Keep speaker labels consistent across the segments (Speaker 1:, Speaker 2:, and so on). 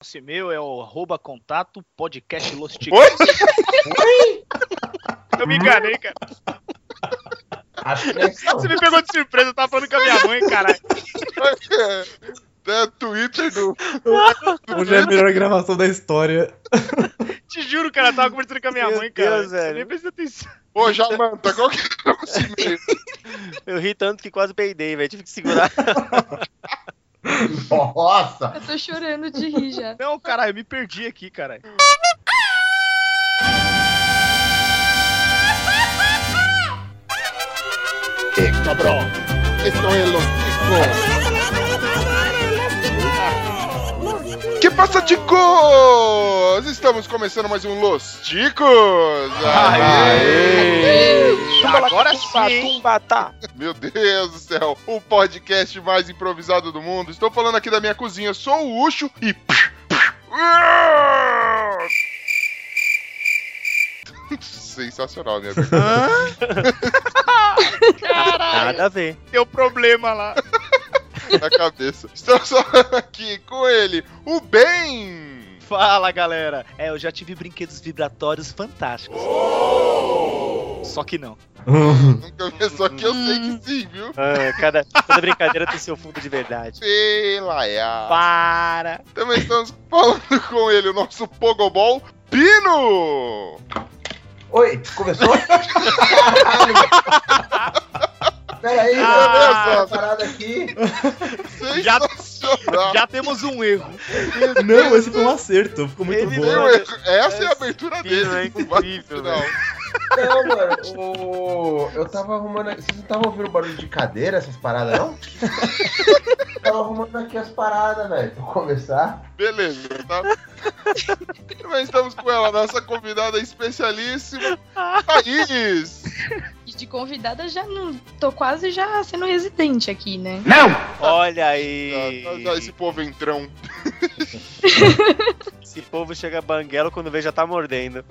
Speaker 1: Nosso e-mail é o arroba contato podcast Los Ticos.
Speaker 2: Oi?
Speaker 1: Eu me enganei, cara.
Speaker 3: Acho que é isso.
Speaker 1: Você me pegou de surpresa, eu tava falando com a minha mãe, caralho.
Speaker 2: É, Twitter do.
Speaker 4: Hoje é a melhor gravação da história.
Speaker 1: Te juro, cara, eu tava conversando com a minha
Speaker 5: Meu
Speaker 1: mãe, cara.
Speaker 5: Deus,
Speaker 1: Você
Speaker 5: velho.
Speaker 1: nem prestei atenção.
Speaker 2: Ô, Jamanta, qual que é o nosso e-mail?
Speaker 5: Eu ri tanto que quase peidei, velho. Tive que segurar.
Speaker 3: Nossa!
Speaker 6: Eu tô chorando de rir já.
Speaker 1: Não, caralho, eu me perdi aqui, caralho.
Speaker 2: Ê, cabrão! Então é Los Ticos. Que passa, Ticos? Estamos começando mais um Los Ticos! Aê!
Speaker 1: Agora sim, hein?
Speaker 5: Tumbatá.
Speaker 2: Meu Deus do céu! O podcast mais improvisado do mundo. Estou falando aqui da minha cozinha. Sou o Ucho e. Sensacional, né?
Speaker 5: Nada a ver.
Speaker 1: Deu problema lá.
Speaker 2: na cabeça. Estamos falando aqui com ele, o Ben!
Speaker 1: Fala, galera. É, eu já tive brinquedos vibratórios fantásticos. Só que não.
Speaker 2: Nunca vi, só que Oh! eu sei
Speaker 6: Hum.
Speaker 2: que sim, viu?
Speaker 1: É,
Speaker 5: Ah, cada, cada brincadeira tem seu fundo de verdade.
Speaker 2: Sei lá, é.
Speaker 5: Para!
Speaker 2: Também estamos falando com ele, o nosso Pogobol Pino!
Speaker 3: Oi, começou? Ah, tá Peraí,
Speaker 1: Ah.
Speaker 3: ah, parada aqui.
Speaker 1: Já-
Speaker 2: Sensacional!
Speaker 1: Já temos um erro.
Speaker 4: Não, esse foi um acerto. Ficou muito
Speaker 5: Ele
Speaker 4: bom.
Speaker 2: Meu, essa é a abertura
Speaker 5: Pino
Speaker 2: dele.
Speaker 5: é
Speaker 2: não vai
Speaker 5: incrível,
Speaker 2: pro final.
Speaker 3: Não, mano, o... eu tava arrumando. aqui- Vocês não estavam ouvindo barulho de cadeira, essas paradas, não? Eu tava arrumando aqui as paradas, velho, pra começar.
Speaker 2: Beleza, tá? Também estamos com ela, nossa convidada especialíssima, Thaís!
Speaker 6: E de convidada já não. Tô quase já sendo residente aqui, né?
Speaker 5: Olha
Speaker 2: Ah,
Speaker 5: aí.
Speaker 2: tá, Esse povo entrão.
Speaker 5: Esse povo chega banguelo quando vê já tá mordendo.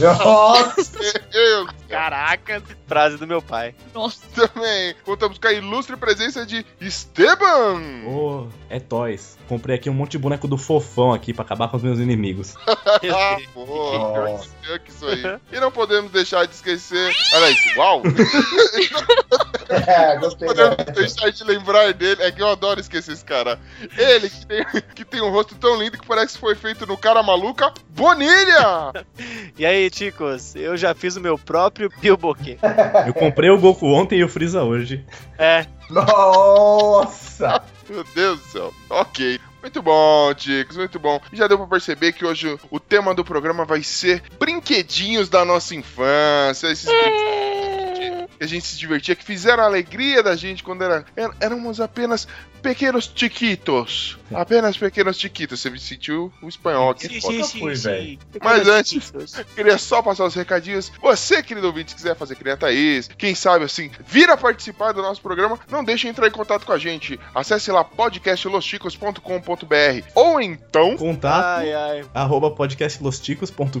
Speaker 3: Nossa!
Speaker 2: Eu
Speaker 1: Caraca.
Speaker 5: Frase do meu pai.
Speaker 6: Nossa.
Speaker 2: Também contamos com a ilustre presença de Esteban!
Speaker 4: Ô, é Toys. Comprei aqui um monte de boneco do fofão aqui pra acabar com os meus inimigos.
Speaker 2: Ah, porra, pior É que isso aí. E não podemos deixar de esquecer. Olha isso, uau!
Speaker 3: É, gostei.
Speaker 2: Podemos
Speaker 3: velho.
Speaker 2: deixar de lembrar dele. É que eu adoro esquecer esse cara. Ele que tem, que tem um rosto tão lindo que parece que foi feito no cara maluca Bonilha!
Speaker 5: E aí, chicos? Eu já fiz o meu próprio Bilboquê.
Speaker 4: Eu comprei o Goku ontem e o Freeza hoje.
Speaker 5: É,
Speaker 3: Nossa!
Speaker 2: Meu Deus do céu. Ok. Muito bom, Ticos, muito bom. Já deu pra perceber que hoje o tema do programa vai ser brinquedinhos da nossa infância. Esses brinquedinhos que a gente se divertia, que fizeram a alegria da gente quando era, er- éramos apenas pequenos tiquitos. Apenas pequenos tiquitos. Você me sentiu o espanhol aqui. foda.
Speaker 4: fui, velho.
Speaker 2: Mas antes, queria só passar os recadinhos. Você, querido ouvinte, se quiser fazer que nem a Thaís, quem sabe assim, vir a participar do nosso programa, não deixe entrar em contato com a gente. Acesse lá podcastlosticos.com.br ou então,
Speaker 4: Contato
Speaker 5: Ai, ai.
Speaker 4: arroba podcastlosticos.com.br.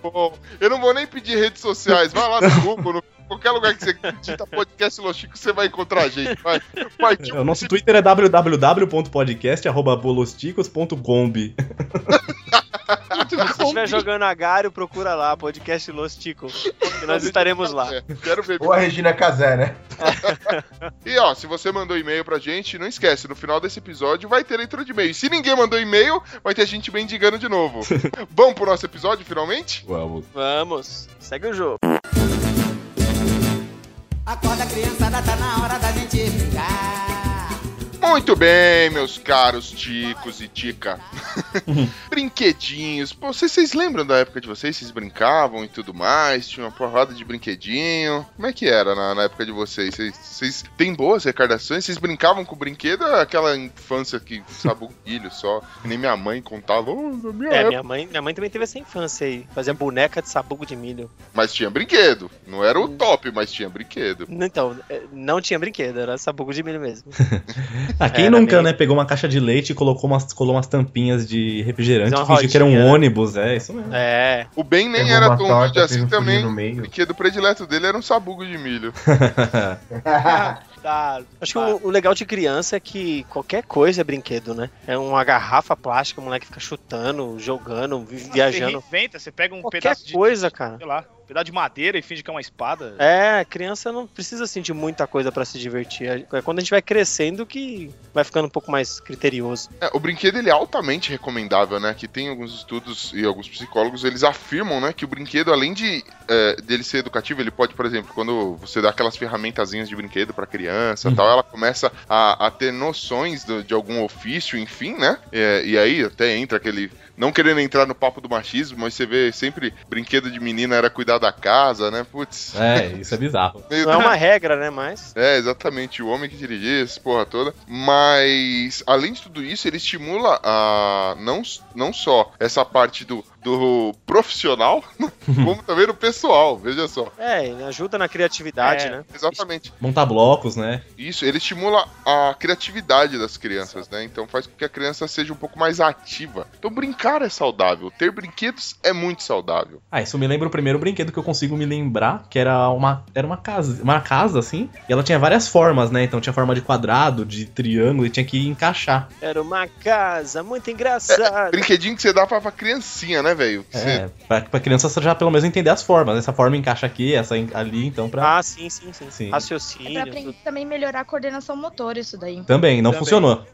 Speaker 2: pô, eu não vou nem pedir redes sociais, vai lá no Google, no qualquer lugar que você digita podcast Los Chicos, você vai encontrar a gente. Vai. Partiu.
Speaker 4: O nosso Twitter é www.podcast.bolosticos.comb.
Speaker 5: Se estiver jogando Agário, procura lá, podcast Los Tico. Que nós estaremos lá.
Speaker 2: É, quero ver.
Speaker 3: Ou a Regina Casé, né?
Speaker 2: E ó, se você mandou e-mail pra gente, não esquece, no final desse episódio vai ter leitura de e-mail. E se ninguém mandou e-mail, vai ter gente mendigando de novo. Vamos pro nosso episódio, finalmente?
Speaker 4: Vamos.
Speaker 5: Vamos, segue o jogo.
Speaker 7: Acorda, criançada, tá na hora da gente brincar.
Speaker 2: Muito bem, meus caros ticos e tica. Brinquedinhos. Pô, vocês, vocês lembram da época de vocês? Vocês brincavam e tudo mais? Tinha uma porrada de brinquedinho. Como é que era na, na época de vocês? Vocês- Vocês têm boas recordações? Vocês brincavam com brinquedo? Ou Aquela infância que sabugilho só. Que nem minha mãe contava. "Oh, na minha
Speaker 5: É,
Speaker 2: época."
Speaker 5: minha mãe, minha mãe também teve essa infância aí. Fazia boneca de sabugo de milho.
Speaker 2: Mas tinha brinquedo. Não era o top, mas tinha brinquedo.
Speaker 5: Então, é, não tinha brinquedo, era sabugo de milho mesmo.
Speaker 4: Ah, quem
Speaker 5: Era
Speaker 4: nunca,
Speaker 5: meio-
Speaker 4: né, pegou uma caixa de leite e colocou umas, colou umas tampinhas de refrigerante
Speaker 5: Fez
Speaker 4: e
Speaker 5: uma
Speaker 4: fingiu que era um
Speaker 5: rodinha, né?
Speaker 4: ônibus, é isso mesmo.
Speaker 5: É,
Speaker 2: O Ben nem
Speaker 3: Pegou
Speaker 2: era
Speaker 3: uma
Speaker 2: tão
Speaker 3: torta,
Speaker 2: rude
Speaker 3: fez
Speaker 2: assim
Speaker 3: um furinho
Speaker 2: também.
Speaker 3: No
Speaker 2: O
Speaker 3: meio.
Speaker 2: brinquedo predileto dele era um sabugo de milho.
Speaker 1: Tá.
Speaker 5: Acho que o, o legal de criança é que qualquer coisa é brinquedo, né? É uma garrafa plástica, o moleque fica chutando, jogando, vi-
Speaker 8: Você
Speaker 5: viajando.
Speaker 8: reinventa, você pega um
Speaker 5: Qualquer
Speaker 8: pedaço de.
Speaker 5: coisa, cara.
Speaker 8: Sei lá, um pedaço de madeira e finge que é uma espada.
Speaker 5: É, criança não precisa sentir muita coisa pra se divertir. É quando a gente vai crescendo que vai ficando um pouco mais criterioso.
Speaker 2: É, o brinquedo ele é altamente recomendável, né? Que tem alguns estudos e alguns psicólogos, eles afirmam, né, que o brinquedo, além de é, dele ser educativo, ele pode, por exemplo, quando você dá aquelas ferramentazinhas de brinquedo pra criança e
Speaker 4: Uhum.
Speaker 2: tal, ela começa a, a ter noções do- de algum ofício, enfim, né? É, e aí até entra aquele. Não querendo entrar no papo do machismo, mas você vê sempre brinquedo de menina era cuidar da casa, né? Putz.
Speaker 4: É, isso é bizarro.
Speaker 2: meio
Speaker 5: Não é uma regra, né? Mas.
Speaker 2: é, exatamente, o homem que dirigia essa porra toda. Mas, além de tudo isso, ele estimula a não, não só essa parte do, do profissional, como também do pessoal, veja só.
Speaker 5: É, ajuda na criatividade,
Speaker 8: É.
Speaker 5: né?
Speaker 2: Exatamente.
Speaker 4: Montar blocos, né?
Speaker 2: Isso, ele estimula a criatividade das crianças, né? Então faz com que a criança seja um pouco mais ativa. Então brincar é saudável, ter brinquedos é muito saudável.
Speaker 4: Ah, isso me lembra o primeiro brinquedo que eu consigo me lembrar, que era uma, era uma casa, uma casa assim, e ela tinha várias formas, né? Então tinha forma de quadrado, de triângulo, e tinha que encaixar.
Speaker 5: Era uma casa muito engraçada.
Speaker 2: É, Brinquedinho que você dá pra, pra criancinha, né, velho? Você-
Speaker 4: É, pra, pra criança já pelo menos entender as formas. né? Essa forma encaixa aqui, essa en- ali, então pra.
Speaker 5: Ah, sim, sim, sim.
Speaker 4: Sim.
Speaker 6: É pra
Speaker 5: Raciocínio.
Speaker 6: aprender
Speaker 5: tudo.
Speaker 6: também a melhorar a coordenação motora, isso daí.
Speaker 4: Também, não
Speaker 8: Também.
Speaker 4: funcionou.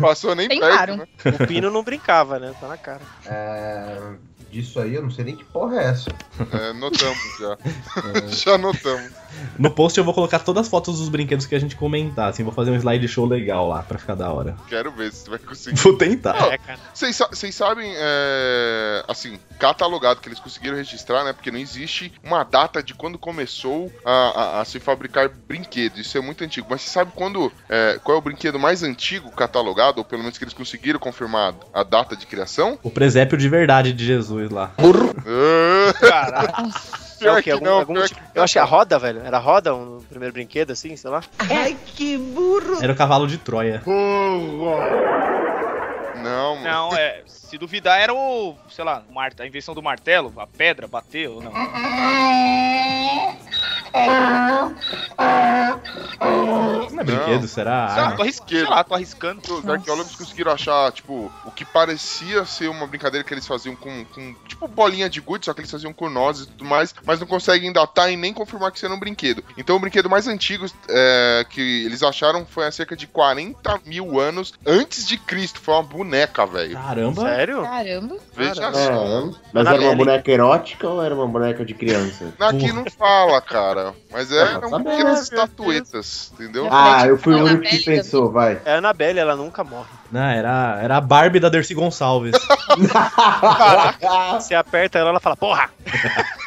Speaker 2: Passou nem perto,
Speaker 6: Tentaram.
Speaker 2: né?
Speaker 5: O Pino não brincava, né? Tá na cara.
Speaker 3: É, disso aí eu não sei nem que porra é essa. É.
Speaker 2: É, notamos já. já notamos.
Speaker 4: No post eu vou colocar todas as fotos dos brinquedos que a gente comentar, assim, vou fazer um slideshow legal lá pra ficar da hora.
Speaker 2: Quero ver se você vai conseguir.
Speaker 4: Vou tentar.
Speaker 8: É, cara.
Speaker 2: Vocês sa- vocês sabem, é, assim, catalogado que eles conseguiram registrar, né? Porque não existe uma data de quando começou a, a- a se fabricar brinquedo. Isso é muito antigo. Mas você sabe quando é, qual é o brinquedo mais antigo catalogado, ou pelo menos que eles conseguiram confirmar a data de criação?
Speaker 4: O presépio de verdade de Jesus lá.
Speaker 2: Ah,
Speaker 8: Caraca.
Speaker 5: É
Speaker 2: pior
Speaker 5: o quê?
Speaker 2: que
Speaker 5: Algum,
Speaker 2: não,
Speaker 5: algum
Speaker 2: pior
Speaker 5: tipo- Eu achei a roda, velho. Era a roda um primeiro brinquedo, assim, sei lá. É.
Speaker 4: Era o cavalo de Troia.
Speaker 2: que- Não, mano.
Speaker 8: Não, é. Se duvidar, era o. Sei lá, o mar- a invenção do martelo, a pedra, bateu, não.
Speaker 4: Isso não é brinquedo, será?
Speaker 2: Ah,
Speaker 8: Sei lá,
Speaker 4: arma?
Speaker 8: tô arriscando, sei lá, tô arriscando.
Speaker 2: Os arqueólogos conseguiram achar, tipo, o que parecia ser uma brincadeira que eles faziam com, com, tipo, bolinha de gude, só que eles faziam com nozes e tudo mais, mas não conseguem datar e nem confirmar que isso era um brinquedo. Então, o brinquedo mais antigo é, que eles acharam foi há cerca de 40 mil anos antes de Cristo. Foi uma boneca, velho.
Speaker 4: Caramba!
Speaker 5: Sério?
Speaker 6: Caramba.
Speaker 2: Veja
Speaker 9: É,
Speaker 2: só.
Speaker 9: mas
Speaker 5: Na
Speaker 9: era uma
Speaker 5: pele.
Speaker 9: boneca erótica ou era uma boneca de criança?
Speaker 2: Aqui não fala, cara. Mas é,
Speaker 9: tá
Speaker 2: eram
Speaker 9: bem,
Speaker 2: pequenas estatuetas, entendeu?
Speaker 9: Ah, eu fui o
Speaker 6: Fala,
Speaker 9: único que
Speaker 6: velho. né?
Speaker 9: pensou, vai.
Speaker 5: É a Annabelle, ela nunca morre.
Speaker 4: Não, era, era a Barbie da Dercy Gonçalves.
Speaker 5: Você aperta ela, ela fala, porra!
Speaker 8: Ah,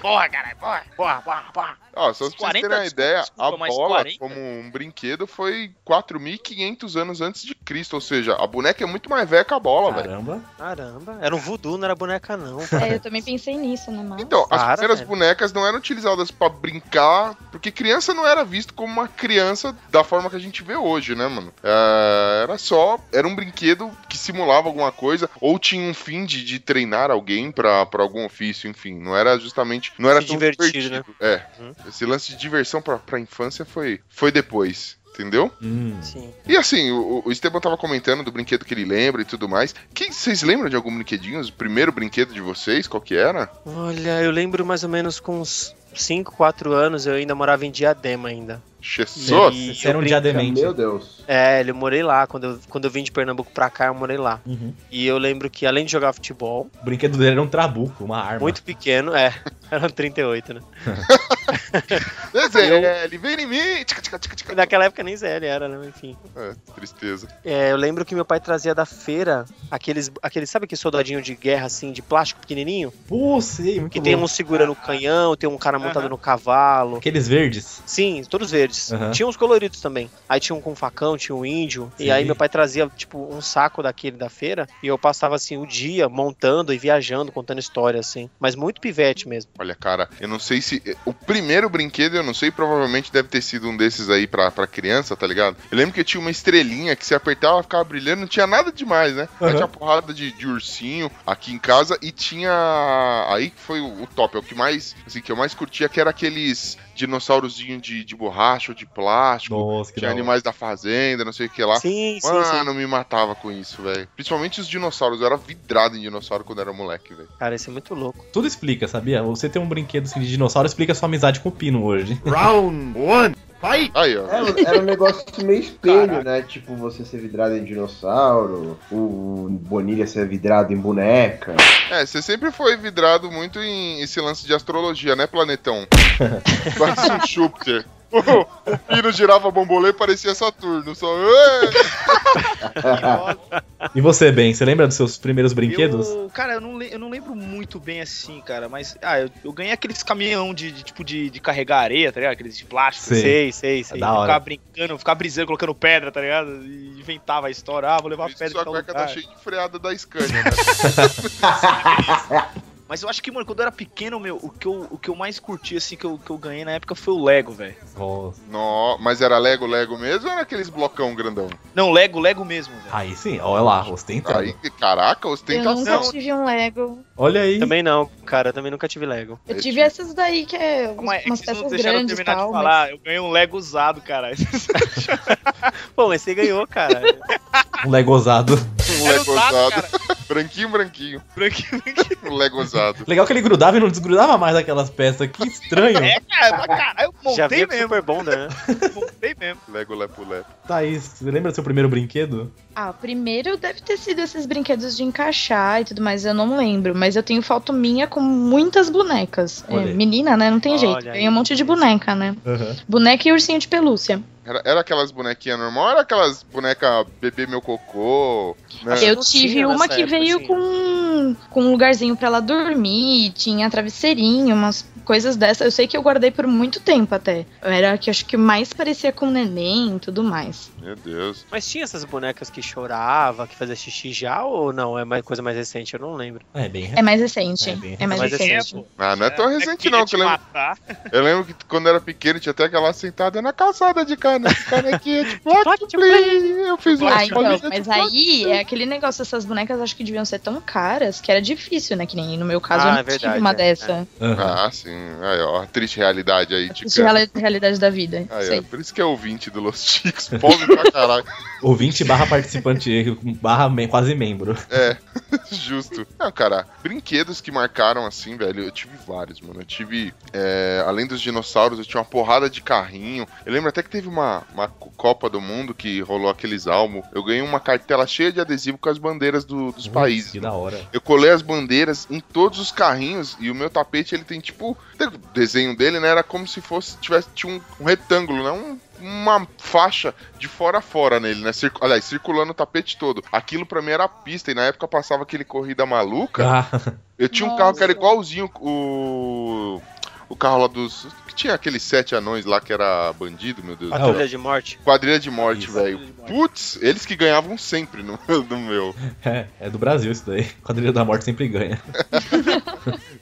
Speaker 8: Porra, caralho, porra, porra, porra, porra.
Speaker 2: Ó, só pra vocês
Speaker 8: 40,
Speaker 2: terem uma ideia,
Speaker 8: desculpa,
Speaker 2: a
Speaker 8: mas
Speaker 2: bola
Speaker 8: 40?
Speaker 2: como um brinquedo foi 4.500 anos antes de Cristo, ou seja, a boneca é muito mais velha que a bola, velho.
Speaker 4: Caramba.
Speaker 5: Caramba, era um voodoo, não era boneca, não.
Speaker 6: É, eu também pensei nisso, né, mas...
Speaker 2: Então, as
Speaker 5: Para,
Speaker 2: primeiras
Speaker 5: velho.
Speaker 2: bonecas não eram utilizadas pra brincar, porque criança não era visto como uma criança da forma que a gente vê hoje, né, mano? É, era só, era um brinquedo que simulava alguma coisa, ou tinha um fim de, de treinar alguém pra pra algum ofício, enfim, não era justamente, não era
Speaker 5: Se
Speaker 2: tão
Speaker 5: divertir,
Speaker 2: É,
Speaker 5: Uhum.
Speaker 2: esse lance de diversão pra, pra infância foi, foi depois, entendeu?
Speaker 4: Hum.
Speaker 5: Sim.
Speaker 2: E assim, o, o Esteban tava comentando do brinquedo que ele lembra e tudo mais. Quem, vocês lembram de algum brinquedinho? O primeiro brinquedo de vocês? Qual que era?
Speaker 5: Olha, eu lembro mais ou menos com uns 5, 4 anos, eu ainda morava em Diadema ainda.
Speaker 2: Jesus!
Speaker 5: E
Speaker 4: Você era
Speaker 5: eu
Speaker 4: um
Speaker 5: brinca-
Speaker 4: diademente.
Speaker 3: Meu Deus.
Speaker 5: É, eu morei lá. Quando eu, quando eu vim de Pernambuco pra cá, eu morei lá.
Speaker 4: Uhum.
Speaker 5: E eu lembro que, além de jogar futebol,
Speaker 4: O brinquedo dele era um trabuco, uma arma.
Speaker 5: muito pequeno, é, era um 38, né? É,
Speaker 2: DZL, vem em mim! Tchica, tchica, tchica, tchica.
Speaker 5: Naquela época nem ZL era, né? Enfim.
Speaker 2: É, tristeza.
Speaker 5: É, eu lembro que meu pai trazia da feira aqueles, aqueles sabe aquele soldadinho de guerra assim, de plástico pequenininho?
Speaker 4: Pô, sei, muito
Speaker 5: Que
Speaker 4: bom.
Speaker 5: tem um segurando o canhão, tem um cara montado
Speaker 8: Aham.
Speaker 5: no cavalo.
Speaker 4: Aqueles verdes.
Speaker 5: Sim, todos verdes.
Speaker 4: Aham.
Speaker 5: Tinha uns coloridos também. Aí tinha um com facão, tinha um índio.
Speaker 4: Sim.
Speaker 5: E aí meu pai trazia, tipo, um saco daquele da feira. E eu passava, assim, o dia montando e viajando, contando história, assim. Mas muito pivete mesmo.
Speaker 2: Olha, cara, eu não sei se. eh, O primeiro brinquedo, eu não sei, provavelmente deve ter sido um desses aí pra, pra criança, tá ligado? Eu lembro que tinha uma estrelinha que se apertava, ela ficava brilhando, não tinha nada demais, né? Aí
Speaker 4: Aham.
Speaker 2: tinha porrada de, de ursinho aqui em casa e tinha. Aí que foi o, o top, é o que mais. Assim, que eu mais curtia, que era aqueles. dinossaurozinho de, de borracha ou de plástico.
Speaker 4: Nossa, que
Speaker 2: Tinha
Speaker 4: da hora.
Speaker 2: animais da fazenda, não sei o que lá.
Speaker 5: Sim, sim, sim.
Speaker 2: Mano, me matava com isso, velho. Principalmente os dinossauros. Eu era vidrado em dinossauro quando era moleque, velho.
Speaker 5: Cara, isso é muito louco.
Speaker 4: Tudo explica, sabia? Você ter um brinquedo assim, de dinossauro explica a sua amizade com o Pino hoje.
Speaker 2: um-
Speaker 10: Round one, fight!
Speaker 2: Aí, ó.
Speaker 9: Era, era um negócio meio espelho, né? Tipo, você ser vidrado em dinossauro, o Bonilha ser vidrado em boneca.
Speaker 2: É, você sempre foi vidrado muito em esse lance de astrologia, né, planetão? Quase um Júpiter. O, o Pino girava bombolê e parecia Saturno. Só. "Ê!"
Speaker 4: E você, Ben, você lembra dos seus primeiros brinquedos?
Speaker 8: Eu, cara, eu não, le- eu não lembro muito bem assim, cara, mas. Ah, eu, eu ganhei aqueles caminhão de, de tipo de, de carregar areia, tá ligado? Aqueles de plástico.
Speaker 4: Sim.
Speaker 5: Sei, sei,
Speaker 4: É
Speaker 5: sei. Um
Speaker 4: da
Speaker 8: Ficava
Speaker 4: hora.
Speaker 8: brincando, ficava brisando, colocando pedra, tá ligado? E inventava a história. Ah, vou levar
Speaker 2: Isso,
Speaker 8: pedra
Speaker 2: Sua
Speaker 8: pra
Speaker 2: cueca
Speaker 8: lugar.
Speaker 2: tá cheia de freada da Scania, né?
Speaker 8: Mas eu acho que, mano, quando eu era pequeno, meu, o que eu, o que eu mais curti, assim, que eu, que eu ganhei na época foi o Lego, velho.
Speaker 4: Nossa.
Speaker 2: Nó, mas era Lego, Lego mesmo ou era aqueles blocão grandão?
Speaker 8: Não, Lego, Lego mesmo, velho.
Speaker 4: Aí sim, olha lá, ostentado.
Speaker 2: Aí, caraca,
Speaker 6: Eu nunca
Speaker 2: ostentação.
Speaker 6: tive um Lego.
Speaker 4: Olha aí.
Speaker 5: Também não, cara, também nunca tive Lego.
Speaker 6: Eu tive essas daí que é
Speaker 8: Calma aí, é que
Speaker 6: umas
Speaker 8: vocês não
Speaker 6: peças
Speaker 8: deixaram eu
Speaker 6: grandes e
Speaker 8: terminar
Speaker 6: tal.
Speaker 8: de
Speaker 6: mas-
Speaker 8: falar. Eu ganhei um Lego usado, cara.
Speaker 5: Pô, mas você ganhou, cara.
Speaker 4: Um legozado.
Speaker 2: Um
Speaker 8: Era
Speaker 2: Lego
Speaker 8: usado,
Speaker 2: usado.
Speaker 8: cara.
Speaker 2: branquinho, branquinho.
Speaker 8: Branquinho.
Speaker 2: Um Lego usado.
Speaker 4: Legal que ele grudava e não desgrudava mais aquelas peças. Que estranho.
Speaker 8: É, cara, pra caralho, eu
Speaker 5: Já
Speaker 8: montei
Speaker 5: veio com
Speaker 8: mesmo,
Speaker 5: Super Bonda, né?
Speaker 8: montei mesmo.
Speaker 2: Lego Lepo Lepo.
Speaker 4: Thaís, você lembra do seu primeiro brinquedo?
Speaker 6: Ah, o primeiro deve ter sido esses brinquedos de encaixar e tudo mais, eu não lembro. Mas eu tenho foto minha com muitas bonecas. É,
Speaker 4: Olha aí.
Speaker 6: menina, né? Não tem
Speaker 5: Olha
Speaker 6: jeito.
Speaker 5: aí.
Speaker 6: Ganhei um monte de boneca, né? Boneca e ursinho de pelúcia.
Speaker 2: Era, era aquelas bonequinhas normal era aquelas boneca bebê meu cocô? né?
Speaker 5: Acho
Speaker 6: Eu
Speaker 5: Ah, não
Speaker 6: tive
Speaker 5: tinha
Speaker 6: uma
Speaker 5: nessa
Speaker 6: que
Speaker 5: época,
Speaker 6: veio
Speaker 5: tinha.
Speaker 6: com, com um lugarzinho pra ela dormir, tinha travesseirinho, umas coisas dessas. Eu sei que eu guardei por muito tempo até. Era a que eu acho que mais parecia com neném e tudo mais.
Speaker 2: Meu Deus.
Speaker 5: Mas tinha essas bonecas que chorava, que fazia xixi já ou não? É uma coisa mais recente, eu não lembro.
Speaker 4: É bem.
Speaker 6: É mais recente.
Speaker 4: É, bem-
Speaker 6: É, mais
Speaker 5: mais
Speaker 6: recente.
Speaker 5: recente.
Speaker 2: Ah, não é tão recente não, que eu
Speaker 8: eu
Speaker 2: lembro, eu lembro que quando era pequeno tinha até aquela sentada na calçada de cana, de canequinha tipo. de plástico, É eu fiz uma
Speaker 6: Ah, então,
Speaker 2: bolinha de
Speaker 6: mas
Speaker 2: plástico.
Speaker 6: aí é aquele negócio, essas bonecas acho que deviam ser tão caras que era difícil, né? Que nem no meu caso
Speaker 5: Ah,
Speaker 6: eu
Speaker 5: é
Speaker 6: não
Speaker 5: verdade,
Speaker 6: tive uma
Speaker 5: é,
Speaker 6: dessa.
Speaker 4: Aham.
Speaker 2: Ah, sim, aí ó, a triste realidade aí de
Speaker 6: Isso é a
Speaker 2: cana.
Speaker 6: reali- realidade da vida.
Speaker 2: Aí, ó,
Speaker 6: sei.
Speaker 2: por isso que é ouvinte do Los Chicos, pobre pra caralho.
Speaker 4: Ouvinte barra participante, barra mem- quase membro.
Speaker 2: É, justo. Não, cara, brinquedos que marcaram assim, velho, eu tive vários, mano. Eu tive, é, além dos dinossauros, eu tinha uma porrada de carrinho. Eu lembro até que teve uma, uma co- Copa do Mundo que rolou aqueles álbuns. Eu ganhei uma cartela cheia de adesivo com as bandeiras do- dos países.
Speaker 4: Que da hora.
Speaker 2: Eu colei as bandeiras em todos os carrinhos e o meu tapete ele tem tipo. O desenho dele, né? Era como se fosse. Tivesse tinha um, um retângulo, né? Um- uma faixa de fora a fora nele, né? Circu aliás, circulando o tapete todo. Aquilo pra mim era a pista, e na época passava aquele corrida maluca.
Speaker 4: Ah,
Speaker 2: Eu tinha um carro que era
Speaker 6: Nossa.
Speaker 2: igualzinho o. O carro lá dos. Que tinha aqueles sete anões lá que era bandido, meu Deus.
Speaker 4: Ah,
Speaker 5: Patrulha de Morte.
Speaker 2: Quadrilha de morte,
Speaker 4: Isso.
Speaker 2: velho. Putz, eles que ganhavam sempre no, no meu.
Speaker 4: é, é do Brasil isso daí. Quadrilha da Morte sempre ganha.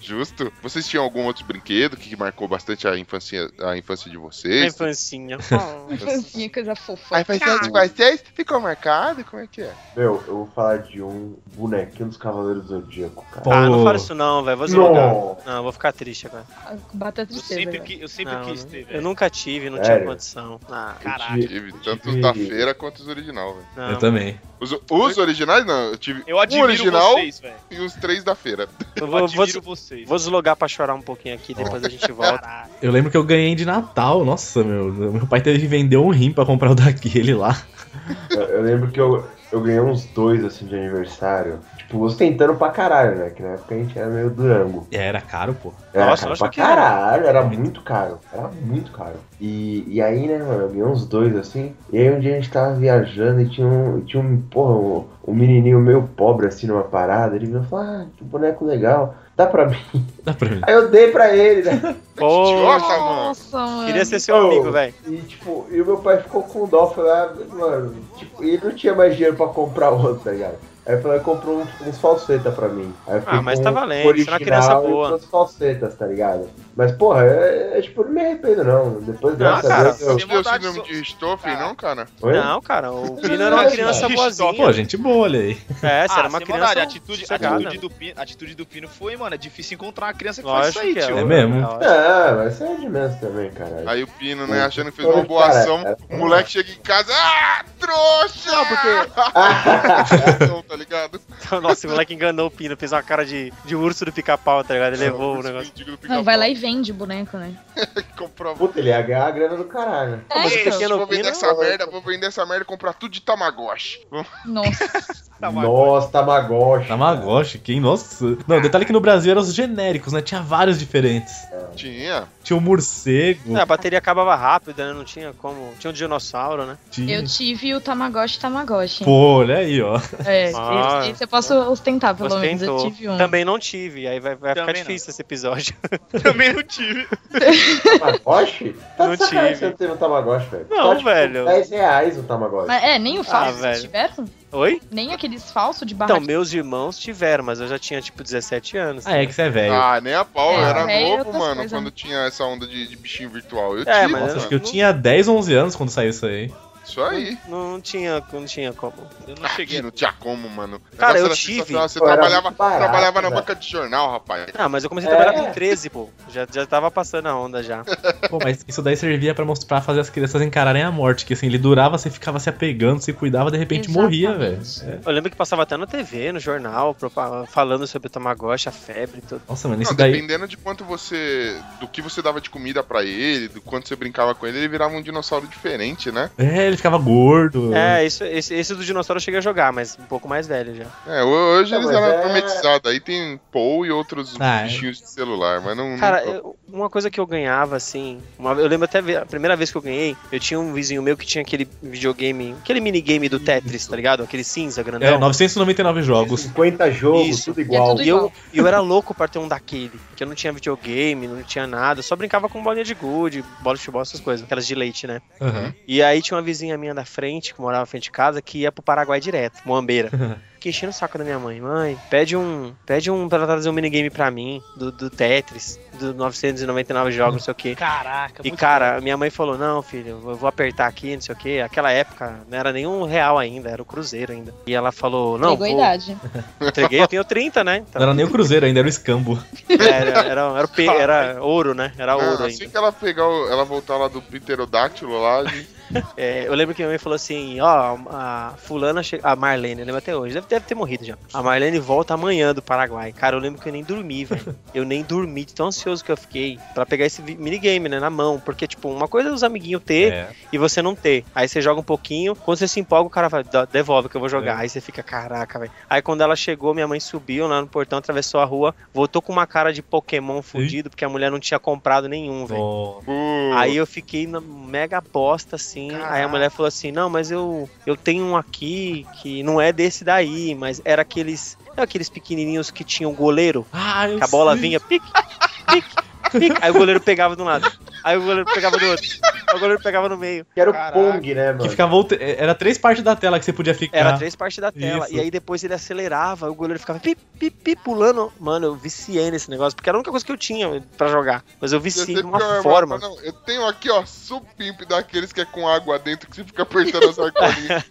Speaker 2: Justo. Vocês tinham algum outro brinquedo que marcou bastante a infância, a infância de
Speaker 5: Na
Speaker 2: vocês?
Speaker 5: infancinha.
Speaker 6: Assim, coisa fofa.
Speaker 2: A infância de vocês ficou marcada? Como é que é?
Speaker 9: Meu, eu vou falar de um bonequinho dos Cavaleiros do Zodíaco, cara.
Speaker 5: Ah, não
Speaker 4: Pô.
Speaker 5: fala isso não, velho. Vou deslogar.
Speaker 9: Não!
Speaker 5: Não, eu vou ficar triste agora.
Speaker 6: Bate a
Speaker 8: Eu
Speaker 6: tristeza.
Speaker 8: sempre,
Speaker 6: velho.
Speaker 8: qui- eu sempre
Speaker 5: Não,
Speaker 8: quis
Speaker 5: não-
Speaker 8: ter,
Speaker 5: eu
Speaker 8: velho.
Speaker 5: nunca tive, não
Speaker 9: Sério?
Speaker 5: tinha condição. Ah,
Speaker 9: Eu
Speaker 8: Caraca.
Speaker 9: tive-
Speaker 2: Tive tantos da tá feira quanto os original, velho.
Speaker 5: não.
Speaker 4: Eu também.
Speaker 2: Os, os originais não, eu tive
Speaker 8: Eu
Speaker 2: um
Speaker 8: admiro
Speaker 2: original
Speaker 8: vocês, velho.
Speaker 2: e os três da feira.
Speaker 5: Eu
Speaker 8: Eu
Speaker 5: vou, vou,
Speaker 8: admiro vocês.
Speaker 5: vou deslogar pra chorar um pouquinho aqui, depois a gente volta.
Speaker 8: Caralho.
Speaker 4: Eu lembro que eu ganhei de Natal. Nossa, meu. Meu pai teve que vender um rim pra comprar o daquele lá.
Speaker 9: Eu, eu lembro que eu, eu ganhei uns dois, assim, de aniversário. Tipo, ostentando pra caralho, né? Que na época a gente era meio durango.
Speaker 4: É, era caro, pô.
Speaker 9: Era
Speaker 5: Nossa,
Speaker 9: caro
Speaker 5: eu
Speaker 9: pra
Speaker 5: acho que era.
Speaker 9: caralho, era muito caro. Era muito caro. E, e aí, né, mano, eu ganhei uns dois, assim. E aí um dia a gente tava viajando e tinha um, tinha um porra, um, um menininho meio pobre, assim, numa parada. Ele veio e falou, ah, que boneco legal. Dá pra mim.
Speaker 4: Dá pra mim.
Speaker 9: Aí eu dei pra ele, né?
Speaker 5: Pô,
Speaker 2: Idiota, mano.
Speaker 6: Nossa, mano.
Speaker 5: queria ser seu
Speaker 9: Oh.
Speaker 5: amigo, velho.
Speaker 9: E tipo, "Ah, e o meu pai ficou com dó, foi lá, mano, tipo, ele não tinha mais dinheiro pra comprar outro, tá ligado? Aí eu falei, comprou uns, uns falseta pra mim. Aí eu
Speaker 5: Ah, mas
Speaker 9: com
Speaker 5: tá
Speaker 9: o
Speaker 5: valendo, você é uma criança
Speaker 9: e
Speaker 5: boa.
Speaker 9: com as falsetas, tá ligado? Mas, porra, é, é, tipo, eu não me arrependo, não.
Speaker 5: Ah,
Speaker 9: Depois, graças a
Speaker 2: cara,
Speaker 9: Deus, eu...
Speaker 2: você deu o síndrome de Ristoffen, não, cara?
Speaker 9: Oi?
Speaker 5: Não, cara, o Pino era uma
Speaker 9: Mas,
Speaker 5: criança
Speaker 8: cara,
Speaker 5: boazinha.
Speaker 4: Pô, gente boa, olha aí.
Speaker 5: É, você
Speaker 8: Ah,
Speaker 5: era uma
Speaker 8: sem
Speaker 5: criança.
Speaker 8: maldade, a atitude, a
Speaker 5: sossegada.
Speaker 8: atitude do Pino, a atitude do Pino foi, mano, é difícil encontrar uma criança que
Speaker 5: Lógico
Speaker 8: faz
Speaker 5: que
Speaker 8: isso aí,
Speaker 5: é.
Speaker 8: tio.
Speaker 4: É mesmo?
Speaker 9: Ah, mas isso é de menos também, caralho.
Speaker 2: Aí o Pino, né, achando que fez uma boa ação,
Speaker 9: É.
Speaker 2: o moleque chega em casa, ah, trouxa!
Speaker 5: Não,
Speaker 6: Ah.
Speaker 5: porque.
Speaker 2: Ação, tá ligado?
Speaker 5: Então, Nossa, o moleque enganou o Pino, fez uma cara de, de urso do pica-pau, tá ligado? Ele levou o
Speaker 2: Esse
Speaker 5: negócio.
Speaker 2: mendigo do
Speaker 6: Não,
Speaker 2: pica-pau
Speaker 6: vai lá e vende boneco, né?
Speaker 2: comprou-
Speaker 9: Puta, ele ia ganhar a grana do caralho.
Speaker 6: É,
Speaker 5: mas o
Speaker 6: então.
Speaker 5: pequeno-
Speaker 2: Vou vender
Speaker 5: Pino-
Speaker 2: essa merda, vou vender essa merda e comprar tudo de Tamagotchi.
Speaker 6: Nossa,
Speaker 9: Nossa, Tamagotchi.
Speaker 4: Tamagotchi, quem? Nossa. Não, detalhe é que no Brasil eram os genéricos, né? Tinha vários diferentes.
Speaker 2: Tinha.
Speaker 4: Tinha o morcego,
Speaker 5: É, a bateria acabava rápida, né? Não tinha como. Tinha um dinossauro, né?
Speaker 4: tinha.
Speaker 6: eu tive o Tamagotchi Tamagotchi.
Speaker 4: Pô, olha aí, ó.
Speaker 6: É,
Speaker 5: Ah.
Speaker 6: esse, esse eu posso ostentar, pelo menos. Eu
Speaker 5: Ostentou.
Speaker 6: tive um.
Speaker 5: Também não tive, aí vai, vai ficar
Speaker 8: Também não.
Speaker 5: difícil esse episódio.
Speaker 8: Também não tive.
Speaker 9: Tamagotchi? Tá
Speaker 5: Não
Speaker 9: de sacanagem
Speaker 5: tive.
Speaker 9: que você não teve um Tamagotchi, velho.
Speaker 5: Não,
Speaker 9: Tá, tipo,
Speaker 5: velho.
Speaker 9: 10 reais o Tamagotchi.
Speaker 6: Mas, é, nem o
Speaker 5: Ah,
Speaker 6: falso
Speaker 5: velho.
Speaker 6: vocês tiveram?
Speaker 5: Oi?
Speaker 6: Nem aqueles falsos de barra
Speaker 5: Então, meus irmãos tiveram, mas eu já tinha, tipo, 17 anos.
Speaker 4: Ah, é que você é velho.
Speaker 2: Ah, nem a pau, eu
Speaker 6: É,
Speaker 2: era
Speaker 6: velho,
Speaker 2: novo,
Speaker 6: outras
Speaker 2: mano,
Speaker 6: coisas,
Speaker 2: quando
Speaker 6: né?
Speaker 2: tinha essa onda de, de bichinho virtual. Eu
Speaker 5: É,
Speaker 2: tive,
Speaker 5: mas
Speaker 4: Nossa,
Speaker 2: mano.
Speaker 4: acho que eu tinha 10, 11 anos quando saiu isso aí.
Speaker 2: Isso aí.
Speaker 5: Não, não tinha, não tinha como.
Speaker 8: Eu não cheguei.
Speaker 2: Não tinha como, mano. O
Speaker 5: Cara,
Speaker 2: negócio
Speaker 5: eu
Speaker 2: era
Speaker 5: tive.
Speaker 2: sensacional. Você
Speaker 9: Pô, era
Speaker 2: trabalhava,
Speaker 9: muito barato,
Speaker 2: trabalhava na
Speaker 4: né?
Speaker 9: velho.
Speaker 2: banca de jornal, rapaz.
Speaker 5: Ah, mas eu comecei a
Speaker 9: É.
Speaker 5: trabalhar com 13, pô. Já, já tava passando a onda já.
Speaker 4: Pô, mas É, isso daí servia pra mostrar, fazer as crianças encararem a morte. Que assim, ele durava, você ficava se apegando, se cuidava, de repente morria, velho.
Speaker 6: Exatamente.
Speaker 4: É.
Speaker 5: Eu lembro que passava até na TV, no jornal, propa- falando sobre o Tamagotchi, a febre e tudo.
Speaker 4: Nossa, mano,
Speaker 2: Não,
Speaker 4: isso daí.
Speaker 2: dependendo de quanto você. do que você dava de comida pra ele, do quanto você brincava com ele, ele virava um dinossauro diferente, né?
Speaker 4: É, ele ficava gordo.
Speaker 5: É, isso, esse, esse do dinossauro eu cheguei a jogar, mas um pouco mais velho já.
Speaker 2: É, ho- hoje
Speaker 9: Não,
Speaker 2: eles
Speaker 9: mas
Speaker 2: eram
Speaker 9: é-
Speaker 2: automatizados. Aí tem Paul e outros
Speaker 4: Ah, é.
Speaker 2: bichinhos de celular, mas não.
Speaker 5: Cara,
Speaker 2: não-
Speaker 5: eu- uma coisa que eu ganhava, assim. uma- eu lembro até ve- a primeira vez que eu ganhei, eu tinha um vizinho meu que tinha aquele videogame, aquele minigame do Tetris, tá ligado? Aquele cinza grandão.
Speaker 4: É, 999 jogos.
Speaker 9: 50 jogos,
Speaker 5: Isso.
Speaker 9: tudo igual.
Speaker 6: É tudo
Speaker 5: E
Speaker 6: igual.
Speaker 5: eu, e eu era louco pra ter um daquele, que eu não tinha videogame, não tinha nada, só brincava com bolinha de gude, bola de futebol, essas coisas, aquelas de leite, né?
Speaker 4: Aham.
Speaker 5: E aí tinha uma vizinha minha da frente, que morava na frente de casa, que ia pro Paraguai direto, Moambeira. Fiquei enchendo o saco da minha mãe. Mãe, pede um, pede um pra ela trazer um minigame pra mim, do, do Tetris, do 999 jogos, não sei o quê.
Speaker 8: Caraca,
Speaker 5: E
Speaker 8: muito
Speaker 5: cara, minha mãe falou: Não, filho, eu vou apertar aqui, não sei o quê. Aquela época não era nenhum real ainda, era o Cruzeiro ainda. E ela falou: Não,
Speaker 6: Pegou a
Speaker 5: vou,
Speaker 6: idade.
Speaker 5: entreguei, eu tenho 30, né? É,
Speaker 4: Não era nem o Cruzeiro ainda, era o escambo.
Speaker 5: Era, era, era, o pe- era ouro, né? Era
Speaker 2: Ah,
Speaker 5: ouro
Speaker 2: assim
Speaker 5: ainda.
Speaker 2: que ela pegar o- ela voltar lá do pterodáctilo lá, a gente-
Speaker 5: É, eu lembro que minha mãe falou assim: ó, a fulana, che- a Marlene, eu lembro até hoje, deve, deve ter morrido já. A Marlene volta amanhã do Paraguai. Cara, eu lembro que eu nem dormi, velho. Eu nem dormi, de tão ansioso que eu fiquei pra pegar esse vi- minigame, né, na mão. Porque, tipo, uma coisa é os amiguinhos ter
Speaker 4: É.
Speaker 5: e você não ter. Aí você joga um pouquinho, quando você se empolga, o cara vai, "Dá- devolve que eu vou jogar. Aí você fica, caraca, velho. Aí quando ela chegou, minha mãe subiu lá no portão, atravessou a rua, voltou com uma cara de Pokémon fudido, porque a mulher não tinha comprado nenhum, velho.
Speaker 4: Pô,
Speaker 2: Pô,
Speaker 5: Aí eu fiquei na mega bosta, assim. Aí a mulher falou assim: Não, mas eu, eu tenho um aqui que não é desse daí, mas era aqueles. não, aqueles pequenininhos que tinham goleiro,
Speaker 4: Ah, eu
Speaker 5: que a bola
Speaker 4: sei.
Speaker 5: vinha pique, pique, pique. Aí o goleiro pegava de um lado, aí o goleiro pegava do outro, aí o goleiro pegava no meio.
Speaker 9: Que era o
Speaker 8: Caraca.
Speaker 9: Pong, né, mano?
Speaker 4: Que ficava. outra- é, Era três partes da tela que você podia ficar.
Speaker 5: Era três partes da tela.
Speaker 4: Isso.
Speaker 5: E aí depois ele acelerava, o goleiro ficava pip, pip, pip, pulando. Mano, eu viciei nesse negócio, porque era a única coisa que eu tinha pra jogar. Mas eu
Speaker 2: ia ser
Speaker 5: viciei de
Speaker 2: pior,
Speaker 5: uma
Speaker 2: mano.
Speaker 5: forma.
Speaker 2: Não, eu tenho aqui, ó, supimp daqueles que é com água dentro que você fica apertando as arcolinhas.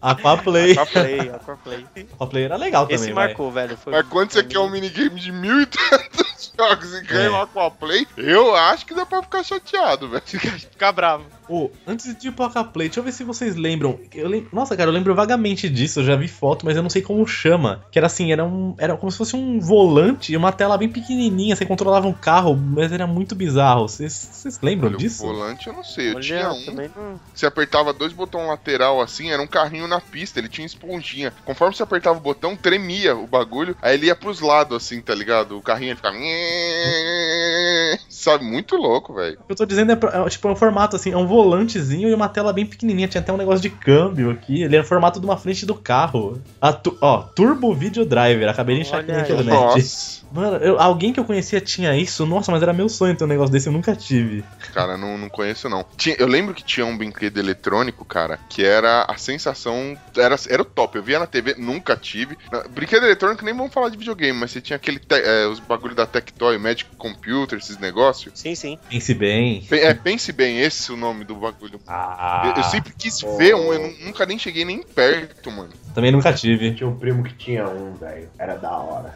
Speaker 4: Aquaplay.
Speaker 5: Aquaplay, Aquaplay.
Speaker 4: Aquaplay era legal também.
Speaker 5: Esse
Speaker 4: vai.
Speaker 5: marcou, velho. Foi
Speaker 2: Mas quando você
Speaker 5: foi
Speaker 2: quer um minigame de mil e tantos jogos e ganha
Speaker 4: É.
Speaker 2: uma com a Play, eu acho que dá pra ficar chateado, velho.
Speaker 8: ficar bravo.
Speaker 4: Ô, antes de ir pro Play, deixa eu ver se vocês lembram. Eu lem- Nossa, cara, eu lembro vagamente disso, eu já vi foto, mas eu não sei como chama. Que era assim, era um. Era como se fosse um volante e uma tela bem pequenininha, você controlava um carro, mas era muito bizarro. Vocês vocês lembram
Speaker 2: Olha, o
Speaker 4: disso?
Speaker 2: volante eu não sei, eu
Speaker 5: Olha,
Speaker 2: tinha um.
Speaker 5: também não-
Speaker 2: Você apertava dois botões lateral assim, era um carrinho na pista, ele tinha esponjinha. Conforme você apertava o botão, tremia o bagulho, aí ele ia pros lados assim, tá ligado? O carrinho ele ficava. Sabe, muito louco, velho.
Speaker 4: O que eu tô dizendo é, pra- é, tipo, é um formato assim, é um volantezinho e uma tela bem pequenininha. Tinha até um negócio de câmbio aqui. Ele era o formato de uma frente do carro. A tu- ó, Turbo Video Driver. Acabei de achar aqui na
Speaker 5: Olha aí.
Speaker 4: internet.
Speaker 2: Nossa.
Speaker 4: Mano, eu- alguém que eu conhecia tinha isso. Nossa, mas era meu sonho ter um negócio desse. Eu nunca tive.
Speaker 2: Cara, não, não conheço não. Tinha- eu lembro que tinha um brinquedo eletrônico, cara, que era a sensação. Era, era o top. Eu via na TV, nunca tive. Na- Brinquedo eletrônico, nem vamos falar de videogame, mas você tinha aquele. te- é, os bagulho da Tectoy, Magic Computer, esses negócios.
Speaker 5: Sim, sim.
Speaker 4: Pense bem.
Speaker 2: Pe- É, pense bem, esse é o nome do bagulho.
Speaker 4: Ah,
Speaker 2: Eu, eu sempre quis ver um, eu nu- nunca nem cheguei nem perto, mano.
Speaker 4: também nunca tive.
Speaker 9: Tinha um primo que tinha um, velho. Era da hora.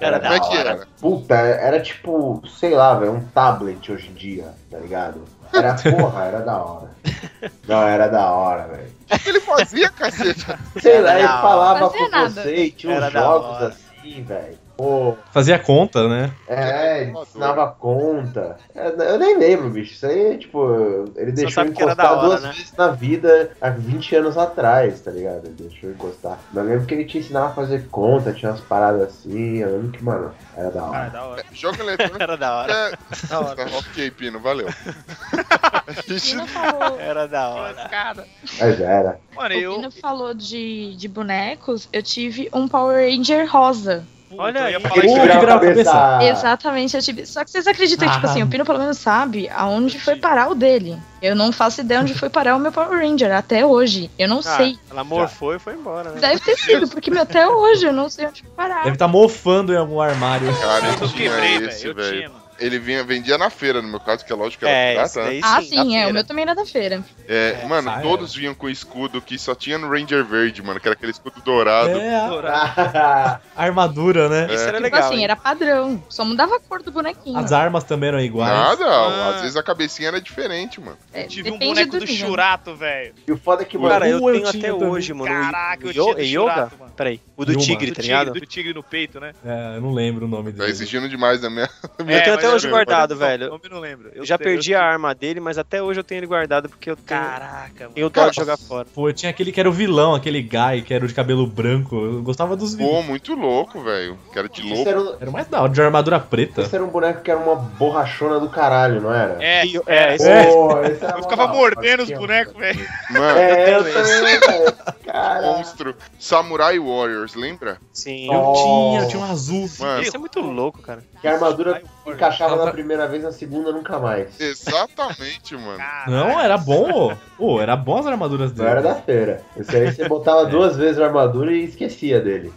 Speaker 5: Era
Speaker 2: Como é que
Speaker 9: hora.
Speaker 2: era?
Speaker 9: Puta, era tipo, sei lá, velho, um tablet hoje em dia, tá ligado? Era porra, era da hora. Não, era da hora, velho.
Speaker 2: O que ele fazia, caceta?
Speaker 9: Sei lá,
Speaker 5: da
Speaker 9: ele
Speaker 5: hora.
Speaker 9: falava
Speaker 6: Fazia
Speaker 9: com
Speaker 6: nada.
Speaker 9: você e tinha
Speaker 5: Era
Speaker 9: uns
Speaker 5: da
Speaker 9: jogos
Speaker 5: hora.
Speaker 9: assim, velho. Pô,
Speaker 4: Fazia conta, né?
Speaker 9: É, ele ensinava conta. É, Eu nem lembro, bicho. Isso aí, tipo, ele deixou
Speaker 5: sabe que era
Speaker 9: encostar
Speaker 5: da hora,
Speaker 9: duas
Speaker 5: né?
Speaker 9: vezes na vida há 20 anos atrás, tá ligado? Ele deixou encostar. Mas eu lembro que ele te ensinava a fazer conta, tinha umas paradas assim. Eu lembro que, mano, era
Speaker 4: Tá.
Speaker 9: da
Speaker 8: Cara,
Speaker 5: Ah,
Speaker 9: hora.
Speaker 8: da hora.
Speaker 2: É, Jogo eletrônico.
Speaker 5: é Era da hora.
Speaker 2: É, tá, ok, Pino, valeu. A gente-
Speaker 6: Pino falou,
Speaker 5: Era da hora.
Speaker 9: Mas era.
Speaker 8: Mano,
Speaker 6: o
Speaker 8: eu.
Speaker 6: Pino falou de, de bonecos, eu tive um Power Ranger rosa.
Speaker 5: Olha
Speaker 8: eu ia
Speaker 5: aí.
Speaker 8: falar
Speaker 9: Aquele
Speaker 4: que
Speaker 8: isso.
Speaker 4: virava
Speaker 9: virava
Speaker 4: a cabeça.
Speaker 6: Exatamente, eu tive. Só que vocês acreditam que, tipo
Speaker 4: Ah.
Speaker 6: assim, o Pino pelo menos sabe aonde foi parar o dele. Eu não faço ideia onde foi parar o meu Power Ranger até hoje. Eu não
Speaker 5: Ah,
Speaker 6: sei.
Speaker 5: Ela morfou e foi embora, né?
Speaker 6: Deve ter sido, porque meu, até hoje eu não sei onde foi parar.
Speaker 2: Ah.
Speaker 4: Deve estar mofando em algum armário.
Speaker 2: Cara, eu
Speaker 8: Eu quebrei,
Speaker 2: tinha
Speaker 8: velho.
Speaker 2: esse,
Speaker 8: Eu
Speaker 2: velho.
Speaker 8: tinha, mano.
Speaker 2: Ele vinha, vendia na feira, no meu caso, que é lógico que era
Speaker 5: É,
Speaker 2: pirata,
Speaker 5: isso
Speaker 2: né?
Speaker 5: daí
Speaker 6: Ah,
Speaker 5: na
Speaker 6: sim, é. O
Speaker 5: feira.
Speaker 6: meu também era da feira.
Speaker 2: É, mano,
Speaker 4: ah,
Speaker 2: todos vinham com escudo que só tinha no Ranger Verde, mano, que era aquele escudo dourado. É.
Speaker 4: É, a
Speaker 5: Dourado.
Speaker 9: Ah,
Speaker 4: a armadura, né?
Speaker 5: Isso era
Speaker 6: Tipo
Speaker 5: legal.
Speaker 6: assim, um-
Speaker 5: hein?
Speaker 6: era padrão. Só mudava a cor do bonequinho.
Speaker 4: As armas também eram iguais.
Speaker 2: Nada,
Speaker 8: Ah.
Speaker 2: às vezes a cabecinha era diferente, mano.
Speaker 6: É,
Speaker 8: Tive um
Speaker 6: depende
Speaker 8: boneco
Speaker 6: do
Speaker 8: do
Speaker 6: nível.
Speaker 8: Churato, velho.
Speaker 9: e o foda é que, mano,
Speaker 5: Cara, eu
Speaker 4: Um eu
Speaker 5: tenho
Speaker 4: tinha
Speaker 5: até
Speaker 4: também.
Speaker 5: hoje, mano. o-
Speaker 8: Caraca, eu
Speaker 5: o
Speaker 8: tinha
Speaker 5: Yo-
Speaker 8: do
Speaker 5: é Yoga?
Speaker 8: Churato, mano.
Speaker 5: Peraí. O do
Speaker 4: Yuma.
Speaker 5: tigre,
Speaker 8: Do
Speaker 5: tá
Speaker 8: tigre,
Speaker 5: ligado?
Speaker 8: do tigre no peito, né? É,
Speaker 4: É, eu não lembro o nome
Speaker 2: Tá
Speaker 4: dele.
Speaker 2: exigindo demais da minha. da minha
Speaker 5: Eu tenho
Speaker 8: mas
Speaker 5: até hoje
Speaker 2: memória.
Speaker 5: guardado,
Speaker 8: não,
Speaker 5: velho.
Speaker 8: nome não lembro.
Speaker 5: Eu já
Speaker 8: tenho-
Speaker 5: perdi a arma dele, mas até hoje eu tenho ele guardado porque eu tenho,
Speaker 8: Caraca, mano.
Speaker 5: tenho dó
Speaker 2: Cara,
Speaker 5: de jogar fora.
Speaker 4: Pô, tinha aquele que era o vilão, aquele guy que era o de cabelo branco. Eu gostava dos vilões.
Speaker 2: Pô, muito louco, velho. Cara de
Speaker 9: isso
Speaker 2: louco.
Speaker 9: era, um,
Speaker 4: Era mais da hora, de armadura preta.
Speaker 9: isso era um boneco que era uma borrachona do caralho, não era?
Speaker 8: É,
Speaker 5: E eu- é,
Speaker 8: é.
Speaker 5: esse-
Speaker 9: Pô, esse era
Speaker 8: Eu
Speaker 9: mó
Speaker 8: ficava
Speaker 9: da hora,
Speaker 8: mordendo os
Speaker 9: tinha um-
Speaker 8: bonecos, velho.
Speaker 2: Mano,
Speaker 9: É, eu também, velho. Caralho.
Speaker 2: monstro. Samurai Warriors, lembra?
Speaker 5: Sim.
Speaker 4: Eu
Speaker 9: Nossa.
Speaker 4: tinha, tinha um azul.
Speaker 2: Mano,
Speaker 5: Isso é muito louco, cara.
Speaker 9: Que a armadura encaixava
Speaker 4: Tava-
Speaker 9: na primeira vez, na segunda nunca mais.
Speaker 2: exatamente, mano.
Speaker 4: Não, era bom, ô. Pô, era bom as armaduras
Speaker 9: Não
Speaker 4: dele. É.
Speaker 9: era da feira. Esse aí você botava duas vezes na armadura e esquecia dele.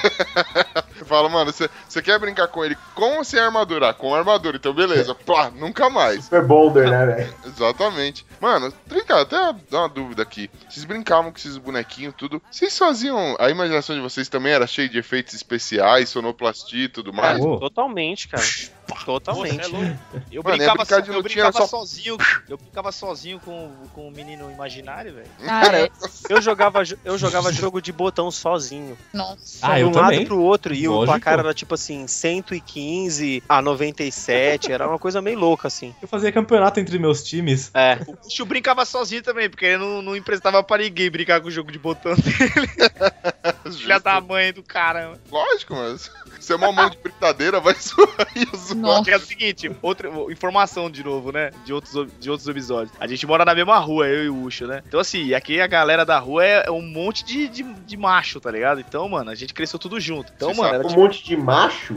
Speaker 2: Você fala, mano, você você quer brincar com ele com ou sem armadura? Ah, com armadura, então beleza. Pá, nunca mais.
Speaker 9: Super Bonder, né, velho?
Speaker 2: Exatamente. Mano, brincar, até dá uma dúvida aqui. Vocês brincavam com esses bonequinhos, tudo. Vocês faziam. A imaginação de vocês também era cheia de efeitos especiais, sonoplastia e tudo mais.
Speaker 4: Ô,
Speaker 5: Totalmente, cara.
Speaker 8: Nossa, é
Speaker 5: Totalmente.
Speaker 8: louco. Eu
Speaker 2: Mano, ia
Speaker 8: brincava,
Speaker 2: brincar de
Speaker 8: so- eu
Speaker 2: lutinha, era
Speaker 8: brincava
Speaker 2: só-
Speaker 8: sozinho. Eu brincava sozinho com, com o menino imaginário, velho.
Speaker 6: Cara,
Speaker 5: Eu jogava, jo- eu jogava jogo de botão sozinho.
Speaker 6: nossa.
Speaker 4: Ah,
Speaker 5: de
Speaker 4: eu
Speaker 5: um
Speaker 4: também.
Speaker 5: lado pro outro. E o
Speaker 4: Lógico.
Speaker 5: placar era tipo assim, 115 a 97. Era uma coisa meio louca, assim.
Speaker 4: Eu fazia campeonato entre meus times.
Speaker 5: É.
Speaker 8: O bicho brincava sozinho também, porque ele não, não emprestava pra ninguém brincar com o jogo de botão. Filha
Speaker 2: Justo.
Speaker 8: da mãe do caramba.
Speaker 2: Lógico, mano. Você é uma mão de brincadeira, vai zoar isso.
Speaker 6: Nossa.
Speaker 8: É o seguinte, outra informação de novo, né? De outros, de outros episódios. A gente mora na mesma rua, eu e o Ucho, né? Então, assim, aqui a galera da rua é, é um monte de, de, de macho, tá ligado? Então, mano, a gente cresceu tudo junto. Então,
Speaker 2: Você
Speaker 8: mano,
Speaker 2: sabe
Speaker 8: era,
Speaker 9: Um
Speaker 8: tipo,
Speaker 9: monte de macho?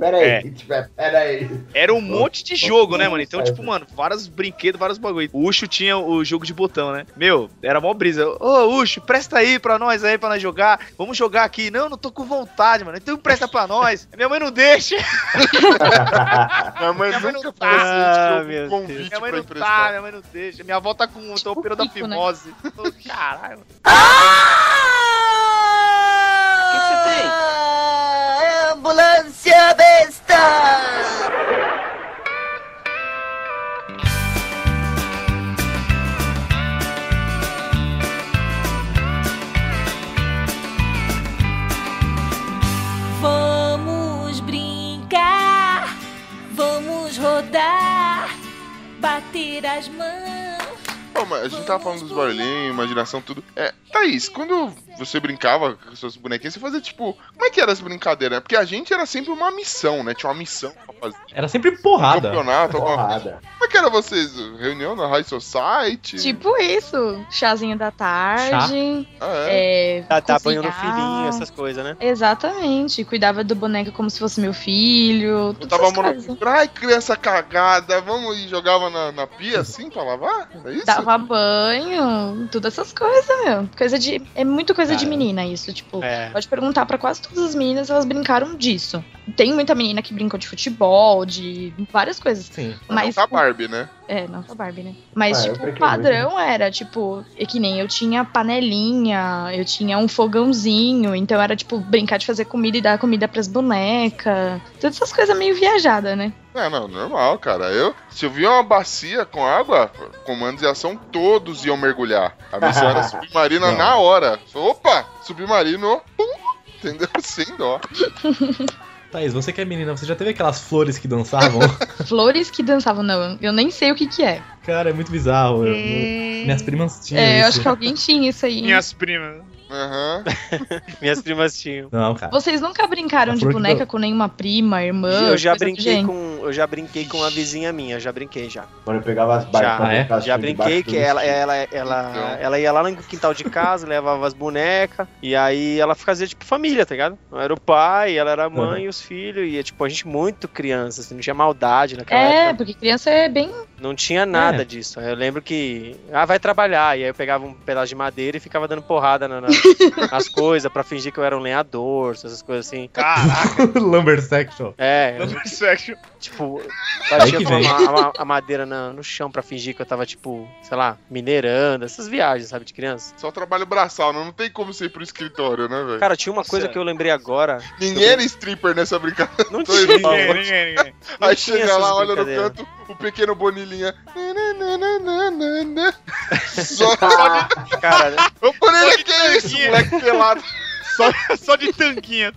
Speaker 9: Pera
Speaker 8: É.
Speaker 9: aí, tipo, é, pera aí.
Speaker 8: era um monte de jogo, né, mano? Então,
Speaker 9: Nossa,
Speaker 8: tipo,
Speaker 9: é.
Speaker 8: mano, vários brinquedos, vários bagulho. O Ucho tinha o jogo de botão, né? Meu, era mó brisa. Ô, Ucho, presta aí pra nós aí, pra nós jogar. Vamos jogar aqui. Não, não tô com vontade, mano. Então presta pra nós. Minha mãe não deixa.
Speaker 2: Minha mãe
Speaker 8: Minha mãe
Speaker 2: nunca
Speaker 8: não
Speaker 2: fez
Speaker 5: tá.
Speaker 2: esse
Speaker 5: Ah, meu
Speaker 2: jogo com convite
Speaker 8: Minha mãe
Speaker 2: pra
Speaker 8: não tá,
Speaker 2: emprestar.
Speaker 8: minha mãe não deixa. Minha avó tá com tá operando da
Speaker 6: Pico, né?
Speaker 8: fimose. Ô, Caralho.
Speaker 7: Ah, Ambulância besta!
Speaker 11: Vamos brincar, vamos rodar, bater as mãos,
Speaker 2: Então, mas a gente tava falando dos barulhinhos, imaginação, tudo. É, Thaís, quando você brincava com seus bonequinhos, você fazia tipo. Como é que era as brincadeiras? Porque a gente era sempre uma missão, né? Tinha uma missão pra fazer.
Speaker 4: Era sempre porrada.
Speaker 2: Campeonato, alguma coisa.
Speaker 9: Porrada.
Speaker 2: Como é que era vocês? Reunião na High Society?
Speaker 6: Tipo isso, chazinho da tarde.
Speaker 2: Ah, é.
Speaker 6: É,
Speaker 5: Dá, dá banho no
Speaker 6: cozinhar.
Speaker 5: Tá, filhinho, essas coisas, né?
Speaker 6: Exatamente, cuidava do boneco como se fosse meu filho.
Speaker 2: Eu
Speaker 6: todas
Speaker 2: tava
Speaker 6: essas coisas.
Speaker 2: morando. Ai, criança cagada, vamos e jogava na, na pia assim pra lavar? É isso?
Speaker 6: Dava banho, todas essas coisas, meu. Coisa de. É muito coisa de
Speaker 4: Cara.
Speaker 6: menina isso, tipo.
Speaker 5: É.
Speaker 6: Pode perguntar pra quase todas as meninas, elas brincaram disso. Tem muita menina que brincou de futebol, de várias coisas.
Speaker 4: Sim.
Speaker 6: Mas.
Speaker 2: Não tá Barbie, né?
Speaker 6: É, não com a Barbie, né? Mas,
Speaker 9: Ah, eu
Speaker 6: tipo, o
Speaker 9: brinquei
Speaker 6: padrão era, tipo, é que nem eu tinha panelinha, eu tinha um fogãozinho, então era, tipo, brincar de fazer comida e dar comida pras bonecas. Todas essas coisas meio viajadas, né?
Speaker 2: É, não, normal, cara. Eu, se eu vi uma bacia com água, comandos e ação, todos iam mergulhar. A missão era submarina
Speaker 4: Não.
Speaker 2: na hora. Opa, submarino, pum, entendeu? Sem dó.
Speaker 4: Thaís, você que é menina, você já teve aquelas flores que dançavam?
Speaker 6: Flores que dançavam, não, eu nem sei o que que é.
Speaker 4: Cara, é muito bizarro. eu- Minhas primas tinham
Speaker 6: É, eu
Speaker 4: isso.
Speaker 6: acho que alguém tinha isso aí.
Speaker 8: Minhas primas.
Speaker 2: Aham.
Speaker 5: Minhas primas tinham.
Speaker 4: Não, cara.
Speaker 6: Vocês nunca brincaram
Speaker 4: A
Speaker 6: de
Speaker 4: flor que
Speaker 6: boneca
Speaker 4: dan-
Speaker 6: com nenhuma prima, irmã?
Speaker 5: eu já
Speaker 6: coisa do
Speaker 5: brinquei
Speaker 6: gênero?
Speaker 5: com. Eu já brinquei com uma vizinha minha, já brinquei já.
Speaker 9: Mano, eu pegava as
Speaker 5: Já,
Speaker 9: barcas pra
Speaker 4: é.
Speaker 9: brincar, assim,
Speaker 5: Já
Speaker 9: debaixo
Speaker 5: brinquei
Speaker 9: do
Speaker 5: que ela, é-
Speaker 9: vestido.
Speaker 5: ela, ela,
Speaker 2: Então.
Speaker 5: ela ia lá no quintal de casa, levava as bonecas, e aí ela fazia tipo família, tá ligado? Eu era o pai, ela era a mãe e os filhos, e tipo, a gente muito criança, assim, não tinha maldade naquela
Speaker 6: É,
Speaker 5: época.
Speaker 6: porque criança é bem.
Speaker 5: Não tinha nada
Speaker 4: É.
Speaker 5: disso. Eu lembro que. Ah, vai trabalhar. E aí eu pegava um pedaço de madeira e ficava dando porrada na- na- nas coisas pra fingir que eu era um lenhador, essas coisas assim.
Speaker 8: Caraca,
Speaker 4: Lumber Sexual.
Speaker 5: É, eu,
Speaker 8: Lumber Section.
Speaker 5: tipo,
Speaker 4: Aí
Speaker 5: batia
Speaker 4: que
Speaker 5: com a,
Speaker 4: vem.
Speaker 5: ma- a- a madeira na- no chão pra fingir que eu tava, tipo, sei lá, minerando, essas viagens, sabe, de criança.
Speaker 2: Só trabalho braçal, não, não tem como você ir pro escritório, né, velho?
Speaker 5: Cara, tinha uma coisa
Speaker 8: Sério.
Speaker 5: que eu lembrei agora.
Speaker 2: Ninguém era stripper nessa brincadeira.
Speaker 5: Não
Speaker 2: Dois um.
Speaker 5: tinha.
Speaker 8: Ninguém,
Speaker 5: Não
Speaker 8: ninguém, ninguém.
Speaker 2: Aí
Speaker 5: tinha
Speaker 2: chega
Speaker 5: essas
Speaker 2: lá, olha no
Speaker 5: brincadeiras.
Speaker 2: canto, o pequeno Bonilinha. Nananana. Só
Speaker 8: Ah,
Speaker 5: Cara,
Speaker 2: Ô, Bonilinha, que é isso, moleque pelado.
Speaker 8: Só, só de tanguinha.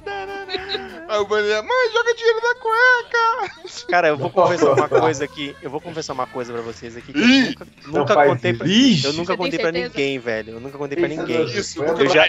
Speaker 2: Aí o Bonilinha, mãe, joga dinheiro na cueca.
Speaker 5: cara, eu vou confessar uma coisa aqui. Eu vou confessar uma coisa pra vocês aqui que eu
Speaker 2: Ih,
Speaker 5: nunca,
Speaker 9: não
Speaker 5: nunca
Speaker 9: faz
Speaker 5: contei
Speaker 9: isso.
Speaker 5: pra.
Speaker 4: Ixi,
Speaker 5: Eu nunca
Speaker 6: Você tem
Speaker 5: contei pra
Speaker 6: certeza?
Speaker 5: ninguém, velho. Eu nunca contei pra ninguém.
Speaker 2: Isso,
Speaker 5: Eu já-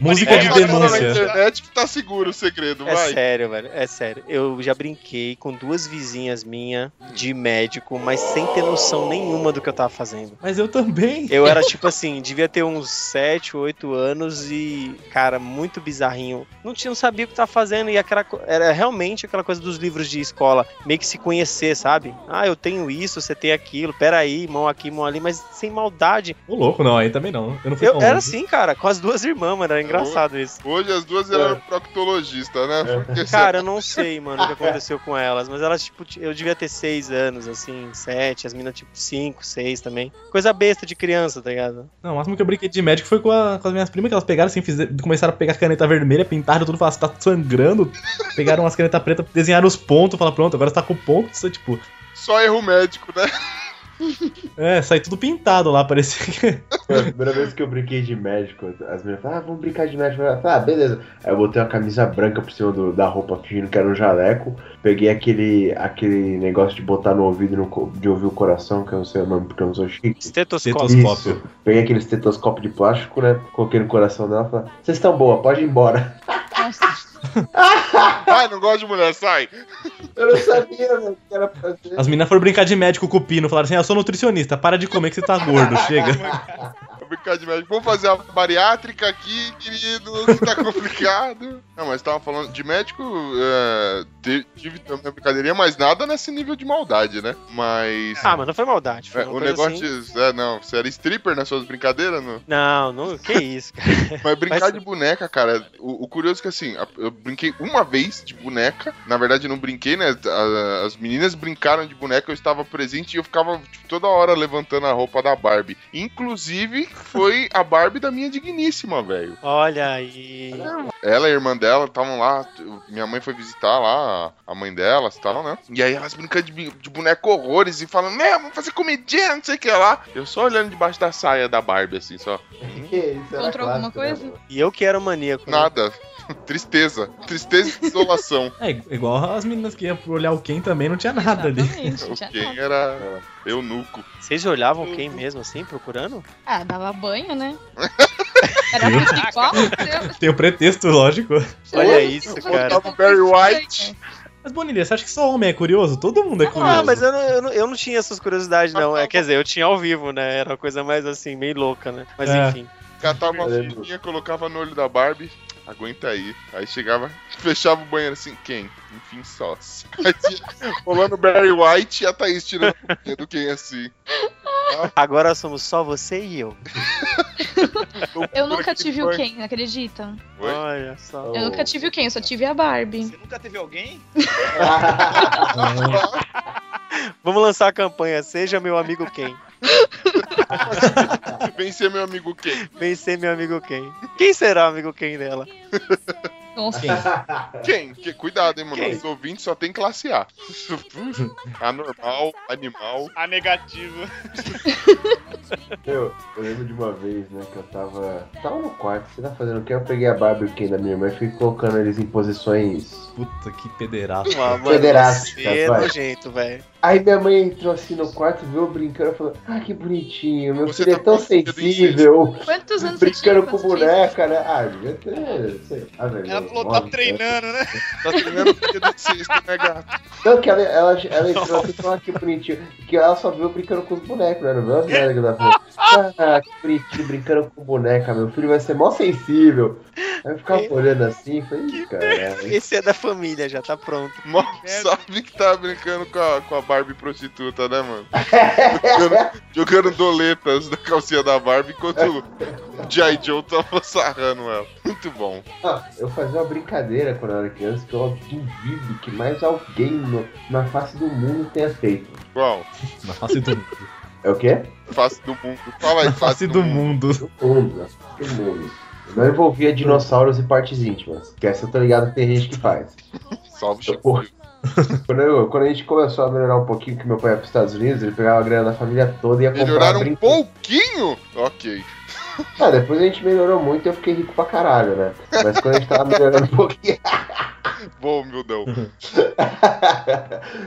Speaker 4: Música de
Speaker 2: Olha, olha
Speaker 4: denúncia.
Speaker 2: Na internet que tá seguro o segredo,
Speaker 5: É
Speaker 2: vai.
Speaker 5: sério, velho. É sério. Eu já brinquei com duas vizinhas minhas de médico, mas sem ter noção nenhuma do que eu tava tá fazendo.
Speaker 4: Mas eu também.
Speaker 5: Eu era tipo assim, devia ter uns 7, 8 anos e, cara, muito bizarrinho. Não tinha, não sabia o que tava fazendo e aquela co- era realmente aquela coisa dos livros de escola, meio que se conhecer, sabe? Ah, eu tenho isso, você tem aquilo. Peraí, mão aqui, mão ali, mas sem maldade.
Speaker 4: Ô, louco, não, aí também não. Eu não fui
Speaker 5: Eu
Speaker 4: tão
Speaker 5: era
Speaker 4: longe.
Speaker 5: assim, cara, com as duas irmãs, mano, era engraçado isso.
Speaker 2: Hoje as
Speaker 5: É.
Speaker 2: duas eram proctologistas, né? Porque
Speaker 5: Cara, eu não sei, mano, o que aconteceu com elas, mas elas, tipo, t- eu devia ter seis anos, assim, sete, as minas, tipo, cinco, seis também. Coisa besta de criança, tá ligado?
Speaker 4: Não, o máximo que eu brinquei de médico foi com, a- com as minhas primas, que elas pegaram assim, fizeram, começaram a pegar caneta vermelha, pintaram tudo, falaram, você tá sangrando. pegaram umas canetas pretas, desenharam os pontos, falaram, pronto, agora você tá com ponto, você, tipo.
Speaker 2: só erro médico, né?
Speaker 4: É, sai tudo pintado lá, parecia que.
Speaker 9: Foi a primeira vez que eu brinquei de médico, as meninas falaram, ah, vamos brincar de médico. Eu falei, ah, beleza. Aí eu botei uma camisa branca por cima do- da roupa fingindo que era um jaleco. Peguei aquele, aquele negócio de botar no ouvido e no co- de ouvir o coração, que eu não sei o nome porque eu não sou chique.
Speaker 5: Estetoscópio.
Speaker 4: Estetoscópio.
Speaker 9: Isso. Peguei aquele estetoscópio de plástico, né? Coloquei no coração dela e falei, vocês estão boa, pode ir embora.
Speaker 2: Vai, não gosta de mulher, sai.
Speaker 9: Eu não sabia, mano, o que era pra fazer.
Speaker 4: As meninas foram brincar de médico com o Pino, falaram assim, ah, eu sou nutricionista, para de comer que você tá gordo, chega.
Speaker 2: Vou brincar de médico. Vamos fazer a bariátrica aqui, querido. que Tá complicado. Não, mas tava falando de médico. é, te- tive também a brincadeirinha, mas nada nesse nível de maldade, né? Mas.
Speaker 5: Ah, mas não foi maldade, foi
Speaker 2: é,
Speaker 5: uma
Speaker 2: o
Speaker 5: coisa
Speaker 2: negócio.
Speaker 5: assim.
Speaker 2: de- É, não. Você era stripper nas suas brincadeiras? Não?
Speaker 5: Não, não, que isso, cara.
Speaker 2: Mas brincar
Speaker 5: Mas-
Speaker 2: de boneca, cara, o, o curioso é que assim, a- eu brinquei uma vez de boneca. Na verdade, eu não brinquei, né? A- As meninas brincaram de boneca, eu estava presente e eu ficava tipo, toda hora levantando a roupa da Barbie. Inclusive, foi a Barbie da minha digníssima, velho.
Speaker 5: Olha aí.
Speaker 2: Ela e a irmã dela estavam lá. t- Minha mãe foi visitar lá a mãe delas e tal, né? E aí elas brincando de, bi- de boneco horrores e falando, né, vamos fazer comidinha, não sei o que lá. Eu só olhando debaixo da saia da Barbie, assim, só. Hum,
Speaker 6: Encontrou alguma coisa?
Speaker 5: E eu que era o maníaco. né?
Speaker 2: Nada. Tristeza. Tristeza e desolação.
Speaker 4: É, igual as meninas que iam olhar o Ken também, não tinha nada ali.
Speaker 2: O Ken era eunuco.
Speaker 5: Vocês olhavam quem mesmo assim, procurando?
Speaker 6: Ah, dava banho, né? Era futebol? Você-
Speaker 4: Tem o pretexto, lógico.
Speaker 5: Olha isso, cara.
Speaker 2: Tava o Barry White.
Speaker 4: Mas, Bonilha, você acha que só homem é curioso? Todo mundo é curioso.
Speaker 5: né? Ah, mas eu não, eu, não, eu não tinha essas curiosidades, não. É, quer dizer, eu tinha ao vivo, né? Era uma coisa mais assim, meio louca, né? Mas
Speaker 4: É.
Speaker 5: enfim.
Speaker 2: Catava uma
Speaker 9: Lembro.
Speaker 2: filhinha, colocava no olho da Barbie. Aguenta aí. Aí chegava, fechava o banheiro assim, quem? Enfim, só. Aí tinha- Rolando Barry White e a Thaís tirando o dedo quem assim.
Speaker 5: Agora somos só você e eu.
Speaker 6: Eu nunca tive o Ken, acreditam?
Speaker 2: Oi?
Speaker 5: Olha só.
Speaker 6: Eu
Speaker 2: Oh.
Speaker 6: nunca tive o Ken, eu só tive a Barbie.
Speaker 8: Você nunca teve alguém?
Speaker 5: Vamos lançar a campanha Seja Meu Amigo Quem.
Speaker 2: Vem ser meu amigo quem?
Speaker 5: Vem ser meu amigo Quem. Quem será o amigo Quem dela?
Speaker 6: Nossa.
Speaker 2: Quem? Que, cuidado, hein, mano.
Speaker 5: Quem?
Speaker 2: Os ouvintes só tem classe A. Anormal, animal.
Speaker 8: A negativa.
Speaker 9: Eu, eu lembro de uma vez, né, que eu tava. Tava no quarto, você tá fazendo o que? Eu peguei a Barbie e o Ken da minha irmã e fiquei colocando eles em posições.
Speaker 4: Puta, que pederaço.
Speaker 5: Ah, mano,
Speaker 9: Federastas,
Speaker 5: você é
Speaker 9: vai.
Speaker 5: nojento, velho.
Speaker 9: Aí minha mãe entrou assim no quarto, viu eu brincando e falou: Ah, que bonitinho, meu
Speaker 2: Você
Speaker 9: filho
Speaker 2: tá
Speaker 9: é tão
Speaker 2: com medo de
Speaker 9: sensível.
Speaker 6: Quantos anos você tinha?
Speaker 9: Brincando com
Speaker 6: quando você
Speaker 9: boneca, né? Ah, devia ter. Sei, ah, velho,
Speaker 8: Ela falou,
Speaker 9: nove,
Speaker 8: tá
Speaker 9: né?
Speaker 8: treinando, né?
Speaker 2: Tá treinando porque do sexto, né, gato?
Speaker 9: Não, que ela, ela, ela entrou assim e falou, ah, que bonitinho. Que ela só viu eu brincando com os bonecos, né? Não viu as bonecas que ela falou. Ah, que bonitinho, brincando com boneca, meu filho vai ser mó sensível. Aí eu ficava olhando assim e falei, ih, caralho.
Speaker 5: Esse é da família, já tá pronto.
Speaker 2: Mó- Sabe que tá brincando com a, com a Barbie prostituta, né, mano? Jogando, jogando doletas na calcinha da Barbie enquanto o G.I. Joe tava sarrando ela. Muito bom.
Speaker 9: Ah, eu fazia uma brincadeira quando eu era criança que eu duvido que mais alguém no- na face do mundo tenha feito.
Speaker 2: Qual?
Speaker 4: Na face do,
Speaker 9: É o quê?
Speaker 2: é Face do mundo. Fala aí,
Speaker 4: na face do mundo.
Speaker 9: Do mundo, na face do mundo. Não envolvia dinossauros e partes íntimas. Que essa eu tô ligado que tem gente que faz.
Speaker 2: Salve, Chico.
Speaker 9: Porra. Quando, eu- quando a gente começou a melhorar um pouquinho, que meu pai ia pros Estados Unidos, ele pegava a grana da família toda e ia comprar
Speaker 2: Melhoraram um
Speaker 9: brinquedo.
Speaker 2: pouquinho? Ok.
Speaker 9: Ah, depois a gente melhorou muito e eu fiquei rico pra caralho, né? Mas quando a gente tava melhorando um pouquinho.
Speaker 2: Bom, humildão.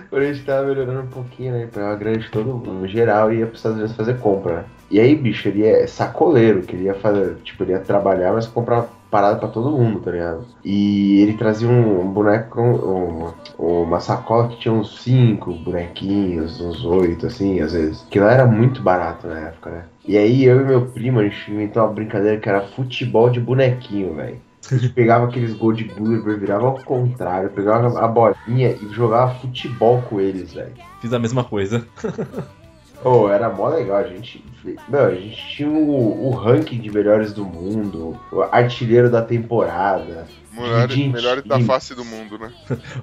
Speaker 9: Quando a gente tava melhorando um pouquinho, né? Pegava grana de todo mundo, geral, e ia pros Estados Unidos fazer compra, né? E aí, bicho, ele é sacoleiro, que ele ia fazer, tipo, ele ia trabalhar, mas comprar parada pra todo mundo, tá ligado? E ele trazia um boneco, com- um- uma sacola que tinha uns cinco bonequinhos, uns oito, assim, às vezes. Que não era muito barato na época, né? E aí eu e meu primo, a gente inventou uma brincadeira que era futebol de bonequinho, velho. A gente pegava aqueles gols de Gulliver, virava ao contrário, pegava a bolinha e jogava futebol com eles, velho.
Speaker 4: Fiz a mesma coisa.
Speaker 9: Oh, era mó legal, a gente. Meu, a gente tinha o, o ranking de melhores do mundo, o artilheiro da temporada.
Speaker 2: Melhores,
Speaker 9: Gente.
Speaker 2: melhores da face do mundo, né?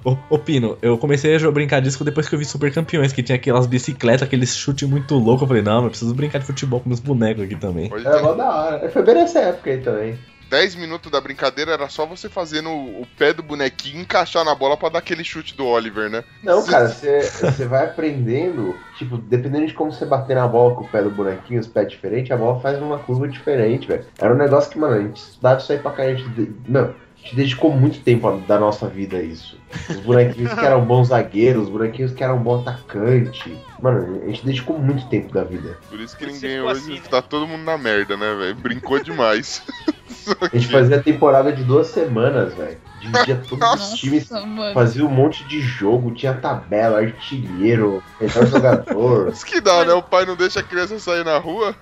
Speaker 4: Ô, ô, Pino, eu comecei a jo- brincar disco depois que eu vi Super Campeões, que tinha aquelas bicicletas, aquele chute muito louco. Eu falei, não, eu preciso brincar de futebol com meus bonecos aqui também.
Speaker 2: Pode
Speaker 9: Era
Speaker 2: ter
Speaker 9: É, mó da hora. Foi bem nessa época aí também.
Speaker 2: 10 minutos da brincadeira era só você fazendo o o pé do bonequinho e encaixar na bola pra dar aquele chute do Oliver, né?
Speaker 9: Não, cara, você você vai aprendendo, tipo, dependendo de como você bater na bola com o pé do bonequinho, os pés diferentes, a bola faz uma curva diferente, velho. Era um negócio que, mano, a gente estudava isso aí pra caralho. a gente de- Não, a gente dedicou muito tempo a- da nossa vida a isso. Os bonequinhos que eram bons zagueiros, os bonequinhos que eram bom atacante. Mano, a gente dedicou muito tempo da vida.
Speaker 2: Por isso que
Speaker 8: Por isso
Speaker 2: ninguém
Speaker 8: ficou
Speaker 2: hoje
Speaker 8: assim, né?
Speaker 2: tá todo mundo na merda, né, velho? Brincou demais.
Speaker 9: A gente fazia temporada de duas semanas, velho. Dividia todos os times
Speaker 6: Nossa, mano.
Speaker 9: Fazia um monte de jogo, tipo, tinha tabela, artilheiro, melhor jogador.
Speaker 2: Isso que dá, né? O pai não deixa a criança sair na rua.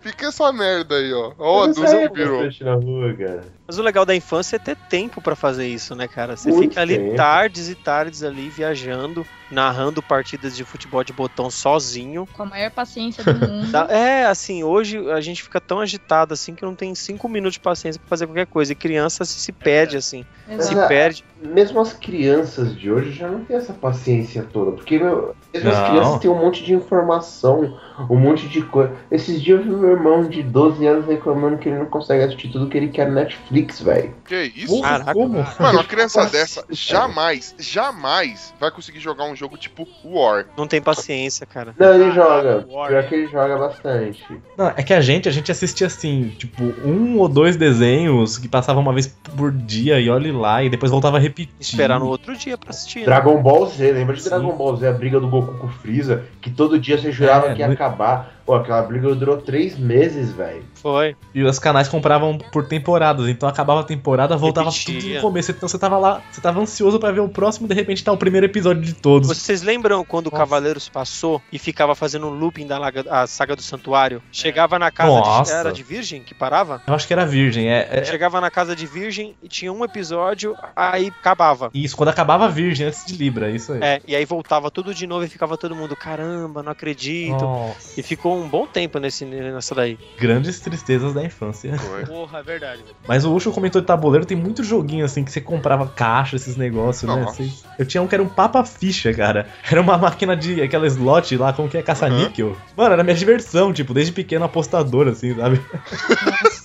Speaker 2: Fica essa merda aí, ó. Ó, o
Speaker 9: Eu não
Speaker 2: adulto
Speaker 9: saía
Speaker 2: que virou.
Speaker 9: bastante na rua, cara.
Speaker 5: Mas o legal da infância é ter tempo pra fazer isso, né, cara? Você
Speaker 9: Muito
Speaker 5: fica ali
Speaker 9: tempo.
Speaker 5: tardes e tardes ali viajando, narrando partidas de futebol de botão sozinho.
Speaker 6: Com a maior paciência do mundo.
Speaker 5: Tá? É, assim, hoje a gente fica tão agitado assim que não tem cinco minutos de paciência pra fazer qualquer coisa. E criança se, se perde, assim, se
Speaker 9: Mas, ah,
Speaker 5: perde.
Speaker 9: Mesmo as crianças de hoje já não tem essa paciência toda, porque meu, mesmo as
Speaker 4: Não.
Speaker 9: crianças têm um monte de informação, um monte de coisa. Esses dias eu vi meu irmão de 12 anos reclamando que ele não consegue assistir tudo que ele quer no Netflix, velho.
Speaker 2: Que isso?
Speaker 5: Caraca.
Speaker 4: como?
Speaker 2: Mano, uma criança
Speaker 9: Nossa,
Speaker 2: dessa
Speaker 9: cara.
Speaker 2: jamais, jamais vai conseguir jogar um um jogo tipo War.
Speaker 5: Não tem paciência, cara.
Speaker 9: Não, ele joga. Pior que ele joga bastante.
Speaker 4: Não, é que a gente, a gente assistia assim, tipo, um ou dois desenhos que passavam uma vez por dia e olhe lá, e depois voltava a repetir.
Speaker 5: Esperar no outro dia pra assistir. né?
Speaker 9: Dragon Ball Z, lembra de Dragon Ball Z, a briga do Goku com o Freeza, que todo dia você jurava
Speaker 4: É,
Speaker 9: que ia
Speaker 4: no-
Speaker 9: acabar. Pô, aquela briga durou três meses, velho.
Speaker 5: Foi.
Speaker 4: E os canais compravam por temporadas, então acabava a temporada, voltava tudo
Speaker 5: Repetia.
Speaker 4: no começo. Então você tava lá, você tava ansioso pra ver o próximo, de repente tá o primeiro episódio de todos.
Speaker 5: Vocês lembram quando
Speaker 4: Nossa.
Speaker 5: o Cavaleiros passou e ficava fazendo um looping da laga- a saga do santuário? Chegava na casa de,
Speaker 4: Nossa.
Speaker 5: era de virgem que parava?
Speaker 4: Eu acho que era virgem, é. é-
Speaker 5: Chegava na casa de virgem e tinha um episódio, aí acabava.
Speaker 4: Isso, quando acabava virgem, antes de Libra, isso aí.
Speaker 5: É, e aí voltava tudo de novo e ficava todo mundo, caramba, não acredito.
Speaker 2: então.
Speaker 4: Nossa,
Speaker 5: E ficou um bom tempo nesse, nessa daí.
Speaker 4: grandes tristezas da infância.
Speaker 8: Porra, é verdade.
Speaker 4: Mas o Ucho comentou de tabuleiro, tem muito joguinho assim que você comprava caixa, esses negócios, né?
Speaker 2: Nossa.
Speaker 4: Vocês- Eu tinha um que era um papa ficha, cara. Era uma máquina de aquela slot lá, como que é caça-níquel. Mano, era minha diversão, tipo, desde pequeno apostador, assim, sabe?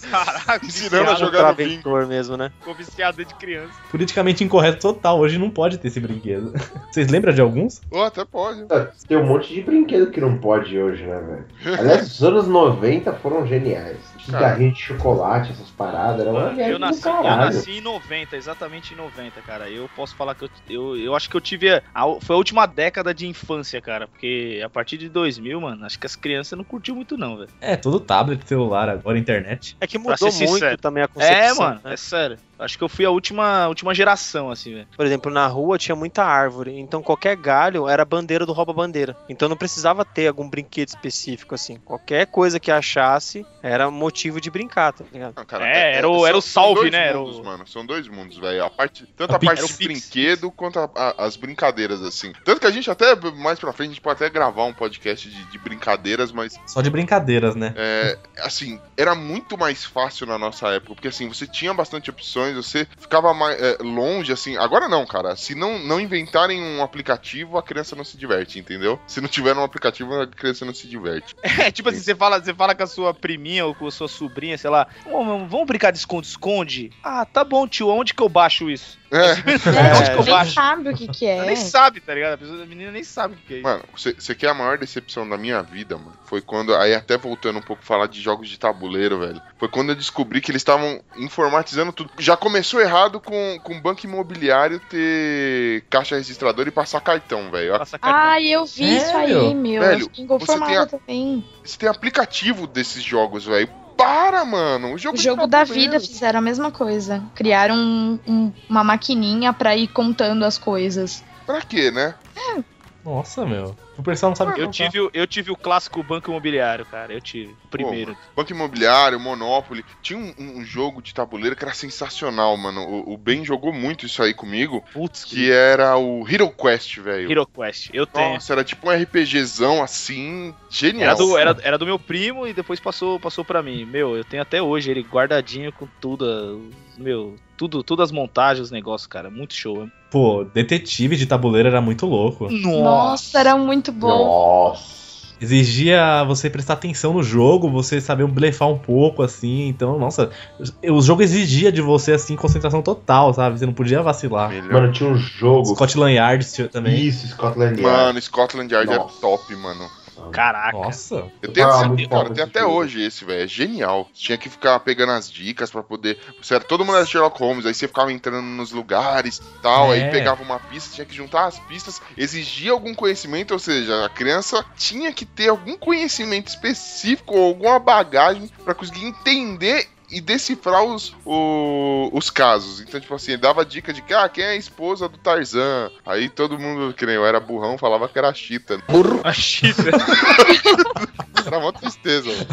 Speaker 8: Caraca,
Speaker 2: Ensinando a
Speaker 8: viciado,
Speaker 2: jogar no bingo.
Speaker 5: Traventor mesmo, né?
Speaker 8: ficou viciado desde criança.
Speaker 4: Politicamente incorreto total, hoje não pode ter esse brinquedo. Vocês lembram de alguns?
Speaker 2: Ou até pode.
Speaker 9: Tem um monte de brinquedo que não pode hoje, né, velho? Aliás, os anos 90 foram geniais. Cigarrinho de chocolate, essas paradas, era uma
Speaker 8: Mano,
Speaker 9: viagem
Speaker 8: eu
Speaker 9: do
Speaker 8: nasci, eu
Speaker 9: caralho.
Speaker 8: nasci em 90, exatamente em 90, cara. Eu posso falar que eu, eu, eu acho que eu tive. a- a- foi a última década de infância, cara. Porque a partir de 2000, mano, acho que as crianças não curtiu muito, não, velho.
Speaker 4: É, todo tablet, celular, agora internet.
Speaker 5: É que
Speaker 8: Pra
Speaker 5: mudou
Speaker 8: ser
Speaker 5: muito
Speaker 8: sincero.
Speaker 5: também a
Speaker 8: É,
Speaker 5: concepção. né?
Speaker 8: mano, é sério. Acho que eu fui a última, última geração, assim, velho.
Speaker 5: Por exemplo, na rua tinha muita árvore, então qualquer galho era a bandeira do rouba-bandeira. Então não precisava ter algum brinquedo específico, assim. Qualquer coisa que achasse era motivo de brincar, tá ligado?
Speaker 2: Não, cara,
Speaker 8: É, era o-
Speaker 2: são-
Speaker 8: era o
Speaker 2: são
Speaker 8: salve,
Speaker 2: dois
Speaker 8: né, era
Speaker 2: Mundos,
Speaker 8: o-
Speaker 2: mano, são dois mundos, velho. A parte, tanto
Speaker 4: A
Speaker 2: a, parte
Speaker 8: Pix.
Speaker 2: de
Speaker 8: Era o Pix.
Speaker 2: brinquedo quanto a- a- as brincadeiras, assim. Tanto que a gente até, mais pra frente, a gente pode até gravar um podcast de, de brincadeiras, mas,
Speaker 4: Só de brincadeiras, né?
Speaker 2: é, assim, era muito mais fácil na nossa época. Porque, assim, você tinha bastante opções, você ficava mais, é, longe, assim. Agora não, cara. Se não, não inventarem um aplicativo, a criança não se diverte, entendeu? Se não tiver um aplicativo, a criança não se diverte.
Speaker 8: É tipo assim, você fala, você fala com a sua priminha ou com a sua sobrinha, sei lá, "Ô, mamãe, vamos brincar de esconde-esconde? Ah, tá bom, tio, onde que eu baixo isso?
Speaker 2: É.
Speaker 8: Onde que eu
Speaker 6: nem
Speaker 8: baixo?
Speaker 6: sabe o que que é.
Speaker 8: Ela nem sabe, tá ligado? A, pessoa- a menina nem sabe o que é isso.
Speaker 2: Mano, você você quer a maior decepção da minha vida, mano? Foi quando. Aí, até voltando um pouco falar de jogos de tabuleiro, velho. Foi quando eu descobri que eles estavam informatizando tudo. Já começou errado com com o banco imobiliário ter caixa registradora e passar cartão, velho.
Speaker 8: Passa cartão.
Speaker 6: Ai, eu vi isso aí,
Speaker 4: Sério?
Speaker 6: meu.
Speaker 2: Velho,
Speaker 6: eu fiquei inconformada
Speaker 2: você tem a-
Speaker 6: também.
Speaker 2: Você tem aplicativo desses jogos, velho. Para, mano. O um jogo,
Speaker 6: O
Speaker 2: de
Speaker 6: jogo da
Speaker 2: tabuleiro.
Speaker 6: vida fizeram a mesma coisa. Criaram um- um- uma maquininha pra ir contando as coisas.
Speaker 2: Pra quê, né?
Speaker 6: É.
Speaker 4: Nossa, meu. O pessoal não sabe
Speaker 8: Eu
Speaker 4: contar.
Speaker 8: tive, o- eu tive o clássico Banco Imobiliário, cara. Eu tive. O primeiro.
Speaker 2: Banco Imobiliário, Monopoly. Tinha um, um jogo de tabuleiro que era sensacional, mano. O, o Ben jogou muito isso aí comigo.
Speaker 8: Putz, que
Speaker 2: Que era o Hero Quest, velho.
Speaker 8: Hero Quest. Eu tenho.
Speaker 2: Nossa, era tipo um RPGzão assim,
Speaker 8: Era
Speaker 2: genial.
Speaker 8: do, era, era do meu primo e depois passou, passou para mim. Meu, eu tenho até hoje ele guardadinho com tudo. a- Meu, tudo, todas as montagens, os negócios, cara. Muito show. hein?
Speaker 4: Pô, detetive de tabuleiro era muito louco.
Speaker 6: Nossa, era muito bom.
Speaker 9: Nossa.
Speaker 4: Exigia você prestar atenção no jogo, você saber blefar um pouco, assim. Então, nossa, o jogo exigia de você, assim, concentração total, sabe? Você não podia vacilar.
Speaker 2: Melhor.
Speaker 9: Mano, tinha um jogo.
Speaker 4: Scotland Yard tinha também.
Speaker 9: Isso, Scotland Yard.
Speaker 2: Mano, Scotland Yard era
Speaker 9: Nossa.
Speaker 2: top, mano.
Speaker 8: Caraca.
Speaker 4: Nossa.
Speaker 2: Eu tenho,
Speaker 9: Ah,
Speaker 2: esse-
Speaker 9: muito
Speaker 2: cara,
Speaker 9: top
Speaker 2: tem
Speaker 9: esse
Speaker 2: até
Speaker 9: jogo.
Speaker 2: hoje esse, velho. É genial. Tinha que ficar pegando as dicas pra poder. Você era, todo mundo era Sherlock Holmes, aí você ficava entrando nos lugares tal.
Speaker 4: É.
Speaker 2: Aí pegava uma pista, tinha que juntar as pistas, exigia algum conhecimento, ou seja, a criança tinha que ter algum conhecimento específico ou alguma bagagem pra conseguir entender. E decifrar os, o- os casos. Então, tipo assim, ele dava dica de que, ah, quem é a esposa do Tarzan? Aí todo mundo, que nem eu era burrão, falava que era a Chita.
Speaker 8: A Chita.
Speaker 2: Era uma tristeza, velho.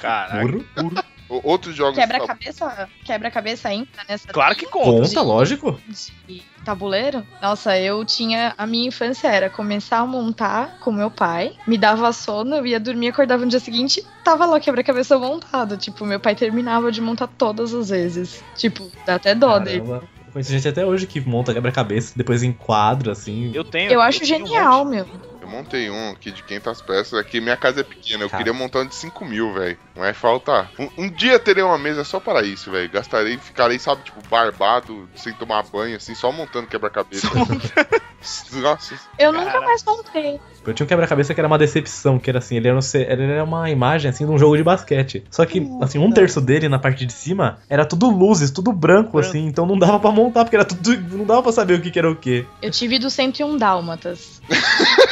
Speaker 8: Caraca.
Speaker 4: Burro, burro.
Speaker 2: O- Outros jogos.
Speaker 6: Quebra-cabeça quebra-cabeça entra nessa.
Speaker 8: Claro que conta.
Speaker 4: Conta, lógico.
Speaker 6: de tabuleiro. Nossa, eu tinha. A minha infância era começar a montar com meu pai, me dava sono, eu ia dormir, acordava no dia seguinte, tava lá o quebra-cabeça montado. Tipo, meu pai terminava de montar todas as vezes. Tipo, dá até dó dele.
Speaker 4: Caramba. Eu Conheço gente até hoje que monta quebra-cabeça, depois enquadra, assim.
Speaker 8: Eu tenho.
Speaker 6: Eu acho
Speaker 8: tenho um
Speaker 6: genial,
Speaker 8: monte.
Speaker 6: meu.
Speaker 2: Eu montei um aqui de 500 peças. Aqui minha casa é pequena. Eu
Speaker 4: Cara.
Speaker 2: queria montar um de 5 mil, velho. Não é falta. Um, um dia terei uma mesa só para isso, velho. Gastarei, ficarei, sabe, tipo, barbado, sem tomar banho, assim, só montando quebra-cabeça. Nossa.
Speaker 6: Eu nunca mais comprei.
Speaker 4: Eu tinha um quebra-cabeça que era uma decepção, que era assim, ele era, um ce- ele era uma imagem assim de um jogo de basquete. Só que, assim, um terço dele na parte de cima era tudo luzes, tudo branco, assim, então não dava pra montar, porque era tudo. Não dava pra saber o que, que era o que.
Speaker 6: Eu tive do 101 Dálmatas.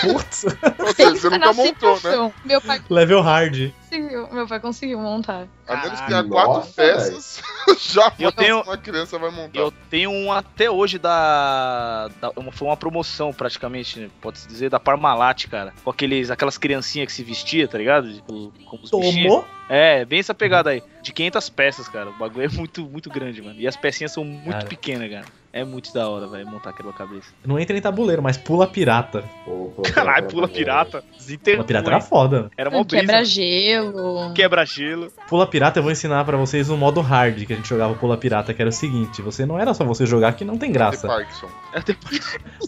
Speaker 4: Putz!
Speaker 2: Você
Speaker 6: Na
Speaker 8: né?
Speaker 6: situação, Meu pai
Speaker 4: Level hard.
Speaker 6: conseguiu, meu pai conseguiu montar.
Speaker 2: A menos que tenha quatro peças, já
Speaker 8: Eu tenho-
Speaker 2: uma criança vai montar.
Speaker 8: Eu tenho um até hoje da. da- uma- foi uma promoção, praticamente, né, pode-se dizer, da Parmalat, cara. Com aqueles, aquelas criancinhas que se vestia, tá ligado? Tipo, como os bichinhos.
Speaker 4: Tomou?
Speaker 8: É, bem essa pegada aí. De 500 peças, cara. O bagulho é muito, muito grande, mano. E as pecinhas são muito
Speaker 4: Cara.
Speaker 8: pequenas, cara. É muito da hora, velho, montar quebra-cabeça.
Speaker 4: Não entra em tabuleiro, mas pula pirata.
Speaker 8: Caralho, pula pirata. Desenterrou,
Speaker 4: Pula pirata era
Speaker 8: hein?
Speaker 4: foda.
Speaker 8: Era mó brisa.
Speaker 6: Quebra-gelo.
Speaker 8: Quebra-gelo.
Speaker 4: Pula pirata eu vou ensinar pra vocês o modo hard que a gente jogava pula pirata, que era o seguinte, você não era só você jogar que não tem graça.
Speaker 2: Parkinson.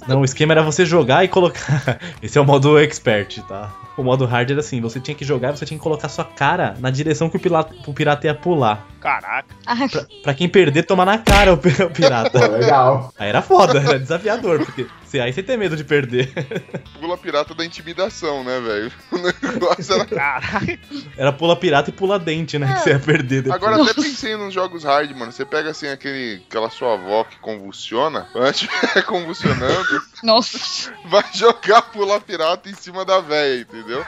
Speaker 4: Não, o esquema era você jogar e colocar. Esse é o modo expert, tá? O modo hard era assim, você tinha que jogar e você tinha que colocar sua cara na direção que o, pila- o pirata ia pular.
Speaker 8: Caraca.
Speaker 6: Ah,
Speaker 4: Pra quem perder, tomar na cara o, pi- o pirata.
Speaker 9: Legal.
Speaker 4: Aí era foda, era desafiador, porque você- aí você tem medo de perder.
Speaker 2: Pula pirata da intimidação, né, velho? O negócio era...
Speaker 8: Caraca.
Speaker 4: Era pula pirata e pula dente, né? Que você ia perder depois.
Speaker 2: Agora até pensei nos jogos hard, mano. Você pega assim aquele, aquela sua avó que convulsiona, quando estiver convulsionando,
Speaker 6: nossa.
Speaker 2: vai jogar pula pirata em cima da véia, entendeu?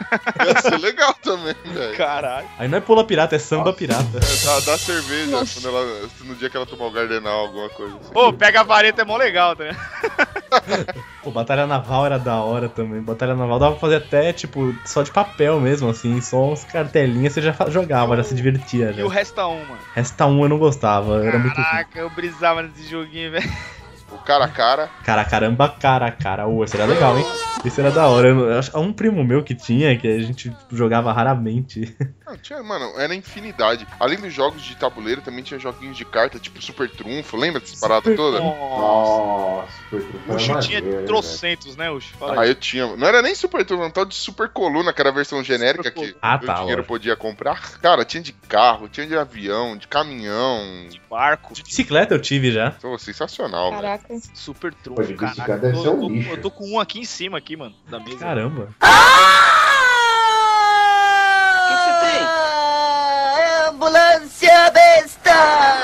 Speaker 2: Ia ser legal também, velho.
Speaker 8: Caralho.
Speaker 4: Aí não é pula pirata, é samba pirata.
Speaker 2: É, Dá, dá cerveja
Speaker 6: Nossa.
Speaker 2: quando ela, no dia que ela tomar o gardenal, alguma coisa assim.
Speaker 8: Pô, pega a vareta, é mó legal, tá ligado?
Speaker 4: Pô, Batalha Naval era da hora também. Batalha Naval dava pra fazer até, tipo, só de papel mesmo, assim. Só uns cartelinhas você já fa- jogava, já se divertia.
Speaker 8: E
Speaker 4: Já.
Speaker 8: o resta um, mano.
Speaker 4: Resta um eu não gostava, era muito. ruim.
Speaker 8: Caraca, eu brisava nesse joguinho, velho.
Speaker 2: O cara a cara.
Speaker 4: Cara, caramba, cara, cara. Ô, esse era legal, hein? Esse era da hora. Eu, eu acho- um primo meu que tinha, que a gente jogava raramente.
Speaker 2: Não, tinha, mano, era infinidade. Além dos jogos de tabuleiro, também tinha joguinhos de carta, tipo Super Trunfo, lembra dessa parada toda?
Speaker 8: Nossa.
Speaker 9: Nossa, foi trocando.
Speaker 8: O Ucho tinha
Speaker 9: maneiro, né,
Speaker 8: trocentos, né, Ucho? Fala
Speaker 2: é, Ah, eu tinha. Não era nem Super Turbo, era um tal de Super Coluna, que era a versão genérica
Speaker 8: Super
Speaker 2: que
Speaker 8: Coluna.
Speaker 4: Ah,
Speaker 2: o
Speaker 4: tá.
Speaker 2: dinheiro
Speaker 4: ó.
Speaker 2: podia comprar. Cara, tinha de carro, tinha de avião, de caminhão.
Speaker 8: de barco,
Speaker 4: De bicicleta eu tive já.
Speaker 2: Pô, sensacional, um, velho.
Speaker 6: Caraca.
Speaker 8: super
Speaker 9: Pô, de
Speaker 8: trunfo,
Speaker 9: bicicleta
Speaker 8: caraca.
Speaker 9: deve
Speaker 8: Eu
Speaker 9: ser um
Speaker 8: tô-
Speaker 9: lixo.
Speaker 8: eu tô com um aqui em cima, aqui, mano, da mesa.
Speaker 4: Caramba.
Speaker 11: Ah, Ambulância besta!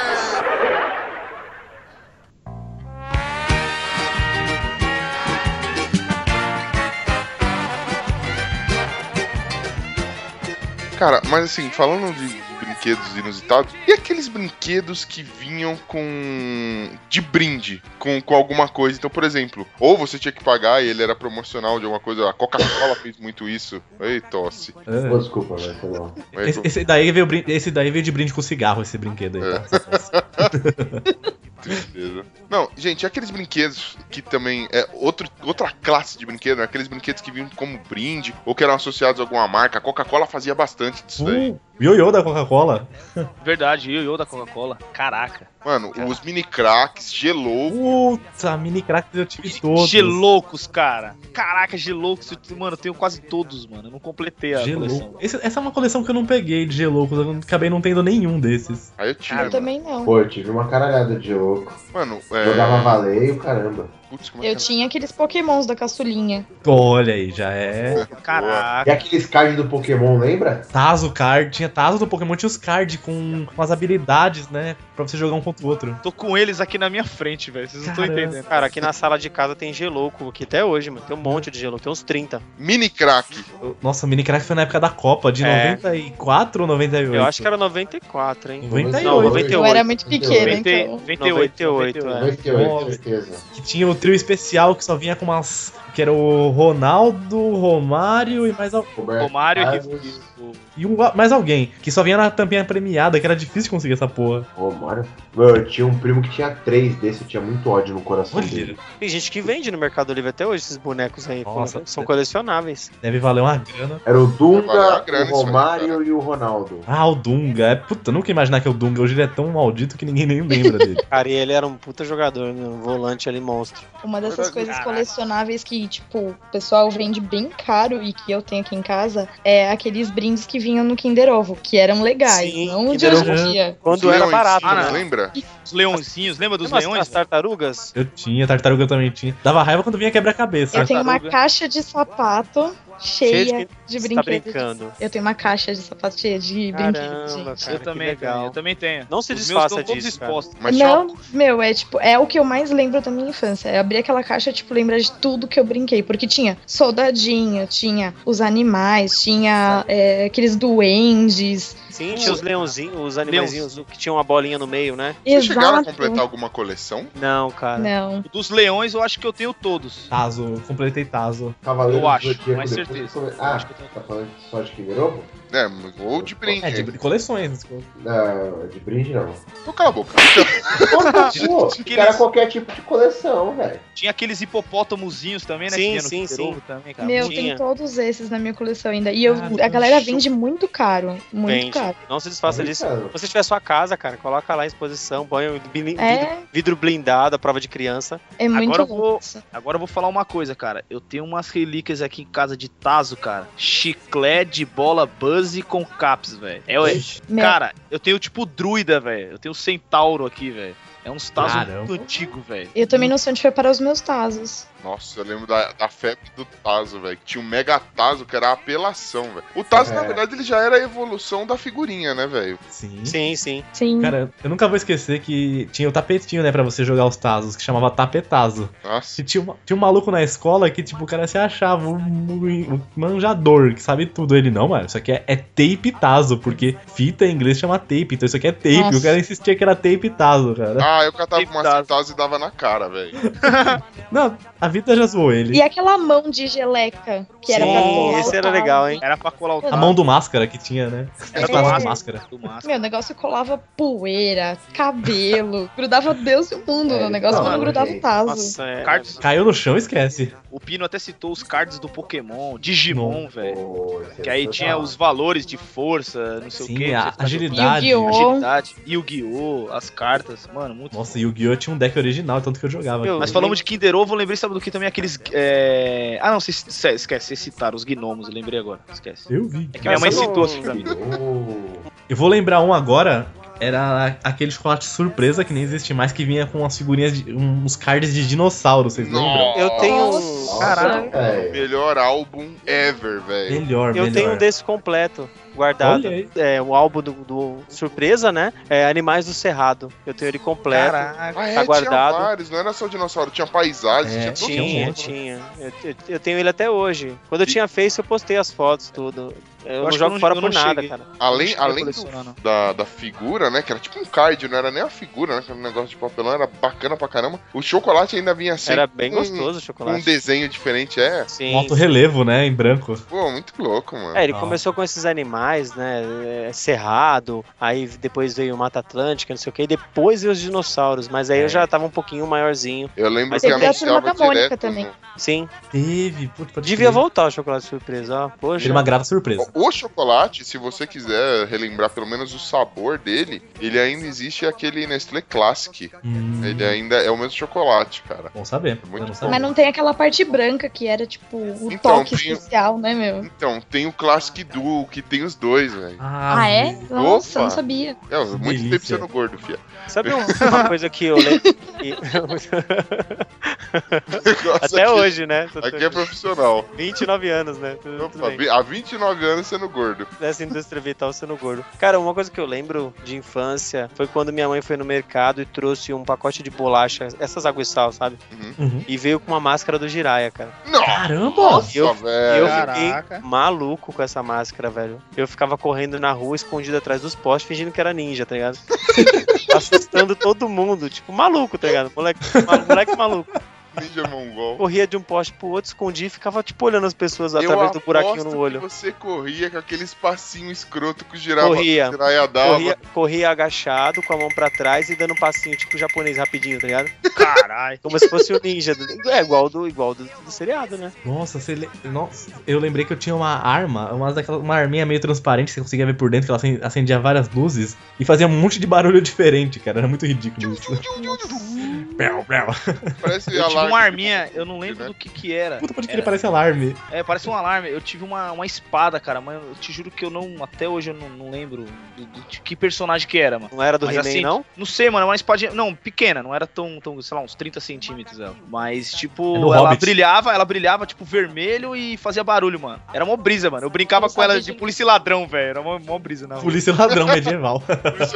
Speaker 2: Cara, mas assim, falando de brinquedos inusitados, e aqueles brinquedos que vinham com. de brinde, com, com alguma coisa? Então, por exemplo, ou você tinha que pagar e ele era promocional de alguma coisa, a Coca-Cola fez muito isso. Ei, tosse.
Speaker 9: velho? Pô,
Speaker 4: Ah.
Speaker 9: desculpa, mas foi mal.
Speaker 2: Mas-
Speaker 4: Esse, esse daí veio, brin- esse daí veio de brinde com cigarro, esse brinquedo
Speaker 2: É,
Speaker 4: aí. Tá?
Speaker 2: Tristeza. Não, gente, aqueles brinquedos que também é outro, outra classe de brinquedo, né? aqueles brinquedos que vinham como brinde ou que eram associados a alguma marca. A Coca-Cola fazia bastante disso daí.
Speaker 4: Uh, Ioiô da Coca-Cola.
Speaker 8: Verdade, eu, eu da Coca-Cola. Caraca.
Speaker 2: Mano, os mini cracks, gelou.
Speaker 4: Puta, mini crack eu tive todos.
Speaker 8: Geloucos, cara. Caraca, geloucos. eu- Mano, eu tenho quase todos, mano. Eu não completei a coleção.
Speaker 4: Gelouco. Esse- essa é uma coleção que eu não peguei de Geloucos, eu acabei não tendo nenhum desses.
Speaker 2: Aí eu tinha,
Speaker 6: Eu
Speaker 2: mano.
Speaker 6: também não.
Speaker 9: Pô, eu tive uma caralhada de louco.
Speaker 2: Mano, é.
Speaker 9: Jogava valeio, caramba.
Speaker 2: Putz, como é
Speaker 6: Eu
Speaker 2: que
Speaker 6: tinha aqueles pokémons da caçulinha.
Speaker 4: Olha aí, já é.
Speaker 9: E
Speaker 8: Caraca.
Speaker 9: aqueles cards do Pokémon, lembra?
Speaker 4: Tazo card, tinha Tazo do Pokémon, tinha os cards com, com as habilidades, né? Pra você jogar um contra o outro.
Speaker 8: Tô com eles aqui na minha frente, velho. Vocês não estão
Speaker 4: Caramba.
Speaker 8: entendendo.
Speaker 5: Cara, aqui na sala de casa tem gelouco, que até hoje, mano. Tem um monte de gelouco, tem uns 30.
Speaker 2: era? Mini crack.
Speaker 4: Nossa, o mini crack foi na época da Copa, de
Speaker 5: É.
Speaker 4: 94 ou 98?
Speaker 5: Eu acho que era 94, hein?
Speaker 4: 98.
Speaker 5: Não,
Speaker 6: Eu
Speaker 5: 98.
Speaker 6: era muito pequena,
Speaker 8: Vinte-
Speaker 6: então.
Speaker 8: 28,
Speaker 5: 98,
Speaker 8: 98.
Speaker 5: é.
Speaker 9: 98, certeza.
Speaker 4: Que tinha o trio especial que só vinha com umas. Que era o Ronaldo, o Romário e mais, al-
Speaker 9: Roberto
Speaker 8: Romário e
Speaker 9: Carlos.
Speaker 8: Rico.
Speaker 4: e um, mais alguém. Que só vinha na tampinha premiada, que era difícil conseguir essa porra.
Speaker 9: Romário? Mano, eu tinha um primo que tinha três desse, eu tinha muito ódio no coração
Speaker 4: Olha,
Speaker 9: dele.
Speaker 5: Tem gente que vende no Mercado Livre até hoje esses bonecos aí.
Speaker 4: Nossa.
Speaker 5: são colecionáveis.
Speaker 4: deve valer uma grana.
Speaker 9: Era o
Speaker 2: Valeu a
Speaker 9: Dunga,
Speaker 2: grana
Speaker 9: o
Speaker 2: isso aí,
Speaker 9: Romário e o Ronaldo.
Speaker 4: Ah, o Dunga. É, puta, nunca ia imaginar que é o Dunga. Hoje ele é tão maldito que ninguém nem lembra dele.
Speaker 5: Cara, e ele era um puta jogador, né? um volante ali monstro.
Speaker 6: Uma dessas coisas
Speaker 8: Caraca.
Speaker 6: colecionáveis que, tipo, o pessoal vende bem caro e que eu tenho aqui em casa é aqueles brindes que vinham no Kinder Ovo, que eram legais, não o de hoje em dia.
Speaker 5: Quando era barato,
Speaker 2: Ah,
Speaker 5: né?
Speaker 2: lembra?
Speaker 8: Os leõezinhos, lembra dos
Speaker 5: Lembra as-
Speaker 8: leões?
Speaker 5: As tartarugas?
Speaker 4: Eu tinha, tartaruga eu também tinha. Dava raiva quando vinha quebra-cabeça.
Speaker 6: Eu tenho uma
Speaker 5: Tartaruga.
Speaker 6: caixa de sapato cheia
Speaker 5: Cheio
Speaker 6: de
Speaker 5: Você tá
Speaker 6: brinquedos.
Speaker 5: brincando.
Speaker 6: Eu tenho uma caixa de sapato cheia de brinquedos,
Speaker 5: Caramba,
Speaker 6: gente.
Speaker 5: cara,
Speaker 8: eu
Speaker 5: que
Speaker 8: também tenho,
Speaker 5: legal.
Speaker 8: eu também tenho.
Speaker 5: Não se
Speaker 8: Os meus
Speaker 5: desfaça
Speaker 8: estão todos
Speaker 5: disso, cara.
Speaker 8: expostos.
Speaker 2: Mas
Speaker 6: não, meu, é tipo, é o que eu mais lembro da minha infância. É abrir aquela caixa, tipo, lembrar de tudo que eu brinquei. Porque tinha soldadinho, tinha os animais, tinha é, aqueles duendes.
Speaker 5: Sim, tinha os leãozinhos, os animaizinhos que tinham uma bolinha no meio, né?
Speaker 2: Vocês chegaram a
Speaker 6: Exato.
Speaker 2: completar alguma coleção?
Speaker 5: Não, cara.
Speaker 6: Não.
Speaker 8: Dos leões eu acho que eu tenho todos.
Speaker 4: Tazo, eu completei Tazo.
Speaker 9: Cavaleiro
Speaker 8: Eu acho,
Speaker 9: do Zodíaco
Speaker 8: mas
Speaker 9: depois
Speaker 8: certeza.
Speaker 9: come-
Speaker 8: Eu
Speaker 9: Ah,
Speaker 8: acho que eu tenho.
Speaker 9: tá falando só de Kinder Ovo?
Speaker 2: É, ou de brinde.
Speaker 4: É, de coleções.
Speaker 9: Não, de brinde não.
Speaker 2: Então cala a boca.
Speaker 9: Pô, cara, qualquer tipo de coleção, velho.
Speaker 8: Tinha aqueles hipopótamozinhos também, né?
Speaker 5: Sim,
Speaker 8: que tinha
Speaker 5: sim,
Speaker 8: no Kinder
Speaker 5: sim.
Speaker 8: Ovo Também, cara.
Speaker 6: Meu,
Speaker 5: tinha.
Speaker 6: tem todos esses na minha coleção ainda. E eu,
Speaker 4: Cara,
Speaker 6: a galera
Speaker 4: um
Speaker 6: vende muito caro. Muito
Speaker 5: Vende.
Speaker 6: caro.
Speaker 5: Não se desfaça disso.
Speaker 9: Cara,
Speaker 5: Se você tiver sua casa, cara, coloca lá a exposição, banho, blin-
Speaker 6: É,
Speaker 5: vidro blindado, a prova de criança.
Speaker 6: é muito
Speaker 8: Agora eu vou-
Speaker 6: louco. isso.
Speaker 8: Agora eu vou falar uma coisa, cara. Eu tenho umas relíquias aqui em casa de Tazo, cara. Chiclete de bola Buzz com caps, velho. É, é-
Speaker 6: Meu,
Speaker 8: cara, eu tenho tipo druida, velho. Eu tenho centauro aqui, velho. É uns Tazo
Speaker 4: Caramba.
Speaker 8: muito antigo, velho.
Speaker 6: eu também não sei onde preparar os meus tazos.
Speaker 2: Nossa, eu lembro da, da febre do Tazo, velho. que Tinha um Mega Tazo, que era a apelação, velho. O Tazo,
Speaker 9: É.
Speaker 2: na verdade, ele já era a evolução da figurinha, né, velho?
Speaker 4: Sim.
Speaker 5: Sim, sim.
Speaker 6: Sim.
Speaker 4: Cara, eu nunca vou esquecer que tinha o tapetinho, né, pra você jogar os tazos, que chamava tapetazo.
Speaker 2: Nossa.
Speaker 4: E tinha, uma- tinha um maluco na escola que, tipo, o cara se achava um, um manjador, que sabe tudo. Ele, não, mano, isso aqui é, é tape tazo, porque fita em inglês chama tape, então isso aqui é tape.
Speaker 6: Nossa.
Speaker 4: O cara insistia que era tape tazo, cara.
Speaker 2: Ah, eu catava
Speaker 8: Tem
Speaker 2: uma
Speaker 8: Tazo.
Speaker 2: Tazo e dava na cara, velho.
Speaker 4: Não, a vida já zoou ele.
Speaker 6: E aquela mão de geleca que era pra
Speaker 5: sim,
Speaker 6: colar o
Speaker 5: esse era
Speaker 6: tazo.
Speaker 5: legal, hein?
Speaker 8: Era pra colar o
Speaker 4: A
Speaker 8: Tazo
Speaker 4: mão do máscara que tinha, né?
Speaker 6: É.
Speaker 8: Era
Speaker 4: Tazo do
Speaker 8: máscara.
Speaker 4: máscara.
Speaker 8: do máscara.
Speaker 6: Meu, o negócio colava poeira, cabelo, grudava Deus e o mundo
Speaker 9: É,
Speaker 6: no negócio, mas não
Speaker 9: não,
Speaker 6: grudava o
Speaker 9: gente.
Speaker 6: taso.
Speaker 5: Nossa, é.
Speaker 8: Cards,
Speaker 4: Caiu no chão, esquece.
Speaker 8: o Pino até citou os cards do Pokémon, Digimon, velho.
Speaker 9: Pô,
Speaker 8: Que aí tinha os valores de força, não sei o
Speaker 4: é Sim,
Speaker 8: que.
Speaker 4: a agilidade.
Speaker 6: Yu-Gi-Oh!
Speaker 8: Agilidade, Yu-Gi-Oh! As cartas, mano, muito
Speaker 4: Nossa, Yu-Gi-Oh! tinha um deck original, tanto que eu jogava.
Speaker 5: Meu,
Speaker 8: Mas falamos de Kinder Ovo, eu lembrei, sabe do que também? Aqueles. é, Ah, não, vocês, cê- esquece, vocês citaram os gnomos, eu lembrei agora, esquece.
Speaker 4: Eu vi.
Speaker 8: É que minha mãe citou aqui pra mim.
Speaker 4: Eu vou lembrar um agora. Era aquele chocolate surpresa que nem existe mais, que vinha com umas figurinhas, de, uns cards de dinossauro, vocês lembram?
Speaker 2: Nossa.
Speaker 5: Eu tenho. um
Speaker 6: Nossa.
Speaker 5: Caralho.
Speaker 9: Caralho.
Speaker 2: Melhor álbum ever, velho.
Speaker 4: Melhor,
Speaker 5: Eu
Speaker 4: melhor.
Speaker 5: tenho um desse completo guardado.
Speaker 4: Olha aí.
Speaker 5: É, o álbum do, do- Surpresa, né? É Animais do Cerrado. Eu tenho ele completo.
Speaker 2: Ah, é,
Speaker 5: Tá guardado.
Speaker 2: tinha vários, não era só dinossauro, tinha paisagem,
Speaker 4: É,
Speaker 2: tinha tudo.
Speaker 4: tinha um
Speaker 5: Tinha,
Speaker 4: monte.
Speaker 5: tinha. Eu, eu- eu tenho ele até hoje. Quando eu tinha Face, eu postei as fotos, tudo. Eu, não
Speaker 8: acho que
Speaker 5: jogo
Speaker 8: eu não-
Speaker 5: fora
Speaker 8: eu
Speaker 5: por
Speaker 8: não
Speaker 5: nada,
Speaker 8: cheguei.
Speaker 5: cara.
Speaker 2: Além,
Speaker 8: Deixa eu
Speaker 2: além do-
Speaker 8: colecionar, não.
Speaker 2: da, da figura, né? Que era tipo um card, não era nem a figura, né? Que era um negócio de papelão, era bacana pra caramba. O chocolate ainda vinha sempre
Speaker 5: Era bem
Speaker 2: um-
Speaker 5: gostoso o
Speaker 2: com um
Speaker 5: chocolate.
Speaker 2: desenho diferente, é.
Speaker 5: Sim.
Speaker 4: Um alto relevo, né? Em branco.
Speaker 2: Pô, muito louco, mano.
Speaker 5: É, ele
Speaker 4: Ah.
Speaker 5: começou com esses animais, né? é, Cerrado, aí depois veio o Mata Atlântica, não sei o que, e depois veio os dinossauros, mas
Speaker 4: É.
Speaker 5: aí eu já tava um pouquinho maiorzinho.
Speaker 2: Eu lembro
Speaker 5: Mas
Speaker 2: que
Speaker 5: eu
Speaker 6: vi a
Speaker 2: anunciava
Speaker 6: Turma da Mônica
Speaker 2: direto né?
Speaker 6: também.
Speaker 2: no-
Speaker 5: Sim.
Speaker 4: Teve, putz, pode
Speaker 5: Devia
Speaker 4: crer.
Speaker 5: voltar o chocolate surpresa, ó. Poxa.
Speaker 4: Era uma grata surpresa.
Speaker 2: O chocolate, se você quiser relembrar pelo menos o sabor dele, ele ainda existe aquele Nestlé Classic.
Speaker 4: Hum,
Speaker 2: Ele ainda é o mesmo chocolate, cara. É
Speaker 4: Bom saber.
Speaker 2: Muito
Speaker 4: eu não
Speaker 2: bom.
Speaker 4: sabia.
Speaker 6: Mas não tem aquela parte branca que era, tipo, o
Speaker 2: Então,
Speaker 6: toque
Speaker 2: tem-
Speaker 6: especial, né, meu?
Speaker 2: Então, tem o Classic Duo, que tem os dois, velho.
Speaker 6: Ah, é? Nossa,
Speaker 2: Opa.
Speaker 6: não sabia.
Speaker 2: É, muito tempo
Speaker 4: delícia.
Speaker 2: sendo gordo, fia.
Speaker 5: Sabe um- uma coisa que eu lembro? que-
Speaker 2: Nossa,
Speaker 5: Até
Speaker 2: aqui-
Speaker 5: hoje, né? Tô- tô-
Speaker 2: Aqui é profissional.
Speaker 5: 29 anos, né? Tudo, tudo
Speaker 2: Opa,
Speaker 5: bem.
Speaker 2: vi- há 29 anos sendo gordo.
Speaker 5: Nessa indústria vital sendo gordo. Cara, uma coisa que eu lembro de infância foi quando minha mãe foi no mercado e trouxe um pacote de bolacha, essas água e sal, sabe?
Speaker 4: Uhum.
Speaker 5: E veio com uma máscara do Jiraya, cara.
Speaker 2: Nossa,
Speaker 4: Caramba!
Speaker 5: eu- E
Speaker 2: velho.
Speaker 5: eu
Speaker 8: Caraca.
Speaker 5: fiquei maluco com essa máscara, velho. Eu ficava correndo na rua, escondido atrás dos postes, fingindo que era ninja, tá ligado? Assustando todo mundo, tipo, maluco, tá ligado? Moleque, ma- moleque maluco.
Speaker 2: Ninja mongol.
Speaker 5: Corria de um poste pro outro, escondia e ficava, tipo, olhando as pessoas através do
Speaker 2: aposto
Speaker 5: buraquinho no
Speaker 2: que
Speaker 5: olho.
Speaker 2: você corria com aquele espacinho escroto que o girava,
Speaker 5: Corria.
Speaker 2: giraia dava.
Speaker 5: Corria, corria agachado, com a mão pra trás e dando um passinho, tipo japonês rapidinho, tá ligado?
Speaker 8: Caralho.
Speaker 5: Como se fosse o ninja. do- É, igual do, igual do, do seriado, né?
Speaker 4: Nossa, você le- Nossa, eu lembrei que eu tinha uma arma, uma, daquela, uma arminha meio transparente, que você conseguia ver por dentro, que ela acen- acendia várias luzes e fazia um monte de barulho diferente, cara. Era muito ridículo isso. Bel, bel.
Speaker 2: Parece
Speaker 5: Eu
Speaker 2: a
Speaker 5: tive
Speaker 8: uma arminha, eu não lembro do que que era.
Speaker 4: Puta, pode crer,
Speaker 8: Era-
Speaker 4: parece alarme.
Speaker 8: É, parece um alarme. Eu tive uma, uma espada, cara, mas eu te juro que eu não. Até hoje eu não, não lembro do- do- de que personagem que era, mano.
Speaker 5: Não era do
Speaker 8: Mas
Speaker 5: He-Man,
Speaker 8: assim,
Speaker 5: não?
Speaker 8: Não sei, mano. É uma espadinha. Não, pequena, não era tão, tão sei lá, uns 30 centímetros ela. Mas, tipo,
Speaker 4: É do
Speaker 8: ela
Speaker 4: Hobbit.
Speaker 8: brilhava, ela brilhava, tipo, vermelho e fazia barulho, mano. Era uma brisa, mano. Eu brincava com ela de polícia e ladrão, velho. Era uma, uma brisa, não.
Speaker 4: Polícia e ladrão medieval.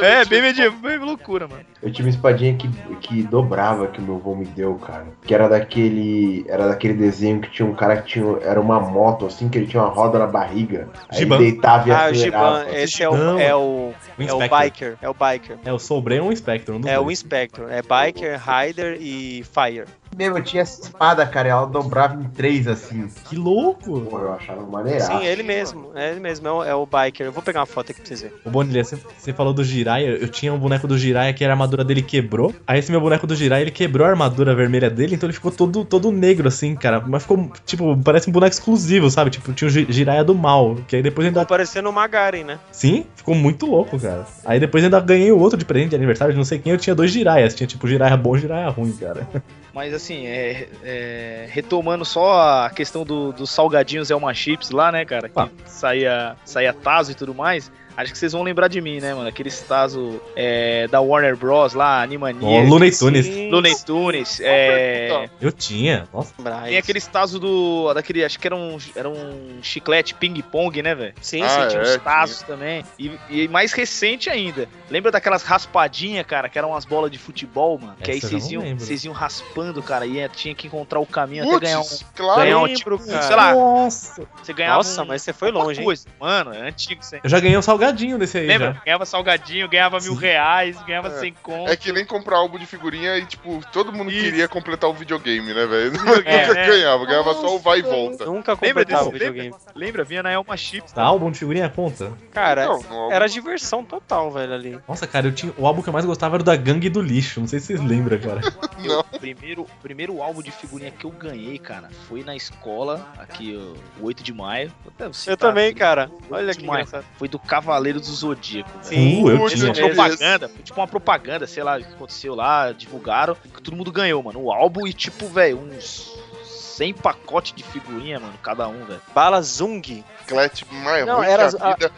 Speaker 8: É, bem medieval, bem loucura, mano.
Speaker 9: Eu tive uma espadinha que, que dobrava que o meu avô me deu, cara. Que era daquele. Era daquele desenho que tinha um cara que tinha. Era uma moto, assim, que ele tinha uma roda na barriga. Aí
Speaker 4: Giban.
Speaker 9: ele deitava e
Speaker 4: Ah, o
Speaker 9: acelerava.
Speaker 4: Giban,
Speaker 5: Esse é o,
Speaker 4: Não.
Speaker 5: é o,
Speaker 4: O
Speaker 5: é o
Speaker 4: Inspector.
Speaker 5: Biker. É o Biker.
Speaker 4: É, o Sobrei é um Spectrum.
Speaker 5: É o Inspector. É Biker, Rider e Fire.
Speaker 3: Meu, eu tinha essa espada, cara, e ela dobrava em três assim.
Speaker 4: Que louco!
Speaker 9: Pô, eu achava maneiraço.
Speaker 5: Sim, ele mesmo. É ele mesmo. É o, é o Biker. Eu vou pegar uma foto aqui pra vocês verem.
Speaker 4: Ô Bonilha, você- você falou do Jiraiya, eu tinha um boneco do Jiraiya que a armadura dele quebrou. Aí esse meu boneco do Jiraiya, ele quebrou a armadura vermelha dele, então ele ficou todo, todo negro assim, cara. Mas ficou, tipo, parece um boneco exclusivo, sabe? Tipo, tinha o Ji- Jiraiya do mal, que aí depois ainda...
Speaker 5: Tá parecendo o Magaren, né?
Speaker 4: Sim, ficou muito louco, cara. Aí depois ainda ganhei o outro de presente de aniversário de não sei quem, eu tinha dois Jiraiyas. Tinha, tipo, Jiraiya bom e Jiraiya ruim, cara.
Speaker 8: Mas assim, é, é, retomando só a questão do- dos salgadinhos Elma Chips lá, né, cara?
Speaker 4: Ah.
Speaker 8: Que saía, saía Tazo e tudo mais. Acho que vocês vão lembrar de mim, né, mano? Aqueles Tazo é, da Warner Bros. lá,
Speaker 4: Ó,
Speaker 8: Animania.
Speaker 4: Looney Tunes.
Speaker 8: Looney Tunes. É,
Speaker 4: Eu tinha, nossa.
Speaker 8: tem aqueles Tazo do. Daquele, acho que era um, era um chiclete ping-pong, né, velho? Sim,
Speaker 2: Ah,
Speaker 8: sim, tinha uns
Speaker 2: é,
Speaker 8: Tazos também. E, e mais recente ainda. Lembra daquelas raspadinhas, cara, que eram umas bolas de futebol, mano? que aí
Speaker 4: Essa eu não
Speaker 8: vocês iam,
Speaker 4: lembro.
Speaker 8: vocês iam raspando, cara, e é, tinha que encontrar o caminho até
Speaker 2: Putz,
Speaker 8: ganhar um.
Speaker 2: claro.
Speaker 8: Ganhar um,
Speaker 5: Lembro,
Speaker 8: tipo,
Speaker 5: cara.
Speaker 8: sei lá.
Speaker 4: Nossa.
Speaker 8: Você ganhava
Speaker 5: Nossa,
Speaker 8: um-
Speaker 5: mas você foi
Speaker 8: alguma
Speaker 5: longe, hein?
Speaker 8: coisa. Mano, é antigo isso aí.
Speaker 4: Eu já ganhei um salgadinho desse aí,
Speaker 8: Lembra?
Speaker 4: já.
Speaker 8: Ganhava salgadinho, ganhava mil reais, ganhava
Speaker 2: É.
Speaker 8: sem conto.
Speaker 2: É que nem comprar álbum de figurinha e, tipo, todo mundo
Speaker 8: Isso.
Speaker 2: queria completar o videogame, né, velho?
Speaker 8: É,
Speaker 2: Nunca
Speaker 8: né?
Speaker 2: ganhava, ganhava só o vai e volta.
Speaker 5: Nunca
Speaker 8: Lembra
Speaker 5: completava
Speaker 8: desse-
Speaker 5: o videogame.
Speaker 8: Lembra? Vinha na Elma Chips.
Speaker 4: Tá, álbum de figurinha conta.
Speaker 5: Cara,
Speaker 2: Não, no álbum-
Speaker 5: era diversão total, velho, ali.
Speaker 4: Nossa, cara, eu tinha. O álbum que eu mais gostava era o da Gangue do Lixo. Não sei se vocês lembram, cara.
Speaker 8: Eu- o primeiro, o primeiro álbum de figurinha que eu ganhei, cara, foi na escola, aqui, ó, o 8 de maio. tá Vou até citar
Speaker 5: Eu também,
Speaker 8: aqui.
Speaker 5: cara. Olha que
Speaker 8: Demais.
Speaker 5: engraçado.
Speaker 8: Foi do Cavaleiro do Zodíaco. velho.
Speaker 4: Sim, eu
Speaker 2: Putz,
Speaker 4: tinha.
Speaker 8: Uma
Speaker 2: eu tinha
Speaker 8: propaganda, foi tipo uma propaganda, sei lá, o que aconteceu lá, divulgaram, que todo mundo ganhou, mano, o álbum e tipo, velho, uns 100 pacotes de figurinha, mano, cada um, velho.
Speaker 5: Bala Zung.
Speaker 2: Chiclete, mas
Speaker 5: Não,
Speaker 2: muito
Speaker 5: era-
Speaker 2: da É vida.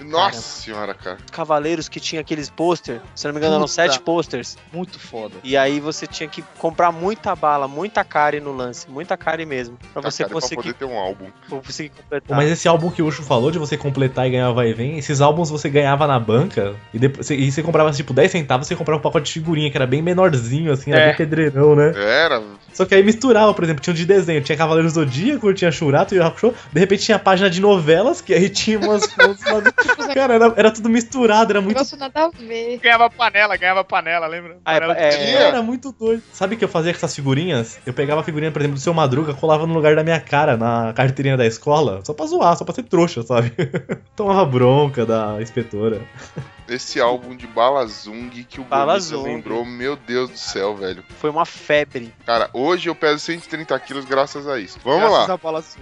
Speaker 2: Nossa senhora, cara.
Speaker 5: Cavaleiros que tinha aqueles pôster. Se não me engano, eram
Speaker 8: Puta.
Speaker 5: sete posters.
Speaker 8: Muito foda.
Speaker 5: E aí você tinha que comprar muita bala, muita cara no lance. Muita cara mesmo. Pra você
Speaker 2: cara, pra
Speaker 5: conseguir,
Speaker 2: poder ter um álbum.
Speaker 5: conseguir
Speaker 4: Pô,
Speaker 5: completar.
Speaker 4: Mas esse álbum que o Ucho falou de você completar e ganhar vai e vem, esses álbuns você ganhava na banca e, depois, e você comprava tipo 10 centavos, você comprava um pacote de figurinha que era bem menorzinho, assim, era
Speaker 8: É.
Speaker 4: bem pedreirão, né?
Speaker 2: Era.
Speaker 4: Só que aí misturava, por exemplo, tinha um de desenho, tinha Cavaleiro Zodíaco, tinha Churato e Hakusho, de repente tinha a página de novelas, que aí tinha umas. umas- umas- cara, era, era tudo misturado,
Speaker 8: Tipo
Speaker 4: era muito.
Speaker 8: assim,
Speaker 6: negócio nada a ver.
Speaker 8: Ganhava panela, ganhava panela, lembra?
Speaker 5: Ah, é,
Speaker 8: Panela de-
Speaker 5: é-
Speaker 2: Tinha.
Speaker 4: Era muito doido. Sabe o que eu fazia com essas figurinhas? Eu pegava a figurinha, por exemplo, do seu Madruga, colava no lugar da minha cara, na carteirinha da escola, só pra zoar, só pra ser trouxa, sabe? Tomava bronca da inspetora.
Speaker 2: Esse álbum de Balazung que o
Speaker 5: Bala
Speaker 2: Bonita
Speaker 5: Zung.
Speaker 2: lembrou, meu Deus do céu, velho.
Speaker 5: Foi uma febre.
Speaker 2: Cara, hoje eu peso 130 quilos graças a isso. Vamos
Speaker 8: Graças
Speaker 2: lá.
Speaker 8: à bola assim.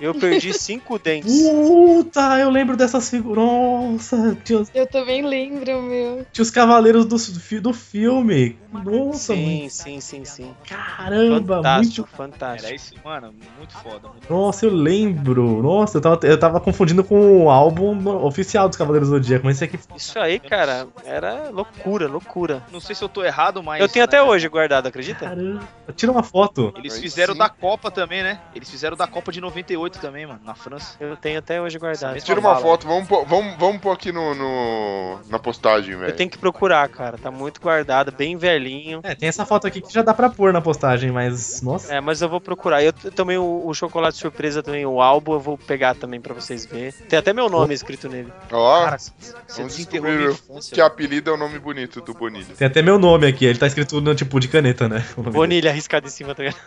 Speaker 5: Eu perdi cinco dentes.
Speaker 4: Puta, eu lembro dessas figuras. Nossa, tinha, os-
Speaker 6: Eu também lembro, meu.
Speaker 4: tinha os cavaleiros do, fi- do filme. Nossa,
Speaker 5: Sim,
Speaker 4: mãe.
Speaker 5: sim, sim, sim.
Speaker 4: Caramba,
Speaker 5: Fantástico,
Speaker 4: muito.
Speaker 5: fantástico.
Speaker 8: Era isso, mano, muito foda. Muito...
Speaker 4: Nossa, eu lembro. Nossa, eu tava, eu tava confundindo com o álbum no- oficial dos Cavaleiros do Zodíaco, mas esse aqui.
Speaker 5: Isso aí, cara, era loucura, loucura.
Speaker 8: Não sei se eu tô errado, mas...
Speaker 5: Eu tenho até
Speaker 8: né,
Speaker 5: hoje guardado, acredita?
Speaker 4: Caramba, tira uma foto.
Speaker 8: Eles
Speaker 2: Aí
Speaker 8: fizeram
Speaker 2: sim.
Speaker 8: da Copa também, né? Eles fizeram da Copa de 98 também, mano, na França.
Speaker 5: Eu tenho até hoje guardado.
Speaker 8: Essa
Speaker 2: Tira uma
Speaker 8: bala.
Speaker 2: foto, vamos pôr, vamos, vamos pôr aqui no, no- na postagem,
Speaker 5: Eu
Speaker 2: velho.
Speaker 5: tenho que procurar, cara. Tá muito guardado, bem velhinho.
Speaker 4: É, tem essa foto aqui que já dá pra pôr na postagem, mas. Nossa.
Speaker 5: É, mas eu vou procurar. Eu t- também o, o chocolate surpresa também, o álbum, eu vou pegar também pra vocês verem. Tem até meu nome escrito nele.
Speaker 2: Ó,
Speaker 8: Cara, você
Speaker 2: vamos
Speaker 8: desenterrou minha
Speaker 2: descobrir
Speaker 8: infância.
Speaker 2: que apelido é o nome bonito do Bonilha.
Speaker 4: Tem até meu nome aqui, ele tá escrito no tipo de caneta, né? O nome dele.
Speaker 5: Bonilha arriscado em cima, tá ligado?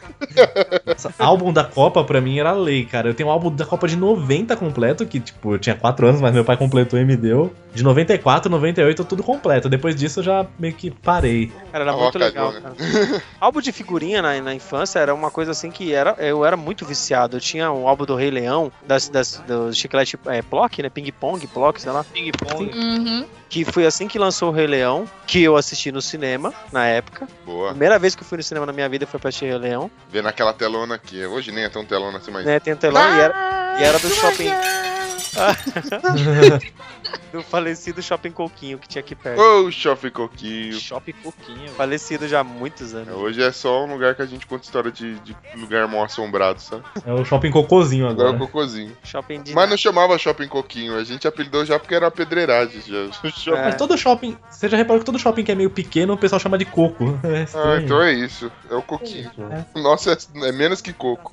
Speaker 4: Nossa, álbum da Copa pra mim era lei, cara. Eu tenho um álbum da Copa de 90 completo, que tipo, eu tinha 4 anos, mas meu pai completou e me deu. De 94, 98, tudo completo. Depois disso eu já meio que parei.
Speaker 5: Cara, era
Speaker 2: Ó,
Speaker 5: muito legal,
Speaker 2: cagou, né?
Speaker 5: cara. Álbum de figurinha na, na infância era uma coisa assim que era, eu era muito viciado. Eu tinha o álbum do Rei Leão, das, das, do chiclete é, Plock, né? Ping Pong, Plock, sei lá.
Speaker 8: Ping-pong.
Speaker 6: Uhum.
Speaker 5: que foi assim que lançou o Rei Leão, que eu assisti no cinema na época.
Speaker 2: Boa.
Speaker 5: Primeira vez que eu fui no cinema na minha vida foi pra assistir Rei Leão.
Speaker 2: Vendo aquela telona aqui. Hoje nem é tão telona assim, mas. Ah,
Speaker 5: Né, tem um telão e era, e era do shopping. do falecido Shopping Coquinho que tinha aqui perto.
Speaker 2: Ô, Shopping Coquinho.
Speaker 5: Shopping Coquinho. É. Falecido já há muitos anos.
Speaker 2: Hoje é só um lugar que a gente conta história de, de lugar mal assombrado, sabe?
Speaker 4: É o shopping cocôzinho
Speaker 2: Agora é o
Speaker 4: agora.
Speaker 2: cocôzinho.
Speaker 5: Shopping de.
Speaker 2: Mas não chamava Shopping Coquinho, a gente apelidou já porque era uma pedreiragem. Já.
Speaker 5: É.
Speaker 2: Shopping-
Speaker 4: Mas todo shopping, você já reparou que todo shopping que é meio pequeno, o pessoal chama de coco. É
Speaker 2: Ah,
Speaker 4: estranho.
Speaker 2: então é isso. É o coquinho. O nosso é, é menos que coco.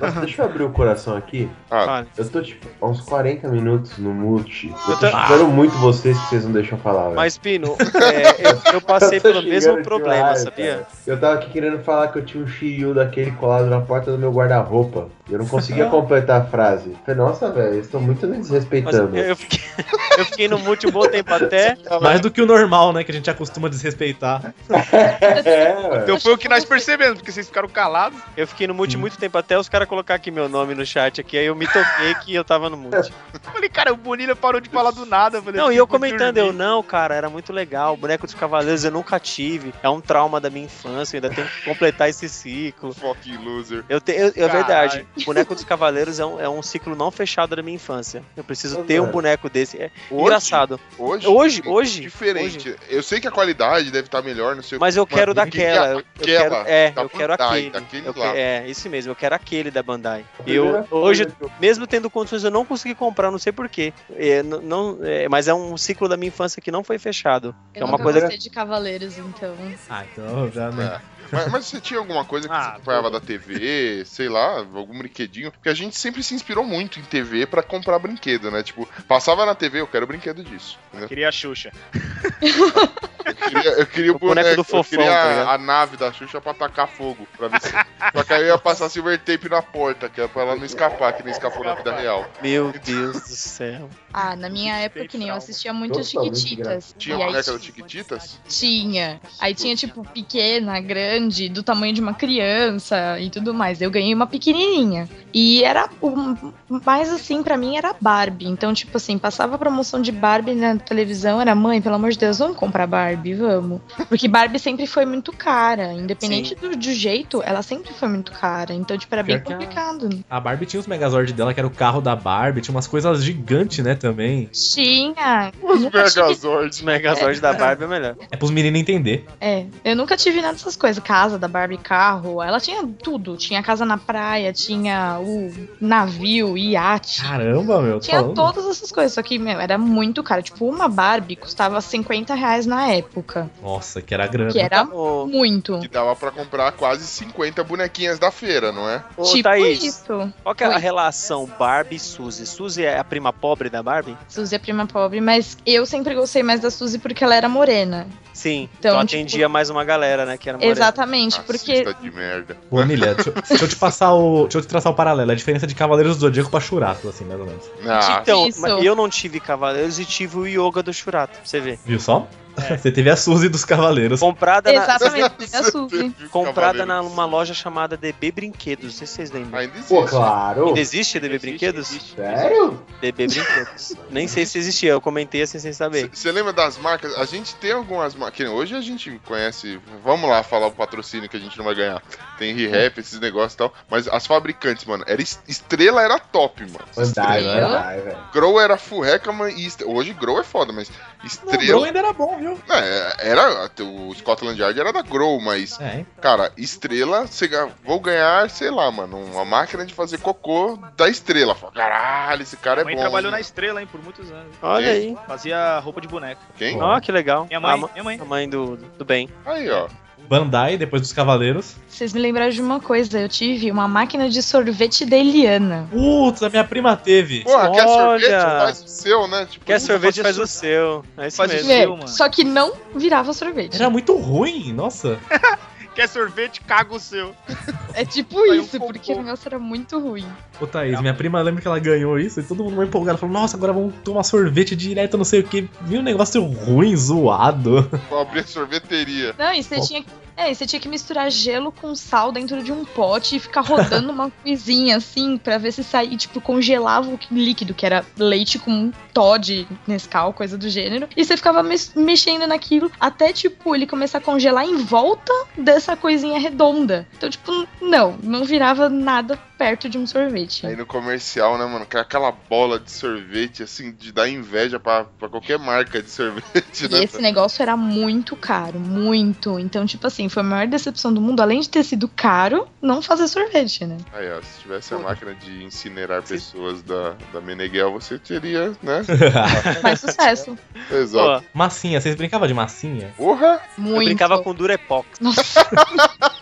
Speaker 9: Nossa, deixa eu abrir o coração aqui.
Speaker 2: Ah,
Speaker 9: Eu tô, tipo, há uns 40 minutos no mute. Eu
Speaker 5: tô-
Speaker 9: tô xingando muito vocês que vocês não deixam falar, velho.
Speaker 5: Mas, Pino, é, eu, eu passei
Speaker 8: Tá
Speaker 9: tô
Speaker 5: pelo mesmo
Speaker 9: xingando
Speaker 5: problema,
Speaker 9: demais,
Speaker 5: sabia?
Speaker 9: Eu tava aqui querendo falar que eu tinha um Shiryu daquele colado na porta do meu guarda-roupa. E eu não conseguia completar a frase. Falei, nossa, velho, eles estão muito me
Speaker 5: Mas eu,
Speaker 9: desrespeitando.
Speaker 5: eu fiquei, eu fiquei no mute um bom tempo até.
Speaker 8: tá
Speaker 4: Mais do que o normal, né? Que a gente acostuma desrespeitar.
Speaker 9: É, velho.
Speaker 8: Então foi o que nós percebemos, porque vocês ficaram calados.
Speaker 5: Eu fiquei no mute muito tempo até os caras colocar aqui meu nome no chat aqui, aí eu me toquei que eu tava no mute.
Speaker 8: Eu falei, cara, o Bonilha parou de falar do nada. Eu falei,
Speaker 5: Não, e
Speaker 8: "Vou
Speaker 5: eu comentando, eu
Speaker 8: dormir."
Speaker 5: não, cara, era muito legal. O boneco dos cavaleiros eu nunca tive. É um trauma da minha infância, eu ainda tenho que completar esse ciclo.
Speaker 2: fucking loser.
Speaker 5: Eu te, eu- é
Speaker 8: Caralho.
Speaker 5: verdade. O boneco dos cavaleiros é um, é um ciclo não fechado da minha infância. Eu preciso
Speaker 9: Ô,
Speaker 5: ter um
Speaker 9: cara.
Speaker 5: boneco desse. É
Speaker 2: Hoje?
Speaker 5: engraçado.
Speaker 2: Hoje?
Speaker 5: Hoje, hoje.
Speaker 2: Tipo, Diferente.
Speaker 5: hoje.
Speaker 2: Eu sei que a qualidade deve estar melhor, não sei o
Speaker 5: Mas eu quero
Speaker 2: Mas ninguém
Speaker 5: daquela. Eu, eu quero,
Speaker 2: aquela
Speaker 5: é,
Speaker 2: da
Speaker 5: eu quero
Speaker 2: Bandai,
Speaker 5: aquele.
Speaker 2: daquele
Speaker 5: Eu que-
Speaker 2: lá.
Speaker 5: é, isso mesmo, eu quero aquele da Bandai.
Speaker 9: A primeira
Speaker 5: Eu, hoje,
Speaker 9: coisa que eu-
Speaker 5: mesmo tendo condições, eu não consegui comprar, não sei porquê. É, n- não, é, mas é um ciclo da minha infância que não foi fechado.
Speaker 6: Eu
Speaker 5: é uma
Speaker 6: nunca
Speaker 5: coisa
Speaker 6: gostei de Cavaleiros, então.
Speaker 4: Ah, então já não.
Speaker 2: É. Mas, mas você tinha alguma coisa que
Speaker 8: Ah,
Speaker 2: você acompanhava da TV, sei lá, algum brinquedinho? Porque a gente sempre se inspirou muito em TV pra comprar brinquedo, né? Tipo, passava na TV, eu quero brinquedo disso. entendeu?
Speaker 8: Queria a Xuxa.
Speaker 2: Eu queria, eu queria
Speaker 5: O boneco do
Speaker 2: eu
Speaker 5: fofão,
Speaker 2: queria
Speaker 5: tá
Speaker 2: a-
Speaker 5: ligado?
Speaker 2: a, nave da Xuxa pra tacar fogo. Pra ver se... Só que aí eu ia passar silver tape na porta, que era pra ela não escapar, que nem escapou na vida real.
Speaker 5: Meu Deus do céu.
Speaker 6: Ah, na minha época, que nem eu assistia muito
Speaker 9: Totalmente
Speaker 6: Chiquititas.
Speaker 2: Tinha
Speaker 6: e
Speaker 2: a
Speaker 6: aí
Speaker 2: boneca do Chiquititas?
Speaker 6: tinha. Aí tinha, tipo, pequena, grande, do tamanho de uma criança e tudo mais. Eu ganhei uma pequenininha. E era um, mais assim, pra mim, era Barbie. Então, tipo assim, passava a promoção de Barbie na televisão, era mãe, pelo amor de Deus, vamos comprar Barbie, vamos. Porque Barbie sempre foi muito cara. Independente do, do jeito, ela sempre foi muito cara. Então, tipo, era bem
Speaker 4: Pior que a-
Speaker 6: complicado.
Speaker 4: A Barbie tinha os Megazord dela, que era o carro da Barbie, tinha umas coisas gigantes, né, também.
Speaker 6: Tinha.
Speaker 2: Os
Speaker 6: Nunca tive-
Speaker 5: Os
Speaker 2: Megazords.
Speaker 5: Megazord da Barbie é melhor.
Speaker 4: É pros meninos entender.
Speaker 6: É, eu nunca tive nada dessas coisas. Casa da Barbie, carro. Ela tinha tudo. Tinha casa na praia, tinha o navio, iate.
Speaker 4: Caramba, meu, Ah, tá tô
Speaker 6: Tinha
Speaker 4: falando.
Speaker 6: todas essas coisas, só que meu, era muito caro. Tipo, uma Barbie custava 50 reais na época.
Speaker 4: Nossa, que era grana.
Speaker 6: Que era
Speaker 5: Ô,
Speaker 6: muito.
Speaker 2: Que dava pra comprar quase 50 bonequinhas da feira, não é?
Speaker 5: ô
Speaker 6: tipo
Speaker 5: Thaís,
Speaker 6: isso.
Speaker 5: qual que é a
Speaker 6: Oi.
Speaker 5: relação Barbie e Suzy? Suzy é a prima pobre da Barbie?
Speaker 6: Suzy é prima pobre, mas eu sempre gostei mais da Suzy porque ela era morena.
Speaker 5: Sim. Então,
Speaker 6: Então, tipo-
Speaker 5: atendia mais uma galera, né? Que era morena.
Speaker 6: Exatamente, porque.
Speaker 2: Racista de merda.
Speaker 4: Ô, Emília, deixa, eu- deixa eu te passar o. Deixa eu te traçar o paralelo. É A diferença de Cavaleiros do Zodíaco pra Churato, assim, mais ou menos.
Speaker 2: Ah,
Speaker 5: Então,
Speaker 6: Isso.
Speaker 5: mas eu não tive Cavaleiros e tive o Yoga do Shurato, pra você ver.
Speaker 4: Viu só? Você teve a Suzy dos Cavaleiros.
Speaker 5: É. Comprada na,
Speaker 6: Exatamente, a Suzy.
Speaker 5: comprada
Speaker 2: Cavaleiros.
Speaker 5: na, numa loja chamada DB Brinquedos, não sei se vocês lembram.
Speaker 2: Ainda existe.
Speaker 9: Pô, claro.
Speaker 5: Ainda existe DB Brinquedos?
Speaker 9: Sério?
Speaker 5: DB Brinquedos. Nem sei se existia, eu comentei assim sem saber.
Speaker 2: Você lembra das marcas? A gente tem algumas marcas. Hoje a gente conhece. Vamos lá falar o patrocínio que a gente não vai ganhar. Tem
Speaker 5: É.
Speaker 2: re-rap, esses negócios e tal. Mas as fabricantes, mano, era es- estrela era top, mano.
Speaker 9: Bandai,
Speaker 6: Estrela.
Speaker 9: Bandai, velho.
Speaker 2: Grow era furreca, mano. E estre- Hoje Grow é foda, mas
Speaker 4: Não, o Bro
Speaker 2: estrela.
Speaker 4: ainda era bom, viu?
Speaker 2: Não, é- era. O Scotland Yard era da Grow, mas,
Speaker 4: É, hein?
Speaker 2: cara, estrela, você ga- vou ganhar, sei lá, mano, uma máquina de fazer cocô da estrela. Fala, Caralho, esse cara é
Speaker 8: mãe
Speaker 2: bom.
Speaker 8: trabalhou na
Speaker 2: mano."
Speaker 8: estrela, hein, por muitos anos.
Speaker 5: Olha aí.
Speaker 8: Fazia roupa de boneca.
Speaker 2: Quem?
Speaker 5: Ó, que legal. Ah,
Speaker 8: Minha mãe,
Speaker 5: A, ma-
Speaker 8: minha mãe.
Speaker 5: a mãe do, do bem.
Speaker 2: Aí, ó.
Speaker 4: Bandai, depois dos Cavaleiros.
Speaker 6: Vocês me lembraram de uma coisa, eu tive uma máquina de sorvete da Eliana.
Speaker 4: Putz, a minha prima teve.
Speaker 2: Porra, quer sorvete?
Speaker 5: Olha!
Speaker 2: Faz o seu, né? Tipo,
Speaker 5: Quer sorvete,
Speaker 8: fazia
Speaker 5: faz o seu. É isso
Speaker 8: Fazia-
Speaker 5: mesmo.
Speaker 8: Meu
Speaker 6: É,
Speaker 8: Deus, mano.
Speaker 6: só que não virava sorvete.
Speaker 4: Era muito ruim, nossa.
Speaker 8: Quer sorvete? Caga o seu. um
Speaker 6: É tipo isso, porque o negócio era muito ruim.
Speaker 4: Ô Thaís, minha prima lembra que ela ganhou isso e todo mundo vai empolgado. Falou, nossa, agora vamos tomar sorvete direto, não sei o que. Viu um negócio ruim, zoado.
Speaker 2: Vou abrir a sorveteria.
Speaker 6: Não, e você tinha que. É, e você tinha que misturar gelo com sal dentro de um pote e ficar rodando uma coisinha assim pra ver se saía, tipo, congelava o líquido, que era leite com Todd, Nescau, coisa do gênero. E você ficava mes- mexendo naquilo até, tipo, ele começar a congelar em volta dessa coisinha redonda. Então, tipo, não, não virava nada perto de um sorvete.
Speaker 2: Aí no comercial, né, mano? que é Aquela bola de sorvete, assim, de dar inveja pra, pra qualquer marca de sorvete,
Speaker 6: E
Speaker 2: né?
Speaker 6: esse negócio era muito caro, muito. Então, tipo assim, foi a maior decepção do mundo, além de ter sido caro, não fazer sorvete, né?
Speaker 2: Aí, ó, se tivesse a máquina de incinerar pessoas da, da Meneghel, você teria, né?
Speaker 6: Mas sucesso.
Speaker 2: Exato.
Speaker 4: Massinha, vocês brincavam de massinha?
Speaker 2: Porra!
Speaker 6: Muito.
Speaker 5: Eu brincava com Durepox.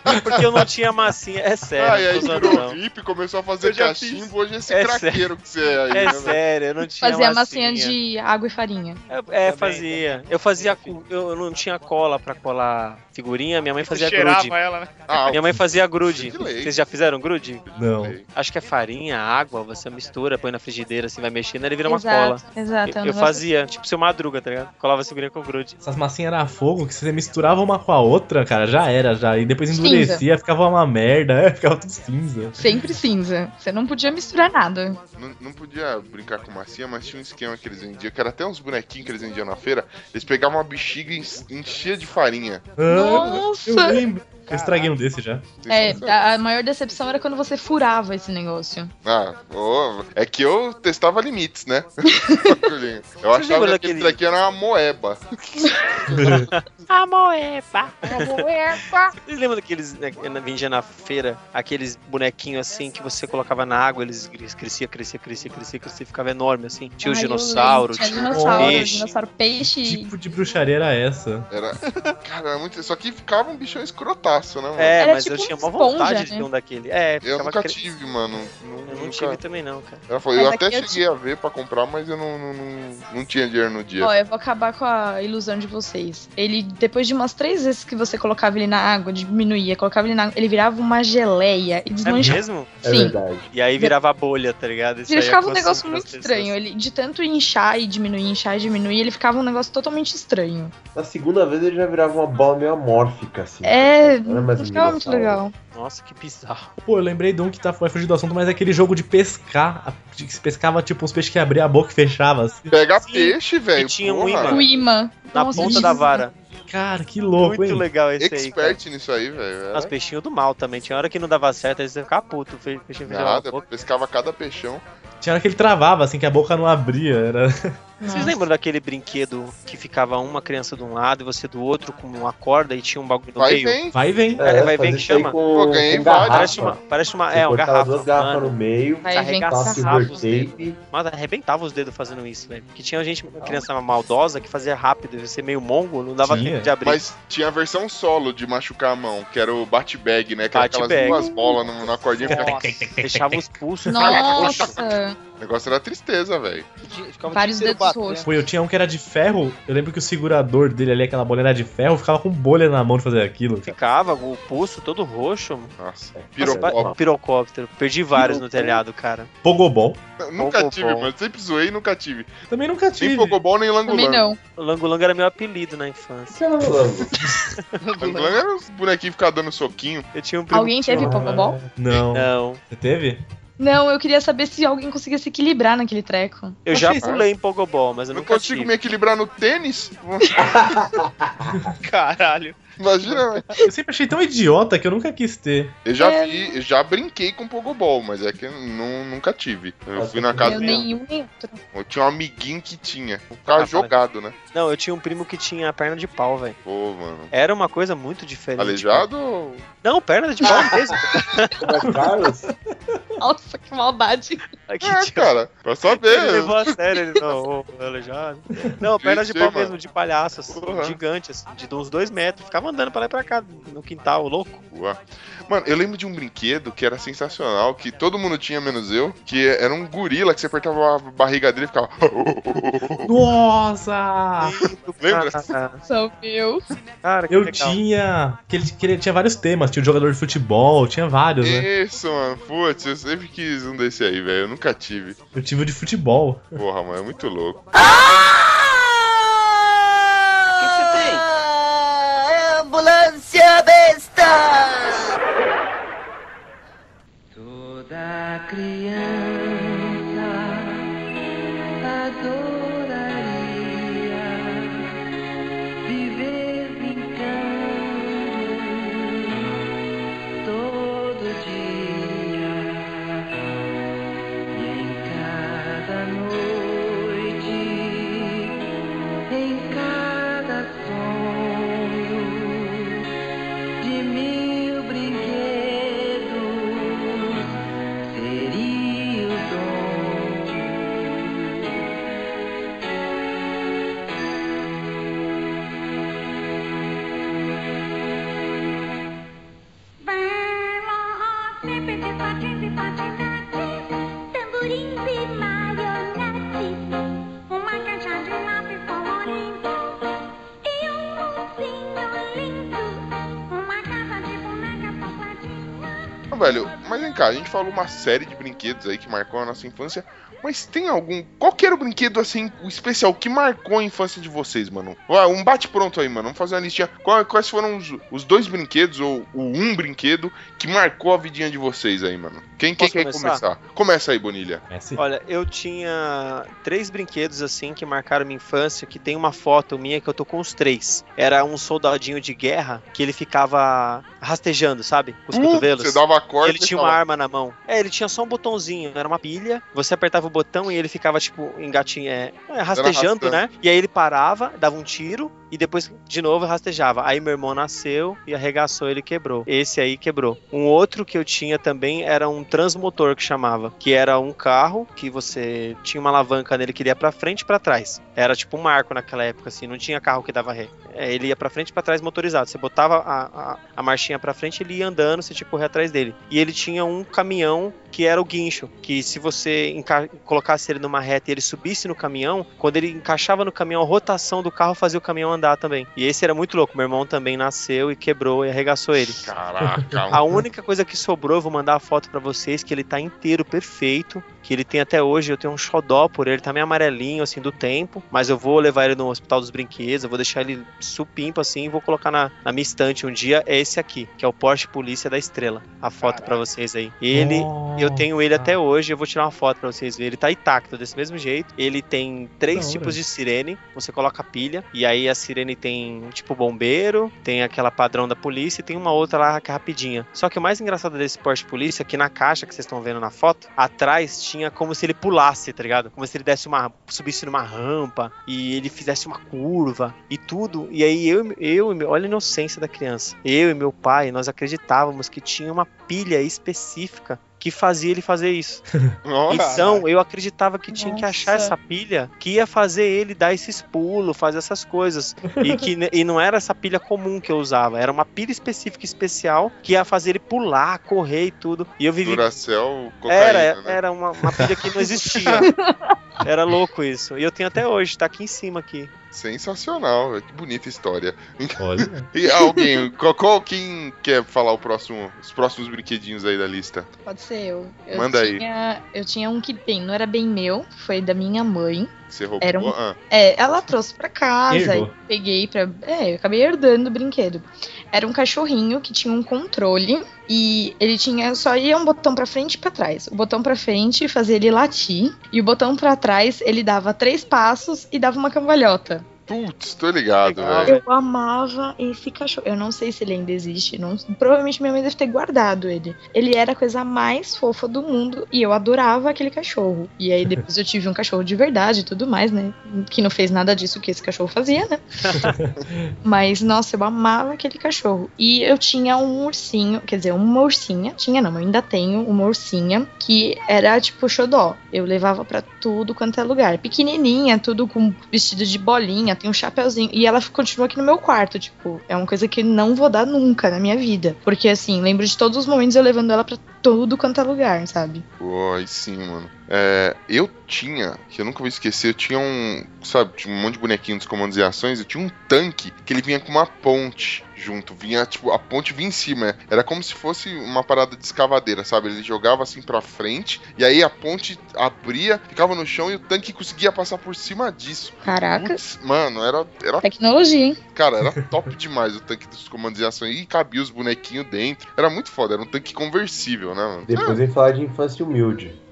Speaker 5: É Porque eu não tinha massinha. É sério,
Speaker 2: Ai,
Speaker 5: não tô
Speaker 2: aí
Speaker 5: usando,
Speaker 2: virou
Speaker 5: não.
Speaker 2: VIP, começou a fazer
Speaker 5: Eu já
Speaker 2: cachimbo,
Speaker 5: fiz.
Speaker 2: hoje é esse
Speaker 5: É
Speaker 2: craqueiro que você é aí, né,
Speaker 5: É
Speaker 2: velho?
Speaker 5: sério, eu não tinha
Speaker 6: Fazia massinha de água e farinha.
Speaker 5: É, fazia. Eu fazia. cu- Eu não tinha cola pra colar figurinha, minha mãe fazia
Speaker 8: cheirava
Speaker 5: grude.
Speaker 8: ela, né?
Speaker 2: Ah,
Speaker 5: Minha mãe fazia grude.
Speaker 2: de leite.
Speaker 5: Vocês já fizeram grude?
Speaker 4: Não.
Speaker 5: Acho que é farinha, água, você mistura, põe na frigideira, assim, vai mexendo, ele vira uma
Speaker 6: exato,
Speaker 5: cola.
Speaker 6: exato. é um
Speaker 5: Eu, eu
Speaker 6: negócio-
Speaker 5: fazia, tipo seu madruga, tá ligado? Colava figurinha com grude.
Speaker 4: Essas massinhas era fogo que você misturava uma com a outra, cara, já era, já. E depois endurecia, ficava uma merda, é, ficava tudo cinza.
Speaker 6: Sempre cinza. Você não podia misturar nada.
Speaker 2: Não, não podia brincar com massinha, mas tinha um esquema que eles vendiam, que era até uns bonequinhos que eles vendiam na feira. Eles pegavam uma bexiga e en- enchia de farinha.
Speaker 4: Eu
Speaker 6: Nossa!
Speaker 4: lembro. Eu estraguei um desse já.
Speaker 6: É, a a maior decepção era quando você furava esse negócio.
Speaker 2: Ah, ô, é que eu testava limites, né? Bagulhinho. eu achava
Speaker 5: lembra
Speaker 2: que aquele
Speaker 5: daquele-
Speaker 2: daqui era uma moeba.
Speaker 5: Vocês lembram daqueles, né, que vendia na feira, aqueles bonequinhos assim que você colocava na água, eles cres- crescia, crescia, crescia, crescia, crescia, ficava enorme assim. Tinha o
Speaker 6: Ai, eu
Speaker 5: dinossauro,
Speaker 6: lembro. Tinha
Speaker 5: tinha
Speaker 6: dinossauro,
Speaker 5: peixe.
Speaker 6: dinossauro peixe.
Speaker 4: Que tipo de bruxaria era essa?
Speaker 2: Era. Cara, era muito. Só que ficava um bichão escrotaço, né, mano?
Speaker 5: É,
Speaker 6: Era
Speaker 5: mas eu
Speaker 6: tipo
Speaker 5: tinha
Speaker 6: uma
Speaker 5: uma vontade
Speaker 6: esponja,
Speaker 5: de
Speaker 6: né?
Speaker 5: ter um daquele. É,
Speaker 2: Eu
Speaker 5: ficava
Speaker 2: nunca
Speaker 5: cre- É
Speaker 2: tive, mano. Nu-
Speaker 5: Eu não
Speaker 2: nunca-
Speaker 5: tive também não, cara.
Speaker 2: Ela falou, eu
Speaker 6: Mas
Speaker 2: até
Speaker 6: aqui eu
Speaker 2: cheguei a ver pra comprar, mas eu não, não, não, não tinha dinheiro no dia.
Speaker 6: Ó, eu vou acabar com a ilusão de vocês. Ele, depois de umas três vezes que você colocava ele na água, diminuía, colocava ele na água, ele virava uma geleia e
Speaker 5: É
Speaker 6: desmanchava.
Speaker 5: mesmo?
Speaker 9: É
Speaker 6: Sim.
Speaker 9: verdade.
Speaker 5: E aí virava bolha, tá ligado? Isso
Speaker 6: Ele
Speaker 5: aí
Speaker 6: ficava um
Speaker 5: acontece
Speaker 6: negócio
Speaker 5: com as
Speaker 6: muito
Speaker 5: pessoas.
Speaker 6: estranho. Ele, de tanto inchar e diminuir, inchar e diminuir, ele ficava um negócio totalmente estranho.
Speaker 9: Na segunda vez ele já virava uma bola meio amórfica, assim.
Speaker 6: É,
Speaker 9: Não era mais
Speaker 6: não
Speaker 9: um
Speaker 6: ficava muito
Speaker 9: dinossauro.
Speaker 6: legal.
Speaker 5: Nossa, que bizarro.
Speaker 4: Pô, eu lembrei de um que tá, vai fugir do assunto, mas é aquele jogo de pescar, a- de que se pescava tipo uns peixes que abria a boca e fechava. assim.
Speaker 2: Pega
Speaker 5: Sim,
Speaker 2: peixe, velho.
Speaker 5: tinha um
Speaker 2: porra.
Speaker 5: imã.
Speaker 6: O imã.
Speaker 5: Na
Speaker 6: Nossa,
Speaker 5: ponta
Speaker 6: que
Speaker 5: da vara.
Speaker 4: Cara, que louco,
Speaker 5: muito
Speaker 4: hein?
Speaker 5: legal esse aí. cara.
Speaker 2: Expert nisso aí, velho. Era
Speaker 5: Os peixinhos do mal também. Tinha hora que não dava certo, aí você ficava puto. O peixe- o peixinho fechava a
Speaker 2: Nada,
Speaker 5: boca.
Speaker 2: pescava cada peixão.
Speaker 4: Tinha hora que ele travava, assim, que a boca não abria. Era...
Speaker 5: Vocês
Speaker 6: Nossa.
Speaker 5: lembram daquele brinquedo que ficava uma criança de um lado e você do outro com uma corda e tinha um bagulho no
Speaker 2: Vai e
Speaker 5: meio?
Speaker 2: vem.
Speaker 4: Vai e vem.
Speaker 5: É, vai ver
Speaker 9: fazer
Speaker 5: que
Speaker 9: isso aí
Speaker 5: chama.
Speaker 9: Com,
Speaker 2: Pô, ganhei
Speaker 9: com
Speaker 2: vários.
Speaker 9: garrafa.
Speaker 5: Parece uma, parece uma, é,
Speaker 9: Você
Speaker 5: uma
Speaker 9: cortava
Speaker 5: garrafa,
Speaker 9: duas garrafas
Speaker 5: mano.
Speaker 9: no meio, um
Speaker 6: Aí vem
Speaker 5: Carregaça
Speaker 9: passa
Speaker 5: Passa
Speaker 9: silver
Speaker 5: rabo,
Speaker 9: tape.
Speaker 5: Mas arrebentava os dedos fazendo isso, velho. Porque tinha gente, criança maldosa que fazia rápido, e você meio mongo, não dava
Speaker 4: Tinha.
Speaker 5: tempo de abrir.
Speaker 2: Mas tinha a versão solo de machucar a mão, que era o bat-bag, né? Que era aquelas
Speaker 5: Bat-bag.
Speaker 2: duas bolas no- na cordinha. Fica...
Speaker 5: Deixava os pulsos.
Speaker 6: Nossa,
Speaker 2: O negócio era tristeza, velho.
Speaker 5: ficava
Speaker 6: vários
Speaker 5: inteiro
Speaker 6: dedos
Speaker 5: batendo.
Speaker 6: roxos.
Speaker 4: Pô, eu tinha um que era de ferro. Eu lembro que o segurador dele ali, aquela bolha era de ferro, ficava com bolha na mão de fazer aquilo. assim. cara.
Speaker 5: Ficava o pulso todo roxo. mano.
Speaker 2: Nossa,
Speaker 5: Nossa,
Speaker 2: pirocópio.
Speaker 5: pirocóptero. Perdi vários no telhado, cara.
Speaker 4: Pogobol.
Speaker 2: Nunca
Speaker 5: Pogobol.
Speaker 2: tive, mano. Sempre zoei e nunca tive.
Speaker 4: Também nunca
Speaker 2: Nem
Speaker 4: tive.
Speaker 2: Pogobol, nem
Speaker 6: Também
Speaker 2: Langolan.
Speaker 6: não.
Speaker 5: O Langolango era meu apelido na infância.
Speaker 9: Isso era um lango.
Speaker 2: Langolan era uns bonequinhos que ficavam dando soquinho.
Speaker 5: Eu tinha um primo.
Speaker 6: Alguém teve pogobol?
Speaker 4: Não.
Speaker 5: Não.
Speaker 4: Você teve?
Speaker 6: Não, eu queria saber se alguém conseguia se equilibrar naquele treco.
Speaker 5: Eu já
Speaker 4: Achei isso.
Speaker 5: pulei em Pogobol, mas eu
Speaker 2: Eu não
Speaker 5: nunca
Speaker 2: consigo
Speaker 5: tive.
Speaker 2: me equilibrar no tênis.
Speaker 8: Caralho.
Speaker 2: Imagina, velho.
Speaker 4: Eu sempre achei tão idiota que eu nunca quis ter.
Speaker 2: Eu já
Speaker 6: É.
Speaker 2: vi, eu já brinquei com Pogobol, mas é que eu nu- nunca tive. Eu
Speaker 9: Nossa,
Speaker 2: fui na
Speaker 9: eu
Speaker 2: casa
Speaker 6: eu
Speaker 2: do
Speaker 6: nenhum nem outro.
Speaker 2: Eu tinha um amiguinho que tinha. Ficava
Speaker 5: Ah,
Speaker 2: jogado, né?
Speaker 5: Não, eu tinha um primo que tinha a perna de pau, velho.
Speaker 2: Pô, mano.
Speaker 5: Era uma coisa muito diferente.
Speaker 2: tá Aleijado ou.
Speaker 5: Não, perna de pau mesmo.
Speaker 9: Mas, Carlos,
Speaker 6: Nossa, que maldade.
Speaker 5: Aqui,
Speaker 2: é,
Speaker 5: tio.
Speaker 2: cara, pra saber.
Speaker 5: Ele levou a sério, ele não, ô, aleijado. Não, pernas de
Speaker 2: Clichê,
Speaker 5: pau
Speaker 2: mano.
Speaker 5: mesmo, de palhaço, assim,
Speaker 2: Porra.
Speaker 5: gigante, assim, de uns dois metros. Ficava andando pra lá e pra cá, no quintal, louco.
Speaker 2: Boa. Mano, eu lembro de um brinquedo que era sensacional, que todo mundo tinha, menos eu, que era um gorila que você apertava a barriga dele e ficava.
Speaker 4: Nossa!
Speaker 2: Lembra?
Speaker 6: Sou eu.
Speaker 5: Cara,
Speaker 4: Eu tinha. Que ele, que ele tinha vários temas, tinha o jogador de futebol, tinha vários, né?
Speaker 2: Isso, mano. Putz, eu sempre quis um desse aí, velho. Eu nunca tive.
Speaker 4: Eu tive o de futebol.
Speaker 2: Porra, mano, é muito louco.
Speaker 11: É Ambulância besta!
Speaker 7: Toda criança adoraria viver brincando todo dia e em cada noite, em cada sonho de mil brinquedos seria o dono. Bela hóspede de patins e patinates, tamborins e marionetes, uma caixa de lápis colorido e um ursinho lindo, uma casa de bonecas pintadinha.
Speaker 2: Ah, velho, mas vem cá, a gente falou uma série de brinquedos aí que marcou a nossa infância. Mas tem algum. Qual que era o brinquedo assim, o especial que marcou a infância de vocês, mano? Ué, um bate-pronto aí, mano. Vamos fazer uma listinha. Qual- Quais foram os, os dois brinquedos, ou o um brinquedo, que marcou a vidinha de vocês aí, mano? Quem, quem
Speaker 5: Posso
Speaker 2: quer
Speaker 5: começar?
Speaker 2: começar? Começa aí, Bonilha.
Speaker 5: Olha, eu tinha três brinquedos assim que marcaram minha infância, que tem uma foto minha que eu tô com os três. Era um soldadinho de guerra que ele ficava rastejando, sabe? Com os
Speaker 2: Uh,
Speaker 5: cotovelos.
Speaker 2: Você dava a
Speaker 5: E
Speaker 2: corda então?
Speaker 5: ele
Speaker 2: e
Speaker 5: tinha uma
Speaker 2: falava,
Speaker 5: arma na mão. É, ele tinha só um botãozinho, era uma pilha. Você apertava o botão e ele ficava, tipo, engatinho, é, é, rastejando,
Speaker 2: arrastando.
Speaker 5: né? E aí ele parava, dava um tiro e depois de novo rastejava. Aí meu irmão nasceu e arregaçou, ele quebrou. Esse aí quebrou. Um outro que eu tinha também era um transmotor que chamava, que era um carro que você tinha uma alavanca nele que ele ia pra frente e pra trás. Era tipo um marco naquela época, assim, não tinha carro que dava ré. É, ele ia pra frente e pra trás motorizado. Você botava a, a, a marchinha pra frente, ele ia andando, você tipo corria atrás dele. E ele tinha um caminhão que era o guincho, que se você enca- colocasse ele numa reta e ele subisse no caminhão, quando ele encaixava no caminhão, a rotação do carro fazia o caminhão andar também. E esse era muito louco. Meu irmão também nasceu e quebrou e arregaçou ele.
Speaker 2: Caraca, um
Speaker 5: A única coisa que sobrou, eu vou mandar a foto pra vocês, que ele tá inteiro, perfeito, que ele tem até hoje, eu tenho um xodó por ele, tá meio amarelinho, assim, do tempo, mas eu vou levar ele no Hospital dos Brinquedos, eu vou deixar ele supimpo, assim, e vou colocar na, na minha estante um dia, é esse aqui, que é o Porsche Polícia da Estrela, a foto pra vocês aí. Ele, eu tenho ele até hoje, eu vou tirar uma foto pra vocês verem, ele tá intacto, desse mesmo jeito, ele tem
Speaker 4: Da
Speaker 5: três
Speaker 4: hora.
Speaker 5: tipos de sirene, você coloca a pilha, e aí a sirene tem, tipo, bombeiro, tem aquela padrão da polícia, e tem uma outra lá que é rapidinha. Só que o mais engraçado desse Porsche Polícia é que na caixa que vocês estão vendo na foto, atrás tinha como se ele pulasse, tá ligado? Como se ele desse uma, subisse numa rampa, e ele fizesse uma curva, e tudo. E aí eu, eu e meu- olha a inocência da criança, eu e meu pai, nós acreditávamos que tinha uma pilha específica que fazia ele fazer isso. Então, eu acreditava que tinha que achar
Speaker 6: Nossa.
Speaker 5: essa pilha que ia fazer ele dar esses pulos, fazer essas coisas. E que ne- e não era essa pilha comum que eu usava, era uma pilha específica, especial, que ia fazer ele pular, correr e tudo. E eu vivi.
Speaker 2: Duracell, cocaína,
Speaker 5: Era,
Speaker 2: né?
Speaker 5: era uma, uma pilha que não existia. Era louco isso. E eu tenho até hoje, tá aqui em cima aqui.
Speaker 2: Sensacional, velho. Que bonita história.
Speaker 4: Olha.
Speaker 2: E alguém, qual, qual- quem quer falar o próximo, os próximos brinquedinhos aí da lista?
Speaker 6: Pode ser eu. eu
Speaker 2: Manda aí.
Speaker 6: tinha, aí. Eu tinha um que, bem, não era bem meu, foi da minha mãe.
Speaker 2: Que Você roubou?
Speaker 6: Era um-
Speaker 2: Ah,
Speaker 6: É, ela trouxe pra casa,
Speaker 4: Herdou.
Speaker 6: eu peguei pra. É, eu acabei herdando o brinquedo. Era um cachorrinho que tinha um controle e ele tinha só ia um botão pra frente e pra trás. O botão pra frente fazia ele latir e o botão pra trás ele dava três passos e dava uma cambalhota.
Speaker 2: Putz, tô ligado, velho.
Speaker 6: Eu amava esse cachorro. Eu não sei se ele ainda existe. Não... Provavelmente minha mãe deve ter guardado ele. Ele era a coisa mais fofa do mundo e eu adorava aquele cachorro. E aí depois eu tive um cachorro de verdade e tudo mais, né? Que não fez nada disso que esse cachorro fazia, né? Mas, nossa, eu amava aquele cachorro. E eu tinha um ursinho, quer dizer, uma ursinha. Tinha não, eu ainda tenho uma ursinha que era tipo xodó. Eu levava pra tudo quanto é lugar. Pequenininha, tudo com vestido de bolinha, tem um chapéuzinho. E ela continua aqui no meu quarto, tipo, é uma coisa que não vou dar nunca na minha vida. Porque assim, lembro de todos os momentos eu levando ela pra tudo quanto é lugar, sabe?
Speaker 2: Pô, aí sim, mano. É, eu tinha, que eu nunca vou esquecer, eu tinha um, sabe, tinha um monte de bonequinho dos comandos e ações, eu tinha um tanque que ele vinha com uma ponte junto, vinha, tipo, a ponte vinha em cima, né? era como se fosse uma parada de escavadeira, sabe? Ele jogava assim pra frente, e aí a ponte abria, ficava no chão e o tanque conseguia passar por cima disso.
Speaker 6: Caracas.
Speaker 2: Mano, era, era
Speaker 6: Tecnologia, hein?
Speaker 2: Cara, era top demais o tanque dos comandos de ações. E cabia os bonequinhos dentro. Era muito foda, era um tanque conversível, né, mano?
Speaker 9: Depois vem falar de infância humilde.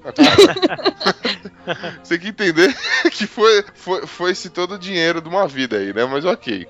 Speaker 2: Você tem que entender que foi, foi, foi esse todo o dinheiro de uma vida aí, né? Mas ok.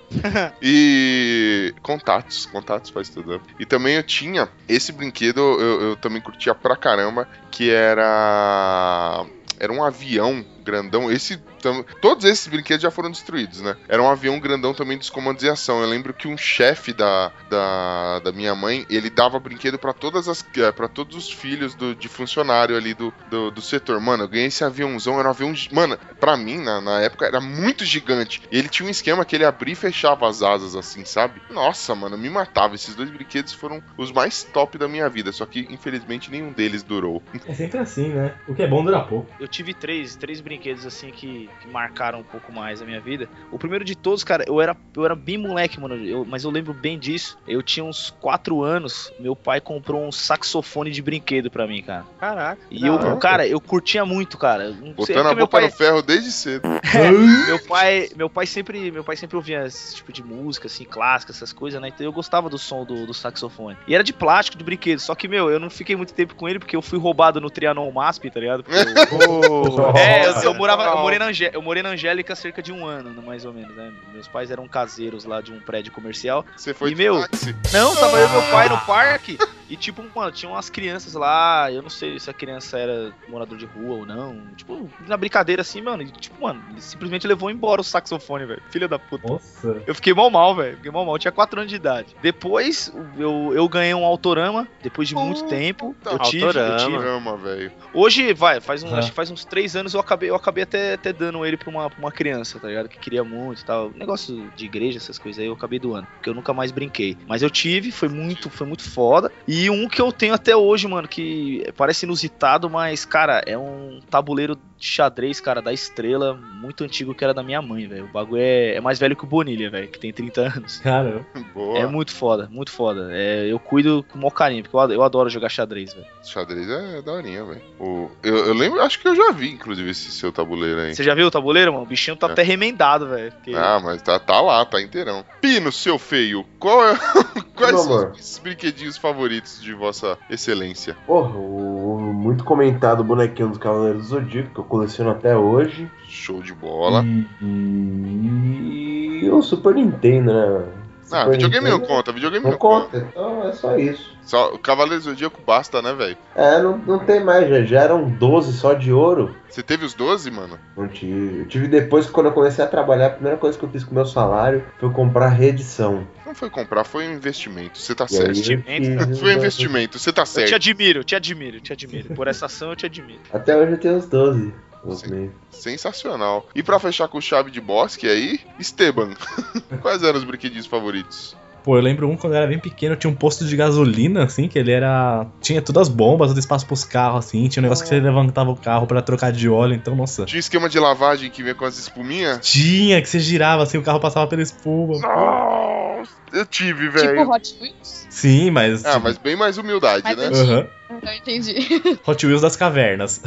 Speaker 2: E contatos, contatos faz tudo. né? E também eu tinha esse brinquedo, eu, eu também curtia pra caramba, que era. Era um avião grandão. Esse tam- todos esses brinquedos já foram destruídos, né? Era um avião grandão também dos comandos em ação. Eu lembro que um chefe da, da, da minha mãe, ele dava brinquedo pra todas as para todos os filhos do, de funcionário ali do, do, do setor. Mano, eu ganhei esse aviãozão, era um avião, gi- mano, pra mim na, na época era muito gigante. E ele tinha um esquema que ele abria e fechava as asas assim, sabe? Nossa, mano, me matava. Esses dois brinquedos foram os mais top da minha vida, só que infelizmente nenhum deles durou.
Speaker 4: É sempre assim, né? O que é bom dura pouco.
Speaker 8: Eu tive três, três brinquedos assim que, que marcaram um pouco mais a minha vida. O primeiro de todos, cara, eu era, eu era bem moleque, mano, eu- mas eu lembro bem disso. Eu tinha uns quatro anos, meu pai comprou um saxofone de brinquedo pra mim, cara.
Speaker 5: Caraca.
Speaker 8: E
Speaker 5: da
Speaker 8: eu,
Speaker 5: hora.
Speaker 8: cara, eu curtia muito, cara. Eu Não sei,
Speaker 2: Botando a
Speaker 8: porque é meu
Speaker 2: boca
Speaker 8: pai, É,
Speaker 2: no ferro desde cedo.
Speaker 8: meu pai, meu pai sempre, meu pai sempre ouvia esse tipo de música assim, clássica, essas coisas, né? Então eu gostava do som do, do saxofone. E era de plástico, de brinquedo, só que meu, eu não fiquei muito tempo com ele porque eu fui roubado no Trianon MASP, tá ligado? Porque eu- é, eu, eu morava, eu morei, na Angé- eu morei na Angélica há cerca de um ano, né, mais ou menos, né? Meus pais eram caseiros lá de um prédio comercial.
Speaker 2: Você foi
Speaker 8: e, meu,
Speaker 2: táxi?
Speaker 8: não, tava eu e meu pai no parque. E tipo, mano, tinha umas crianças lá, eu não sei se a criança era morador de rua ou não. Tipo, na brincadeira assim, mano. E, tipo, mano, ele simplesmente levou embora o saxofone, velho. Filha da puta.
Speaker 4: Nossa.
Speaker 8: Eu fiquei mal mal, velho. Fiquei mal mal. Eu tinha 4 anos de idade. Depois, eu, eu ganhei um Autorama, depois de muito tempo. Eu tive, eu tive.
Speaker 2: Drama, velho.
Speaker 8: Hoje, vai, faz, um,
Speaker 4: Ah.
Speaker 8: acho que faz uns três anos eu acabei, eu acabei até, até dando ele pra uma, pra uma criança, tá ligado? Que queria muito e tal. Negócio de igreja, essas coisas aí, eu acabei doando. Porque eu nunca mais brinquei. Mas eu tive, foi muito, foi muito foda. E um que eu tenho até hoje, mano, que parece inusitado, mas, cara, é um tabuleiro de xadrez, cara, da estrela, muito antigo que era da minha mãe, velho. O bagulho é, é mais velho que o Bonilha, velho, que tem 30 anos.
Speaker 4: Cara,
Speaker 2: Boa.
Speaker 8: É muito foda, muito foda. É, eu cuido com o maior carinho, porque eu ado- eu adoro jogar xadrez, velho.
Speaker 2: Xadrez é daorinha, velho. O- Eu, eu lembro, acho que eu já vi, inclusive, esse seu tabuleiro aí.
Speaker 8: Você já viu o tabuleiro, mano? O bichinho tá
Speaker 2: É.
Speaker 8: até remendado, velho. porque-
Speaker 2: Ah, mas tá, tá lá, tá inteirão. Pino, seu feio, qual é- quais
Speaker 9: Não,
Speaker 2: são
Speaker 9: amor.
Speaker 2: os brinquedinhos favoritos de vossa excelência?
Speaker 9: Porra, o muito comentado bonequinho dos Cavaleiros do Zodíaco, que eu coleciono até hoje.
Speaker 2: Show de bola.
Speaker 9: E o Super Nintendo, né?
Speaker 2: Ah,
Speaker 9: Super
Speaker 2: videogame não
Speaker 9: Nintendo
Speaker 2: conta, videogame
Speaker 9: Não
Speaker 2: não
Speaker 9: conta, então é só isso.
Speaker 2: Só, o Cavaleiro do Zodíaco basta, né, velho?
Speaker 9: É, não, não tem mais, já, já eram 12 só de ouro.
Speaker 2: Você teve os 12, mano?
Speaker 9: Não tive. Eu tive depois que quando eu comecei a trabalhar, a primeira coisa que eu fiz com o meu salário foi comprar reedição.
Speaker 2: Não foi comprar, foi um investimento, você tá
Speaker 9: E aí eu
Speaker 2: certo.
Speaker 9: fiz-
Speaker 2: Foi um investimento, você tá
Speaker 8: né? Eu te
Speaker 2: certo.
Speaker 8: admiro, te admiro, te admiro. Por essa ação eu te admiro.
Speaker 9: Até hoje eu tenho os 12. Os
Speaker 2: Sim.
Speaker 9: meus.
Speaker 2: Sensacional. E pra fechar com chave de bosque aí, Esteban, quais eram os brinquedinhos favoritos?
Speaker 4: Pô, eu lembro um quando eu era bem pequeno, tinha um posto de gasolina, assim, que ele era. Tinha todas as bombas, todo espaço pros carros, assim, tinha um negócio que você levantava o carro pra trocar de óleo, então, nossa.
Speaker 2: Tinha esquema de lavagem que vinha com as espuminhas?
Speaker 4: Tinha, que você girava, assim, o carro passava pela espuma.
Speaker 2: Nossa, eu tive, velho.
Speaker 6: Tipo Hot Wheels?
Speaker 4: Sim, mas.
Speaker 2: Ah, mas bem mais
Speaker 4: Tá
Speaker 2: humildade,
Speaker 6: Mas
Speaker 2: né?
Speaker 6: antes-
Speaker 4: Aham.
Speaker 6: Não entendi.
Speaker 4: Hot Wheels das cavernas.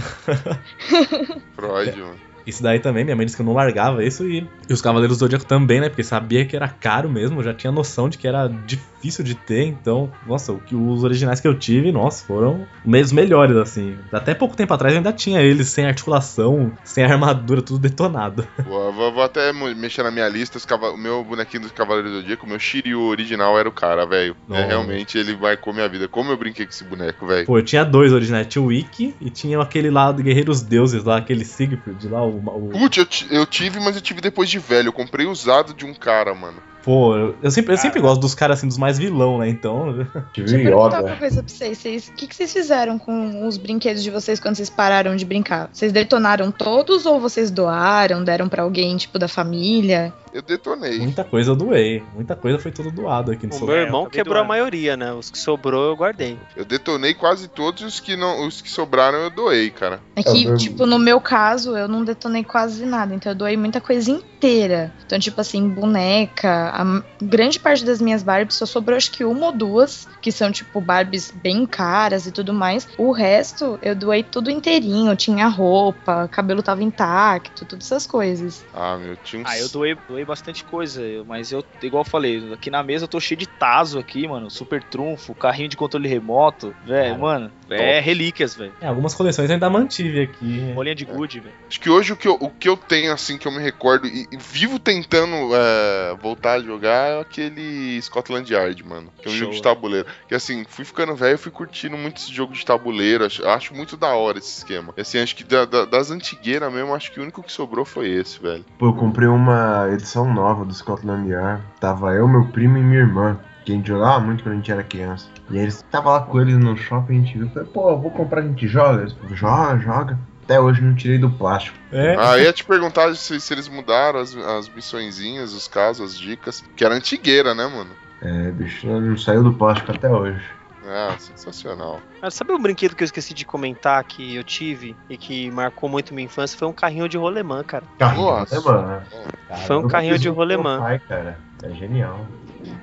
Speaker 2: Freud, mano.
Speaker 4: É. Isso daí também, minha mãe disse que eu não largava isso e, e os Cavaleiros do Zodíaco também, né? Porque sabia que era caro mesmo, eu já tinha noção de que era difícil de ter, então, nossa, o que os originais que eu tive, nossa, foram meios melhores, assim. Até pouco tempo atrás eu ainda tinha eles sem articulação, sem armadura, tudo detonado.
Speaker 2: Vou, vou- vou até mo- mexer na minha lista. os cava- O meu bonequinho dos Cavaleiros do Zodíaco, o meu Shiryu original era o cara, velho. É,
Speaker 4: Nossa.
Speaker 2: realmente ele marcou minha vida. Como eu brinquei com esse boneco, velho.
Speaker 4: Pô, eu tinha dois originais, tinha o Ikki e tinha aquele lá do Guerreiros Deuses, lá, aquele Siegfried lá, o. o-
Speaker 2: Putz, eu, ti- eu tive, mas eu tive depois de velho. Eu comprei usado de um cara, mano.
Speaker 4: Pô, eu- eu sempre, eu sempre gosto dos caras assim, dos mais vilão, né? Então.
Speaker 9: Tive
Speaker 6: Vou perguntar uma coisa pra vocês. Vocês- O que, que vocês fizeram com os brinquedos de vocês quando vocês pararam de brincar? Vocês detonaram todos ou vocês doaram, deram pra alguém, tipo, da família?
Speaker 2: Eu detonei.
Speaker 4: Muita coisa eu doei. Muita coisa foi tudo doado aqui no
Speaker 5: O
Speaker 4: Sul.
Speaker 8: É,
Speaker 5: meu irmão quebrou a maioria, né? Os que sobrou eu guardei.
Speaker 2: Eu detonei quase todos e os que não, os que sobraram eu doei, cara.
Speaker 6: É que, tipo, no meu caso, eu não detonei quase nada, então eu doei muita coisa inteira. Então, tipo assim, boneca, a m- grande parte das minhas Barbies só sobrou acho que uma ou duas, que são, tipo, Barbies bem caras e tudo mais. O resto, eu doei tudo inteirinho, tinha roupa, cabelo tava intacto, todas essas coisas.
Speaker 2: Ah, meu, tinha uns...
Speaker 8: Ah, eu doei, doei bastante coisa, eu- mas eu, igual eu falei, aqui na mesa eu tô cheio de taso aqui, mano. Super trunfo, carrinho de controle remoto, velho, mano. É relíquias, velho.
Speaker 4: É, algumas coleções eu ainda mantive aqui.
Speaker 8: Bolinha de gude, velho.
Speaker 2: Acho que hoje o que eu, o que eu tenho, assim, que eu me recordo e, e vivo tentando é, voltar a jogar é aquele Scotland Yard, mano. Que é um
Speaker 8: Show,
Speaker 2: jogo de
Speaker 8: né?
Speaker 2: tabuleiro. Que assim, fui ficando velho, fui curtindo muito esse jogo de tabuleiro. Acho, acho muito da hora esse esquema. E, assim, acho que da- da- das antigueiras mesmo, acho que o único que sobrou foi esse, velho.
Speaker 9: Pô, eu comprei uma edição nova do Scotland Yard. Tava eu, meu primo e minha irmã. Que a gente jogava muito quando a gente era criança. E aí eles tava lá com eles no shopping, a gente viu. Falei, pô, eu vou comprar, a gente joga. Eles falaram, joga, joga. Até hoje não tirei do plástico.
Speaker 4: É.
Speaker 2: Ah, eu ia te perguntar se, se eles mudaram as, as missõezinhas, os casos, as dicas. Que era antigueira, né, mano?
Speaker 9: É, bicho, não saiu do plástico até hoje.
Speaker 2: Ah, sensacional.
Speaker 5: Cara, sabe um brinquedo que eu esqueci de comentar que eu tive e que marcou muito minha infância? Foi um carrinho de rolemã, cara.
Speaker 9: Carrinho
Speaker 2: Nossa. É.
Speaker 9: de rolemã. né?
Speaker 5: Foi um
Speaker 9: Eu
Speaker 5: carrinho
Speaker 9: fiz
Speaker 5: de
Speaker 9: isso com meu
Speaker 5: rolemã.
Speaker 9: pai, cara. É genial.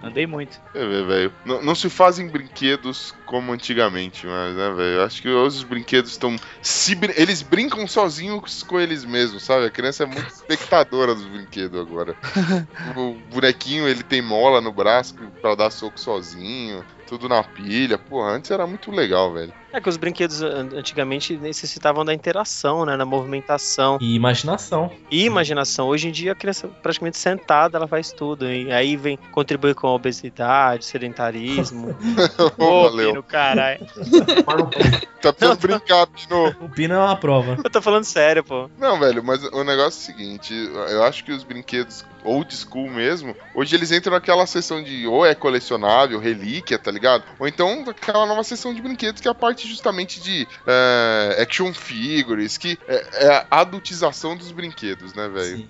Speaker 8: Andei muito.
Speaker 2: É, vê, velho. Não, não se fazem brinquedos como antigamente, mas, né, velho? Acho que hoje os brinquedos estão. se brin- Eles brincam sozinhos com eles mesmos, sabe? A criança é muito espectadora dos brinquedos agora. o bonequinho, ele tem mola no braço pra dar soco sozinho, tudo na pilha. Porra, antes era muito legal, velho.
Speaker 5: É que os brinquedos an- antigamente necessitavam da interação, né? Da movimentação
Speaker 4: E imaginação.
Speaker 5: e imaginação. Hoje em dia a criança praticamente sentada, ela faz tudo. E aí vem contribuir com a obesidade, sedentarismo.
Speaker 2: Ô,
Speaker 8: Pino,
Speaker 2: valeu.
Speaker 8: caralho.
Speaker 2: Tá precisando brincar, Pino.
Speaker 4: O Pino é uma prova.
Speaker 5: Eu tô falando sério, pô.
Speaker 2: Não, velho, mas o negócio é o seguinte, eu acho que os brinquedos old school mesmo, hoje eles entram naquela seção de ou é colecionável, relíquia, tá ligado? Ou então aquela nova seção de brinquedos que é a parte justamente de eh, action figures, que é, é a adultização dos brinquedos, né, velho?
Speaker 4: Sim.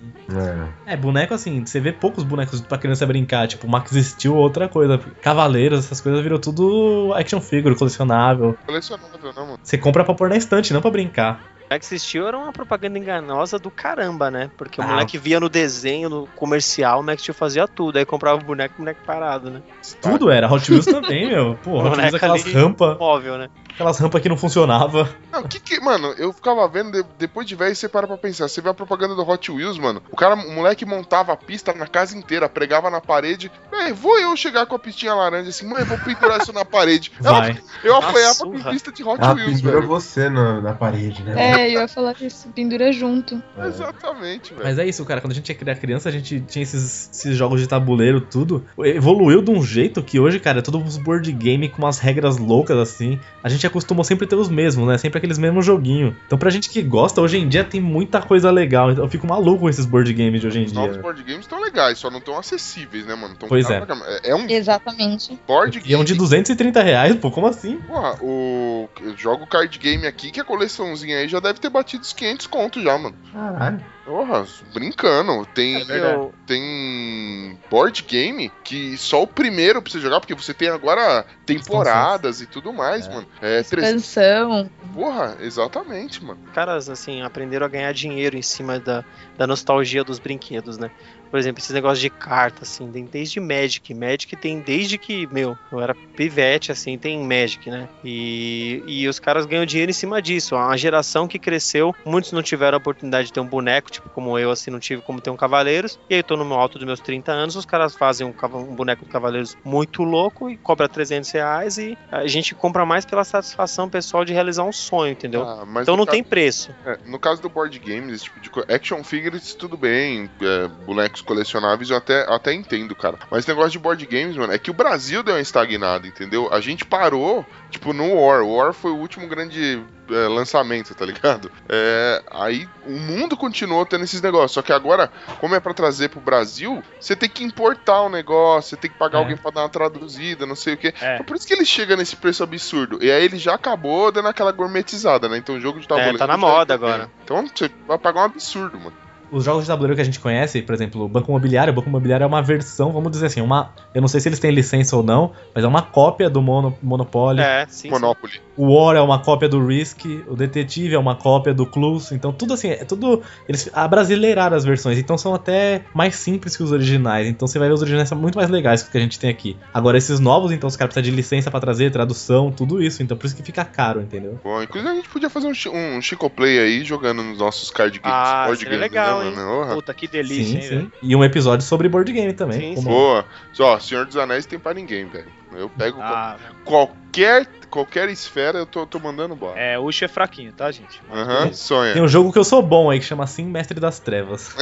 Speaker 9: É.
Speaker 4: É, boneco assim, você vê poucos bonecos pra criança brincar, tipo, Max Steel ou outra coisa. Cavaleiros, essas coisas virou tudo action figure, colecionável.
Speaker 2: Colecionável, não, mano?
Speaker 4: Você compra pra pôr na estante, não pra brincar.
Speaker 5: É que existiu era uma propaganda enganosa do caramba, né? Porque o
Speaker 4: Ah.
Speaker 5: moleque via no desenho, no comercial, o Max Steel fazia tudo. Aí comprava o boneco, o boneco parado, né?
Speaker 2: Tá.
Speaker 4: Tudo era, Hot Wheels também, meu. Pô, Hot Wheels é
Speaker 5: Boneca
Speaker 4: aquelas
Speaker 5: ali.
Speaker 4: rampas,
Speaker 5: Móvel, né?
Speaker 4: aquelas rampas que não funcionava.
Speaker 2: Não, que que, mano, eu ficava vendo, de- depois de velho, você para pra pensar. Você vê a propaganda do Hot Wheels, mano. O cara, o moleque montava a pista na casa inteira, pregava na parede. Véi, vou eu chegar com a pistinha laranja assim, mãe, vou pendurar isso na parede.
Speaker 4: Vai.
Speaker 2: Eu
Speaker 5: Uma
Speaker 2: apanhava
Speaker 5: surra.
Speaker 2: com pista de Hot
Speaker 9: Ela
Speaker 2: Wheels,
Speaker 9: pendurou
Speaker 2: velho.
Speaker 9: você na, na parede, né?
Speaker 6: É, eu ia falar isso, pendura junto.
Speaker 4: É.
Speaker 2: Exatamente, velho.
Speaker 4: Mas é isso, cara. Quando a gente era criança, a gente tinha esses, esses jogos de tabuleiro, tudo. Evoluiu de um jeito que hoje, cara, é tudo uns board game com umas regras loucas, assim. A gente acostumou sempre ter os mesmos, né? Sempre aqueles mesmos joguinhos. Então, pra gente que gosta, hoje em dia tem muita coisa legal. Então, eu fico maluco com esses board games de hoje em
Speaker 2: Os novos
Speaker 4: dia.
Speaker 2: board games estão legais, só não estão acessíveis, né, mano? Tão
Speaker 4: Pois
Speaker 2: caro
Speaker 4: é.
Speaker 2: pra caramba. É um
Speaker 6: Exatamente.
Speaker 2: board game.
Speaker 4: E é um de 230 reais, pô, como assim?
Speaker 2: Porra, o... eu jogo card game aqui, que a coleçãozinha aí já deve ter batido os 500 conto já, mano.
Speaker 9: Caralho.
Speaker 2: Porra, brincando.
Speaker 5: É
Speaker 2: Tem,
Speaker 8: verdade.
Speaker 5: Eu-
Speaker 2: tem board game que só o primeiro pra você jogar, porque você tem agora temporadas e tudo mais, mano. É, treze-
Speaker 6: Expansão.
Speaker 2: Porra, exatamente, mano.
Speaker 5: caras assim aprenderam a ganhar dinheiro em cima da, da nostalgia dos brinquedos, né? Por exemplo, esses negócios de carta, assim, tem desde Magic. Magic tem desde que, meu, eu era pivete, assim, tem Magic, né? E, e os caras ganham dinheiro em cima disso. A geração que cresceu, muitos não tiveram a oportunidade de ter um boneco, tipo, como eu, assim, não tive como ter um Cavaleiros. E aí eu tô no meu alto dos meus 30 anos, os caras fazem um, cava- um boneco do Cavaleiros muito louco e cobra 300 reais e a gente compra mais pela satisfação pessoal de realizar um sonho, entendeu?
Speaker 2: Ah, mas
Speaker 5: então
Speaker 2: no
Speaker 5: não
Speaker 2: ca-
Speaker 5: tem preço.
Speaker 2: É, no caso do board games, esse tipo de coisa, action figures, tudo bem, é, bonecos colecionáveis, eu até, eu até entendo, cara. Mas esse negócio de board games, mano, é que o Brasil deu uma estagnada, entendeu? A gente parou, tipo, no War. O War foi o último grande é, lançamento, tá ligado? É, aí o mundo continuou tendo esses negócios. Só que agora, como é pra trazer pro Brasil, você tem que importar o negócio, você tem que
Speaker 5: É.
Speaker 2: pagar alguém pra dar uma traduzida, não sei o quê. É. Por isso que ele chega nesse preço absurdo. E aí ele já acabou dando aquela gourmetizada, né? Então o jogo de tabuleiro.
Speaker 5: tá na
Speaker 2: já
Speaker 5: moda
Speaker 2: também.
Speaker 5: agora.
Speaker 2: Então você vai pagar um absurdo, mano.
Speaker 4: os jogos de tabuleiro que a gente conhece, por exemplo, o Banco Imobiliário, o Banco Imobiliário é uma versão, vamos dizer assim, uma. Eu não sei se eles têm licença ou não, mas é uma cópia do Mono, Monopoly.
Speaker 5: É, sim.
Speaker 2: Monopoly.
Speaker 4: O War é uma cópia do Risk, o Detetive é uma cópia do Clues, então tudo assim, é tudo. Eles abrasileiraram as versões, então são até mais simples que os originais. Então você vai ver os originais são muito mais legais que o que a gente tem aqui. Agora, esses novos, então, os caras precisam de licença pra trazer, tradução, tudo isso, então por isso que fica caro, entendeu?
Speaker 2: Bom, inclusive a gente podia fazer um, chi- um Chico Play aí jogando nos nossos card games.
Speaker 5: Ah,
Speaker 2: board
Speaker 5: seria
Speaker 2: games,
Speaker 5: legal,
Speaker 2: né,
Speaker 5: hein?
Speaker 2: mano? Porra.
Speaker 5: Puta, que delícia, hein, velho?
Speaker 4: E um episódio sobre board game também.
Speaker 8: Né?
Speaker 4: como não.
Speaker 2: Boa. Ó, Senhor dos Anéis tem pra ninguém, velho. Eu pego
Speaker 8: Ah,
Speaker 2: qual- qualquer, qualquer esfera, eu tô, tô mandando bola.
Speaker 8: é, o Ucho é fraquinho, tá, gente? Mas
Speaker 2: Aham,
Speaker 8: beleza.
Speaker 2: sonha.
Speaker 4: Tem um jogo que eu sou bom aí, que chama assim Mestre das Trevas.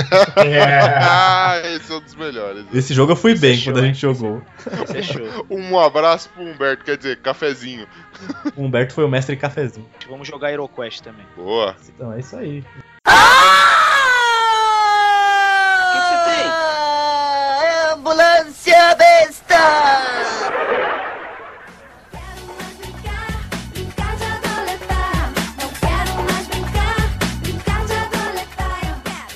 Speaker 2: ah, esse é um dos melhores.
Speaker 4: Esse jogo eu fui bem
Speaker 8: show,
Speaker 4: quando a gente jogou.
Speaker 8: Esse é show.
Speaker 2: Um abraço pro Humberto, quer dizer, cafezinho.
Speaker 4: O Humberto foi o mestre cafezinho.
Speaker 8: Vamos jogar HeroQuest também.
Speaker 2: Boa.
Speaker 4: Então é isso aí.
Speaker 11: Ah, ambulância besta!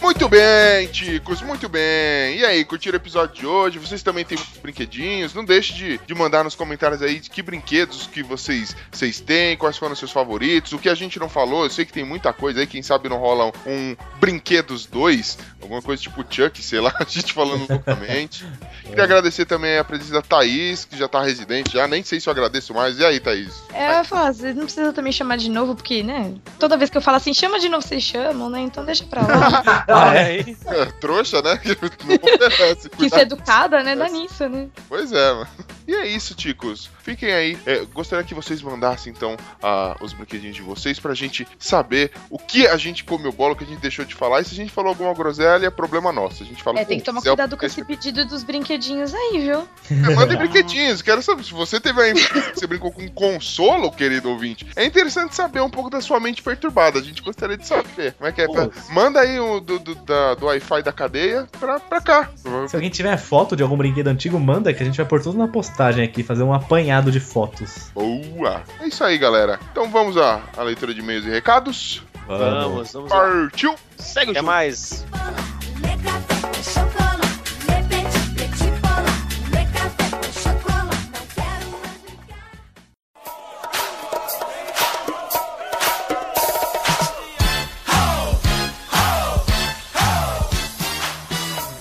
Speaker 2: Muito bem, ticos, muito bem. E aí, curtiram o episódio de hoje? Vocês também têm muitos brinquedinhos? Não deixe de, de mandar nos comentários aí de que brinquedos que vocês, vocês têm, quais foram os seus favoritos, o que a gente não falou. Eu sei que tem muita coisa aí, quem sabe não rola um, um Brinquedos 2, alguma coisa tipo Chuck, sei lá, a gente falando loucamente. Queria agradecer também a presença da Thaís, que já tá residente já, nem sei se eu agradeço mais. E aí, Thaís?
Speaker 6: É, eu falo, vocês não precisam também chamar de novo, porque, né? Toda vez que eu falo assim, chama de novo, vocês chamam, né? Então deixa pra lá.
Speaker 4: Ah, é?
Speaker 2: É, trouxa, né? Que Não oferece.
Speaker 6: Quis
Speaker 2: Cuidado
Speaker 6: ser educada, né? Dá nisso, né?
Speaker 2: Pois é, mano. E é isso, ticos. Fiquem aí. É, gostaria que vocês mandassem, então, a- os brinquedinhos de vocês pra gente saber o que a gente comeu bola, o que a gente deixou de falar. E se a gente falou alguma groselha, é problema nosso. A gente fala
Speaker 6: É, tem que
Speaker 2: "Pô,
Speaker 6: tomar
Speaker 2: Zé,
Speaker 6: cuidado com esse pedido dos brinquedinhos aí, viu?
Speaker 2: É, mandem brinquedinhos. Quero saber se você teve aí. Você brincou com um consolo, querido ouvinte. É interessante saber um pouco da sua mente perturbada. A gente gostaria de saber. Como é que é?
Speaker 4: Pô.
Speaker 2: Manda aí o do, do, da- do Wi-Fi da cadeia pra, pra cá.
Speaker 4: Se alguém tiver foto de algum brinquedo antigo, manda que a gente vai pôr tudo na postagem aqui, fazer um apanhado de fotos.
Speaker 2: Boa! É isso aí, galera. Então vamos à, à leitura de e-mails e recados.
Speaker 5: Vamos, vamos lá.
Speaker 2: Partiu!
Speaker 8: Segue o
Speaker 5: Até
Speaker 8: jogo.
Speaker 5: mais.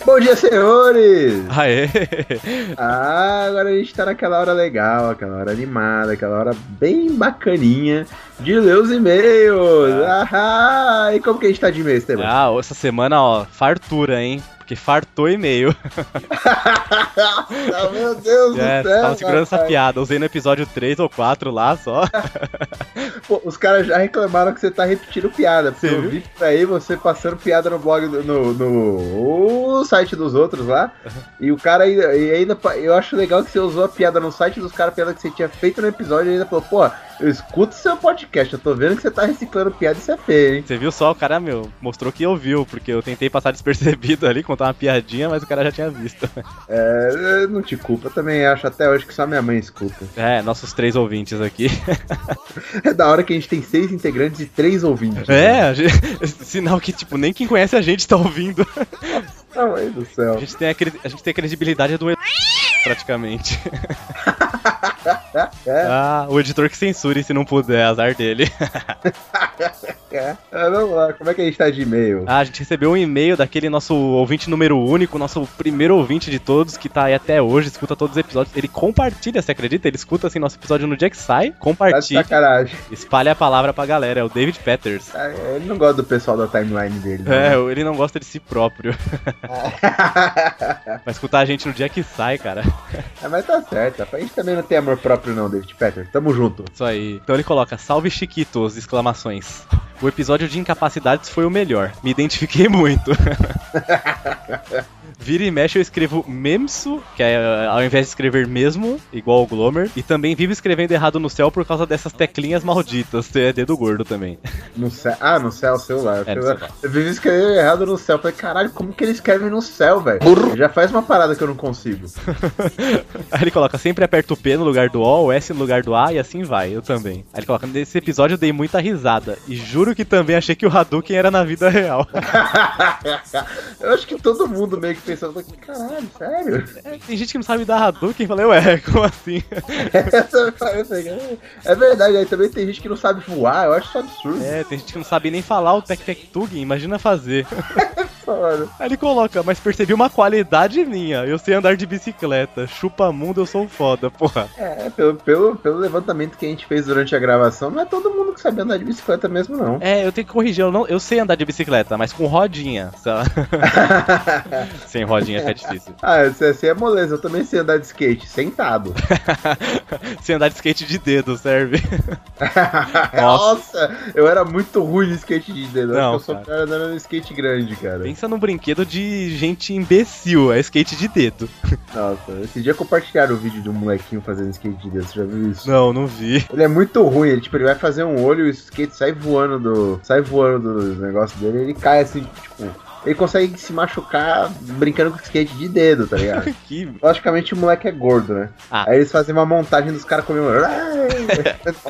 Speaker 9: Bom dia, senhores!
Speaker 4: Aê!
Speaker 9: Ah, agora a gente tá naquela hora legal, aquela hora animada, aquela hora bem bacaninha de ler os e-mails. Ah. e como que a gente tá de e-mail, Esteban?
Speaker 12: Ah, essa semana, ó, fartura, hein? Porque fartou e-mail.
Speaker 9: Ah, meu Deus
Speaker 12: É,
Speaker 9: do céu!
Speaker 12: tava segurando essa
Speaker 9: rapaz.
Speaker 12: piada. Usei no episódio 3 ou 4 lá só.
Speaker 9: Pô, os caras já reclamaram que você tá repetindo piada. Porque
Speaker 12: Você
Speaker 9: eu
Speaker 12: viu?
Speaker 9: vi por aí você passando piada no blog, do- no, no, no site dos outros lá. E o cara ainda, e ainda. pa- Eu acho legal que você usou a piada no site dos caras, a piada que você tinha feito no episódio. E ainda falou, pô, eu escuto seu podcast. Eu tô vendo que você tá reciclando piada. Isso é feio, hein?
Speaker 12: Você viu só? O cara, meu, mostrou que ouviu, porque eu tentei passar despercebido ali, contar uma piadinha, mas o cara já tinha visto.
Speaker 9: É, não te culpa. Eu também acho até hoje que só minha mãe escuta.
Speaker 12: É, nossos três ouvintes aqui.
Speaker 9: É da hora que a gente tem seis integrantes e três ouvintes.
Speaker 12: É, a gente- sinal que, tipo, nem quem conhece a gente tá ouvindo.
Speaker 9: Ah, mãe do céu.
Speaker 12: A gente tem a, cre- a gente tem a credibilidade do Edu, praticamente.
Speaker 9: Tá? É.
Speaker 4: Ah, o editor que censure se não puder, azar dele.
Speaker 9: É. Ah, vamos lá, como é que a gente tá de e-mail?
Speaker 4: Ah, a gente recebeu um e-mail daquele nosso ouvinte número único, nosso primeiro ouvinte de todos, que tá aí até hoje, escuta todos os episódios. Ele compartilha, você acredita? Ele escuta assim nosso episódio no dia que sai, compartilha.
Speaker 9: sacanagem.
Speaker 4: Espalha a palavra pra galera, é o David Peters.
Speaker 9: Ah, Ele não gosta do pessoal da timeline dele. né?
Speaker 4: É, ele não gosta de si próprio. Vai escutar a gente no dia que sai, cara.
Speaker 9: É, mas tá certo. A gente também não tem amor próprio, não, David Petter. Tamo junto.
Speaker 4: Isso aí. Então ele coloca: Salve Chiquitos! Exclamações. O episódio de incapacidades foi o melhor. Me identifiquei muito. Vira e mexe eu escrevo memso, que é ao invés de escrever mesmo, igual o Glomer. E também vivo escrevendo errado no céu por causa dessas teclinhas malditas. Você é dedo gordo também.
Speaker 9: No céu. Ah, no céu, celular.
Speaker 4: É, no
Speaker 9: celular.
Speaker 4: celular.
Speaker 9: Eu vivi escrevendo errado no céu. Eu Falei, caralho, como que ele escreve no céu, velho? Já faz uma parada que eu não consigo.
Speaker 4: Aí ele coloca, sempre aperta o P no lugar do O, o S no lugar do A e assim vai, eu também. Aí ele coloca, nesse episódio eu dei muita risada e juro que também achei que o Hadouken era na vida real.
Speaker 9: eu acho que todo mundo meio que pensou, falei, caralho, sério?
Speaker 4: É, tem gente que não sabe dar Hadouken, falei, ué, como assim?
Speaker 9: é verdade, aí também tem gente que não sabe voar, eu acho isso absurdo.
Speaker 4: É, tem gente que não sabe nem falar o Tec-Tec-Tug, imagina fazer. Aí ele coloca, mas percebi uma qualidade minha, eu sei andar de bicicleta, chupa mundo, eu sou foda, porra.
Speaker 9: É, pelo, pelo, pelo levantamento que a gente fez durante a gravação, não é todo mundo que sabe andar de bicicleta mesmo, não.
Speaker 4: É, eu tenho que corrigir, eu, não, eu sei andar de bicicleta, mas com rodinha. sei lá. Sem rodinha fica difícil.
Speaker 9: Ah, isso assim é moleza, eu também sei andar de skate, sentado.
Speaker 4: Sem andar de skate de dedo, serve.
Speaker 9: Nossa, eu era muito ruim de skate de dedo,
Speaker 4: Não,
Speaker 9: eu sou
Speaker 4: cara.
Speaker 9: pior andando no skate grande, cara.
Speaker 4: Pensa num brinquedo de gente imbecil, é skate de dedo.
Speaker 9: Nossa, esse dia compartilharam o vídeo de um molequinho fazendo skate de dedo, você já viu isso?
Speaker 4: Não, não vi.
Speaker 9: Ele é muito ruim, ele, tipo, ele vai fazer um olho e o skate sai voando do. sai voando do negócio dele, ele cai assim, tipo. Ele consegue se machucar brincando com skate de dedo, tá ligado?
Speaker 4: que...
Speaker 9: Logicamente o moleque é gordo, né?
Speaker 4: Ah.
Speaker 9: Aí eles fazem uma montagem dos caras comemorando.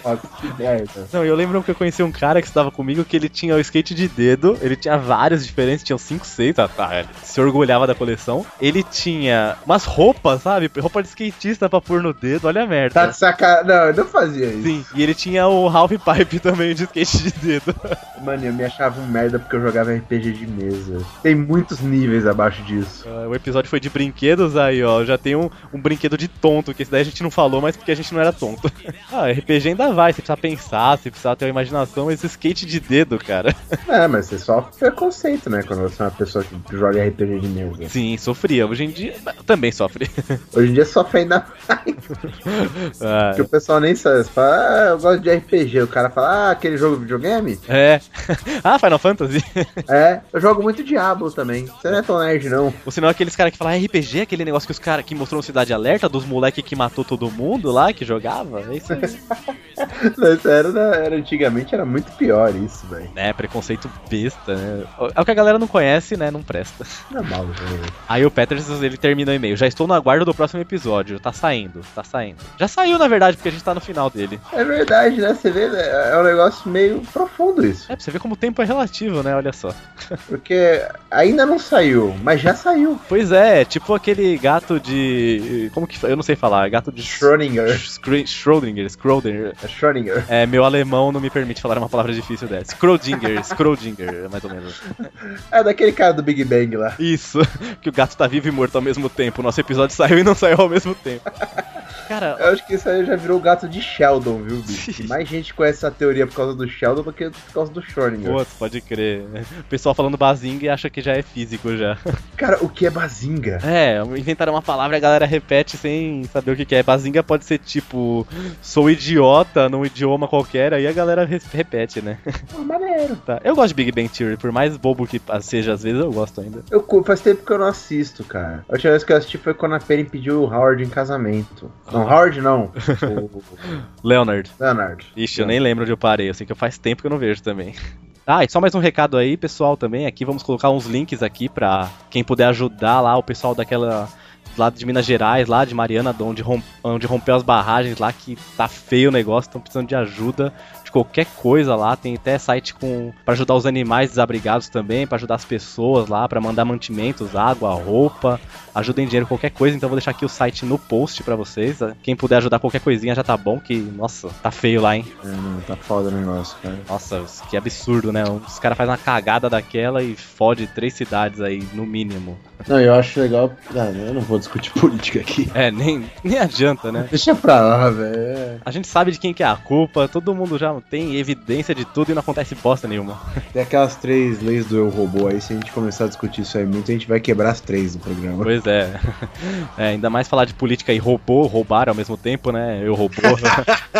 Speaker 9: Nossa, que merda.
Speaker 4: Não, eu lembro que eu conheci um cara que estava comigo que ele tinha o skate de dedo, ele tinha vários diferentes, tinha uns 5, 6, tá, tá, ele se orgulhava da coleção. Ele tinha umas roupas, sabe? Roupa de skatista pra pôr no dedo, olha a merda.
Speaker 9: Tá de sacanagem. Não, eu não fazia isso.
Speaker 4: Sim, e ele tinha o half pipe também de skate de dedo.
Speaker 9: Mano, eu me achava um merda porque eu jogava RPG de mesa. Tem muitos níveis abaixo disso.
Speaker 4: Ah, O episódio foi de brinquedos, aí ó, já tem um, um brinquedo de tonto, que esse daí a gente não falou, mas porque a gente não era tonto. Ah, RPG ainda vai, você precisa pensar, você precisa ter uma imaginação, mas esse skate de dedo, cara.
Speaker 9: É, mas você sofre preconceito, né? Quando você é uma pessoa que joga RPG de mesa.
Speaker 4: Sim, sofria. Hoje em dia também sofre.
Speaker 9: Hoje em dia sofre ainda mais.
Speaker 4: Ah,
Speaker 9: Que o pessoal nem sabe. Você fala, ah, eu gosto de RPG. O cara fala, ah, aquele jogo de videogame?
Speaker 4: é. Ah, Final Fantasy.
Speaker 9: É, eu jogo muito Diablo também. Você não é tão nerd, não.
Speaker 4: Ou senão aqueles caras que falam "Ah, RPG, é aquele negócio que os caras que mostrou no Cidade Alerta, dos moleque que matou todo mundo lá, que jogava. É isso aí.
Speaker 9: Não, isso era, da- era- antigamente era muito pior isso, velho.
Speaker 4: É, preconceito besta, né? É o que a galera não conhece, né? Não presta.
Speaker 9: Normal, velho.
Speaker 4: Aí o Peters, ele termina o e-mail. Já estou no aguardo do próximo episódio. Tá saindo, tá saindo. Já saiu, na verdade, porque a gente tá no final dele.
Speaker 9: É verdade, né? Você vê, né? é um negócio meio profundo isso.
Speaker 4: É, pra você ver como o tempo é relativo, né? Olha só.
Speaker 9: Porque ainda não saiu, mas já saiu.
Speaker 4: Pois é, tipo aquele gato de... Como que... fa- Eu não sei falar. Gato de...
Speaker 9: Schrödinger.
Speaker 4: Scre- Schrödinger, Schrödinger.
Speaker 9: É Schrödinger.
Speaker 4: É, meu alemão não me permite falar uma palavra difícil dessa. Schrödinger, Schrödinger, mais ou menos.
Speaker 9: É daquele cara do Big Bang lá.
Speaker 4: Isso, que o gato tá vivo e morto ao mesmo tempo. Nosso episódio saiu e não saiu ao mesmo tempo. Cara,
Speaker 9: Eu acho que isso aí já virou o gato de Sheldon, viu, bicho? Mais gente conhece essa teoria por causa do Sheldon do que por causa do Schrödinger.
Speaker 4: putz, pode crer. O pessoal falando bazinga e acha que já é físico já.
Speaker 9: Cara, o que é bazinga?
Speaker 4: É, inventaram uma palavra e a galera repete sem saber o que que é. Bazinga pode ser tipo, sou idiota num idioma qualquer, aí a galera re- repete, né?
Speaker 9: Pô, maneiro.
Speaker 4: Tá. Eu gosto de Big Bang Theory, por mais bobo que seja, às vezes eu gosto ainda.
Speaker 9: Eu, cu- faz tempo que eu não assisto, cara. A última vez que eu assisti foi quando a Penny pediu o Howard em casamento. Não,
Speaker 4: Ah.
Speaker 9: Howard não. O
Speaker 4: Leonard.
Speaker 9: Leonard.
Speaker 4: Ixi, eu nem lembro onde eu parei, eu sei que faz tempo que eu não vejo também. Ah, e só mais um recado aí, pessoal, também. Aqui vamos colocar uns links aqui pra quem puder ajudar lá o pessoal daquela lá de Minas Gerais, lá de Mariana, de onde, romp, onde rompeu as barragens lá, que tá feio o negócio, estão precisando de ajuda de qualquer coisa lá. Tem até site com para ajudar os animais desabrigados também, para ajudar as pessoas lá, para mandar mantimentos, água, roupa, ajuda em dinheiro, qualquer coisa. Então vou deixar aqui o site no post para vocês. Quem puder ajudar qualquer coisinha já tá bom, que, nossa, tá feio lá, hein?
Speaker 9: É, não, tá foda o negócio, cara.
Speaker 4: Nossa, que absurdo, né? Os caras fazem uma cagada daquela e fode três cidades aí, no mínimo.
Speaker 9: Não, eu acho legal. Ah, eu não vou discutir política aqui.
Speaker 4: É, nem, nem adianta, né?
Speaker 9: Deixa pra lá, velho.
Speaker 4: A gente sabe de quem que é a culpa, todo mundo já tem evidência de tudo e não acontece bosta nenhuma.
Speaker 9: Tem aquelas três leis do eu robô aí, se a gente começar a discutir isso aí muito, a gente vai quebrar as três do programa.
Speaker 4: Pois é. é ainda mais falar de política e robô, roubar ao mesmo tempo, né? Eu robô.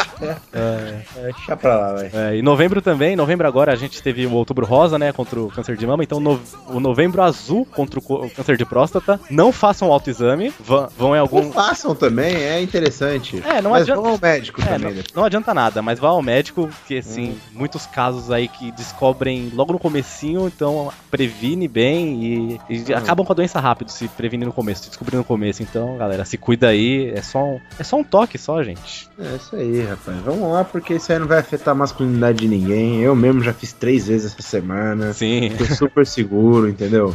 Speaker 9: é, deixa pra lá, velho.
Speaker 4: É, e novembro também, novembro agora a gente teve o outubro rosa, né? Contra o câncer de mama, então no, o novembro azul contra o, o câncer de próstata. Não façam autoexame, vão, vão em algum. Não
Speaker 9: façam também, é interessante.
Speaker 4: É, não
Speaker 9: mas
Speaker 4: adianta.
Speaker 9: Vão ao médico
Speaker 4: é,
Speaker 9: também. né?
Speaker 4: Não, não adianta nada, mas vá ao médico porque assim, hum. muitos casos aí que descobrem logo no comecinho, então previne bem e, e hum. acabam com a doença rápido, se prevenir no começo, se descobrir no começo. Então, galera, se cuida aí, é só um, é só um toque só, gente.
Speaker 9: É isso aí, rapaz. Vamos lá, porque isso aí não vai afetar a masculinidade de ninguém. Eu mesmo já fiz três vezes essa semana.
Speaker 4: Sim.
Speaker 9: Tô super seguro, entendeu?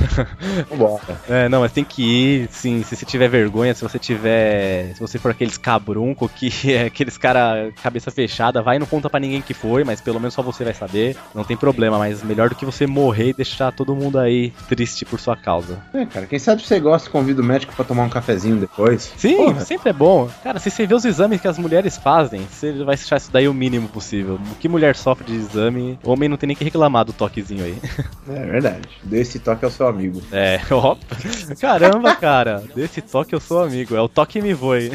Speaker 4: Vambora. É, não, mas tem que ir, sim, se você tiver vergonha, se você tiver, se você for aqueles cabrunco que é aqueles cara cabeça fechada, vai e não conta pra ninguém que foi, mas pelo menos só você vai saber. Não tem problema, mas melhor do que você morrer e deixar todo mundo aí triste por sua causa.
Speaker 9: É, cara, quem sabe você gosta, convida o médico para tomar um cafezinho depois.
Speaker 4: Sim, Porra. sempre é bom. Cara, se você vê os exames que as mulheres fazem, você vai achar isso daí o mínimo possível. Que mulher sofre de exame, homem não tem nem que reclamar do toquezinho aí.
Speaker 9: É verdade. Desse toque ao seu amigo.
Speaker 4: É, ó. Caramba, cara. Desse toque eu sou amigo. É o toque me voe.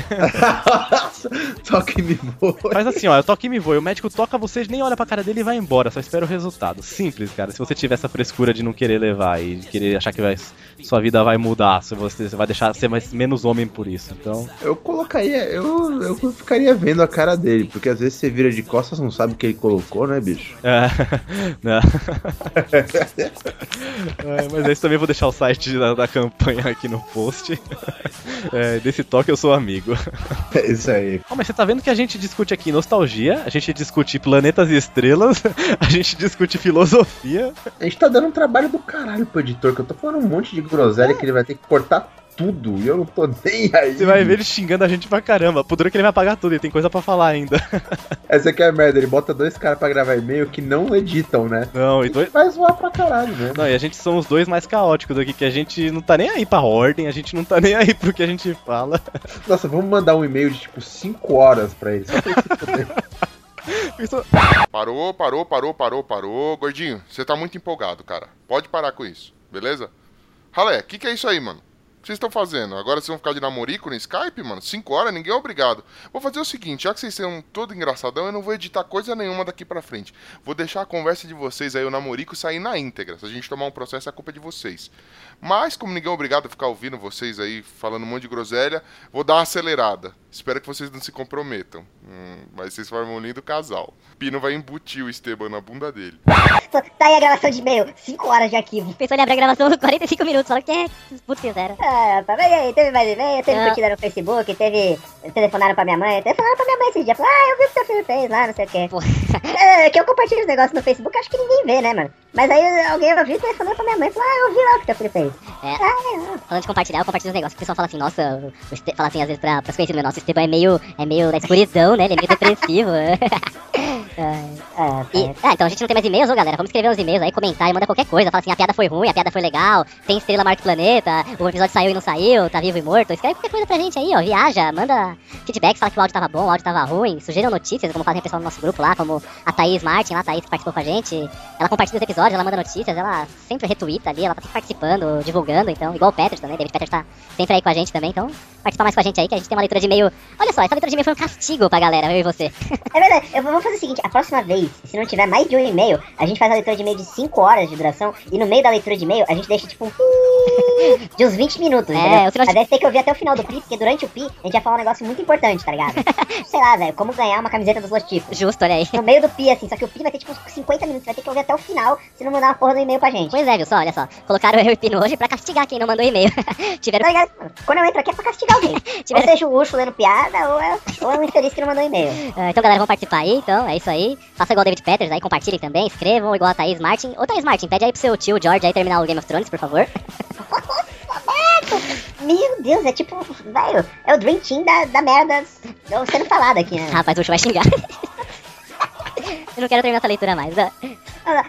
Speaker 9: toque me voe.
Speaker 4: Faz assim, ó. É o toque me voe. O médico toca vocês nem olha pra cara dele e vai embora, só espera o resultado. Simples, cara. Se você tiver essa frescura de não querer levar e de querer achar que vai, sua vida vai mudar, se você, você vai deixar ser mais, menos homem por isso. Então.
Speaker 9: Eu colocaria, eu, eu ficaria vendo a cara dele, porque às vezes você vira de costas não sabe o que ele colocou, né, bicho?
Speaker 4: É.
Speaker 9: Né?
Speaker 4: Não. é, mas esse também vou deixar o site da, da campanha aqui no post. É, desse toque eu sou amigo.
Speaker 9: É isso aí.
Speaker 4: Oh, mas você tá vendo que a gente discute aqui nostalgia, a gente discute planetas e estrelas, a gente discute filosofia.
Speaker 9: A gente tá dando um trabalho do caralho pro editor, que eu tô falando um monte de groselha é. que ele vai ter que cortar tudo e eu não tô nem aí.
Speaker 4: Você vai ver ele xingando a gente pra caramba. Por duro que ele vai apagar tudo, ele tem coisa pra falar ainda.
Speaker 9: Essa aqui é a merda, ele bota dois caras pra gravar e-mail que não editam, né?
Speaker 4: Não, e dois.
Speaker 9: Vai zoar pra caralho, né?
Speaker 4: Não, e a gente são os dois mais caóticos aqui, que a gente não tá nem aí pra ordem, a gente não tá nem aí pro que a gente fala.
Speaker 9: Nossa, vamos mandar um e-mail de tipo 5 horas pra ele, só pra ele poder.
Speaker 2: Isso... Parou, parou, parou, parou, parou. Gordinho, você tá muito empolgado, cara. Pode parar com isso, beleza? Ralé, o que, que é isso aí, mano? O que vocês estão fazendo? Agora vocês vão ficar de namorico no Skype, mano? 5 horas, ninguém é obrigado. Vou fazer o seguinte, já que vocês são todo engraçadão, eu não vou editar coisa nenhuma daqui pra frente. Vou deixar a conversa de vocês aí, o namorico, sair na íntegra. Se a gente tomar um processo, a culpa é de vocês. Mas, como ninguém é obrigado a ficar ouvindo vocês aí, falando um monte de groselha, vou dar uma acelerada. Espero que vocês não se comprometam. Hum, mas vocês formam um lindo casal. Pino vai embutir o Esteban na bunda dele.
Speaker 13: Tá aí a gravação de e-mail, 5 horas de arquivo. Pensou em abrir a gravação 45 minutos, só que é... Putz, fizeram.
Speaker 14: Ah, mas aí, teve mais e-mail, teve ah. curtida no Facebook, teve. Telefonaram pra minha mãe, telefonaram pra minha mãe esses dias. Falaram, ah, eu vi o que seu filho fez lá, não sei o quê. é, que eu compartilho os negócios no Facebook, acho que ninguém vê, né, mano? Mas aí alguém ouviu e telefonou pra minha mãe e falou, ah, eu vi lá o que seu filho fez.
Speaker 13: É, ah, falando de compartilhar, eu compartilho os negócios. O pessoal fala assim, nossa, este... fala assim, às vezes pra, pras conhecidas meu, nossa, o Esteban é meio, é meio na escuridão, né? Ele é meio depressivo. Ah, e, ah, então a gente não tem mais e-mails, ô galera. Vamos escrever uns e-mails aí, comentar e mandar qualquer coisa. Fala assim, a piada foi ruim, a piada foi legal, tem estrela Marte Planeta, o episódio saiu e não saiu, tá vivo e morto. Escreve qualquer coisa pra gente aí, ó. Viaja, manda feedback, fala que o áudio tava bom, o áudio tava ruim, sugiram notícias, como fazem o pessoal no nosso grupo lá, como a Thaís Martin, lá, a Thaís que participou com a gente. Ela compartilha os episódios, ela manda notícias, ela sempre retuita ali, ela tá sempre participando, divulgando, então, igual o Peter também, David Peter tá sempre aí com a gente também, então participar mais com a gente aí, que a gente tem uma leitura de e-mail. Olha só, essa leitura de e-mail foi um castigo pra galera, eu e você.
Speaker 14: É verdade, eu vou fazer o seguinte, a próxima vez, se não tiver mais de um e-mail, a gente faz a leitura de e-mail de 5 horas de duração e no meio da leitura de e-mail a gente deixa tipo um pi de uns 20 minutos,
Speaker 13: É,
Speaker 14: entendeu?
Speaker 13: o final de-
Speaker 14: Mas aí você tem que ouvir até o final do pi, porque durante o pi a gente vai falar um negócio muito importante, tá ligado? Sei lá, velho, como ganhar uma camiseta dos Los Tipos.
Speaker 13: Justo, olha aí.
Speaker 14: No meio do pi, assim, só que o pi vai ter tipo uns 50 minutos, você vai ter que ouvir até o final se não mandar uma porra do e-mail pra gente.
Speaker 13: Pois é, viu só, olha só. Colocaram eu e Pino hoje pra castigar quem não mandou e-mail. Tiveram.
Speaker 14: Tá Quando eu entro aqui é pra castigar alguém. Ou seja o urso lendo piada, ou é, ou é um infeliz que não mandou e-mail.
Speaker 13: Ah, então, galera, vamos participar aí, então, é isso aí. Faça igual o David Peters aí, compartilhem também, escrevam, igual a Thaís Martin. Ô, Thaís Martin, pede aí pro seu tio George aí terminar o Game of Thrones, por favor.
Speaker 14: Meu Deus, é tipo, velho, é o Dream Team da, da merda sendo falada aqui, né?
Speaker 13: Rapaz, o Ucho vai xingar. eu não quero terminar essa leitura mais. né?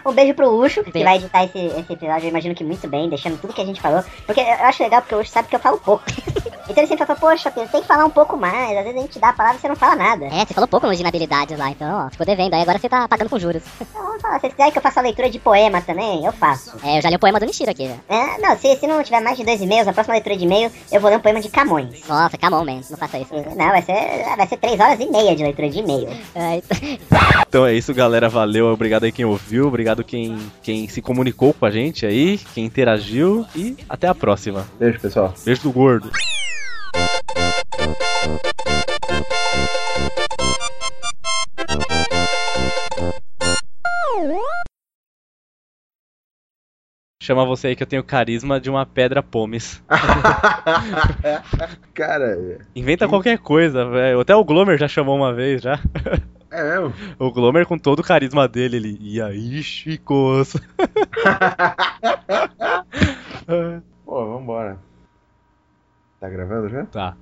Speaker 14: Um beijo pro Ucho, que
Speaker 13: Beijo.
Speaker 14: vai editar esse, esse episódio, eu imagino que muito bem, deixando tudo que a gente falou. Porque eu acho legal, porque o Ucho sabe que eu falo pouco. então ele sempre fala, poxa, Pedro, tem que falar um pouco mais. Às vezes a gente dá a palavra e você não fala nada.
Speaker 13: É, você falou pouco nos de inabilidades lá, então, ó, ficou devendo. Aí agora você tá pagando com juros.
Speaker 14: Então vamos falar, se vocês quiserem que eu faça a leitura de poema também, eu faço.
Speaker 13: É, eu já li o poema do Nishiro aqui, já.
Speaker 14: É, não, se, se não tiver mais de dois e-mails, na próxima leitura de e-mail, eu vou ler um poema de Camões.
Speaker 13: Nossa, come on, man, não faça isso.
Speaker 14: Não, vai ser, vai ser três horas e meia de leitura de e-mail.
Speaker 4: Então é isso, galera. Valeu. Obrigado aí quem ouviu. Obrigado quem, quem se comunicou com a gente aí, quem interagiu. E até a próxima.
Speaker 9: Beijo, pessoal.
Speaker 4: Beijo do gordo. Chama você aí que eu tenho carisma de uma pedra pomes.
Speaker 9: Cara,
Speaker 4: Inventa qualquer coisa, velho. Até o Glomer já chamou uma vez já.
Speaker 9: é mesmo?
Speaker 4: O Glomer com todo o carisma dele, ele. E aí, Chicos?
Speaker 9: Pô, vambora. Tá gravando já?
Speaker 4: Tá.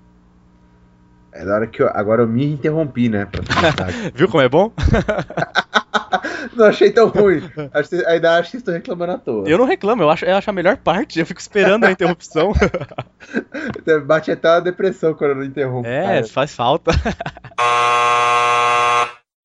Speaker 9: É da hora que eu, agora eu me interrompi, né? pra pensar.
Speaker 4: Viu como é bom?
Speaker 9: não achei tão ruim. Acho que- ainda acho que estou reclamando à toa.
Speaker 4: Eu não reclamo, eu acho, eu acho a melhor parte. Eu fico esperando a interrupção.
Speaker 9: Bate até uma depressão quando eu não interrompo.
Speaker 4: É,
Speaker 9: cara.
Speaker 4: faz falta.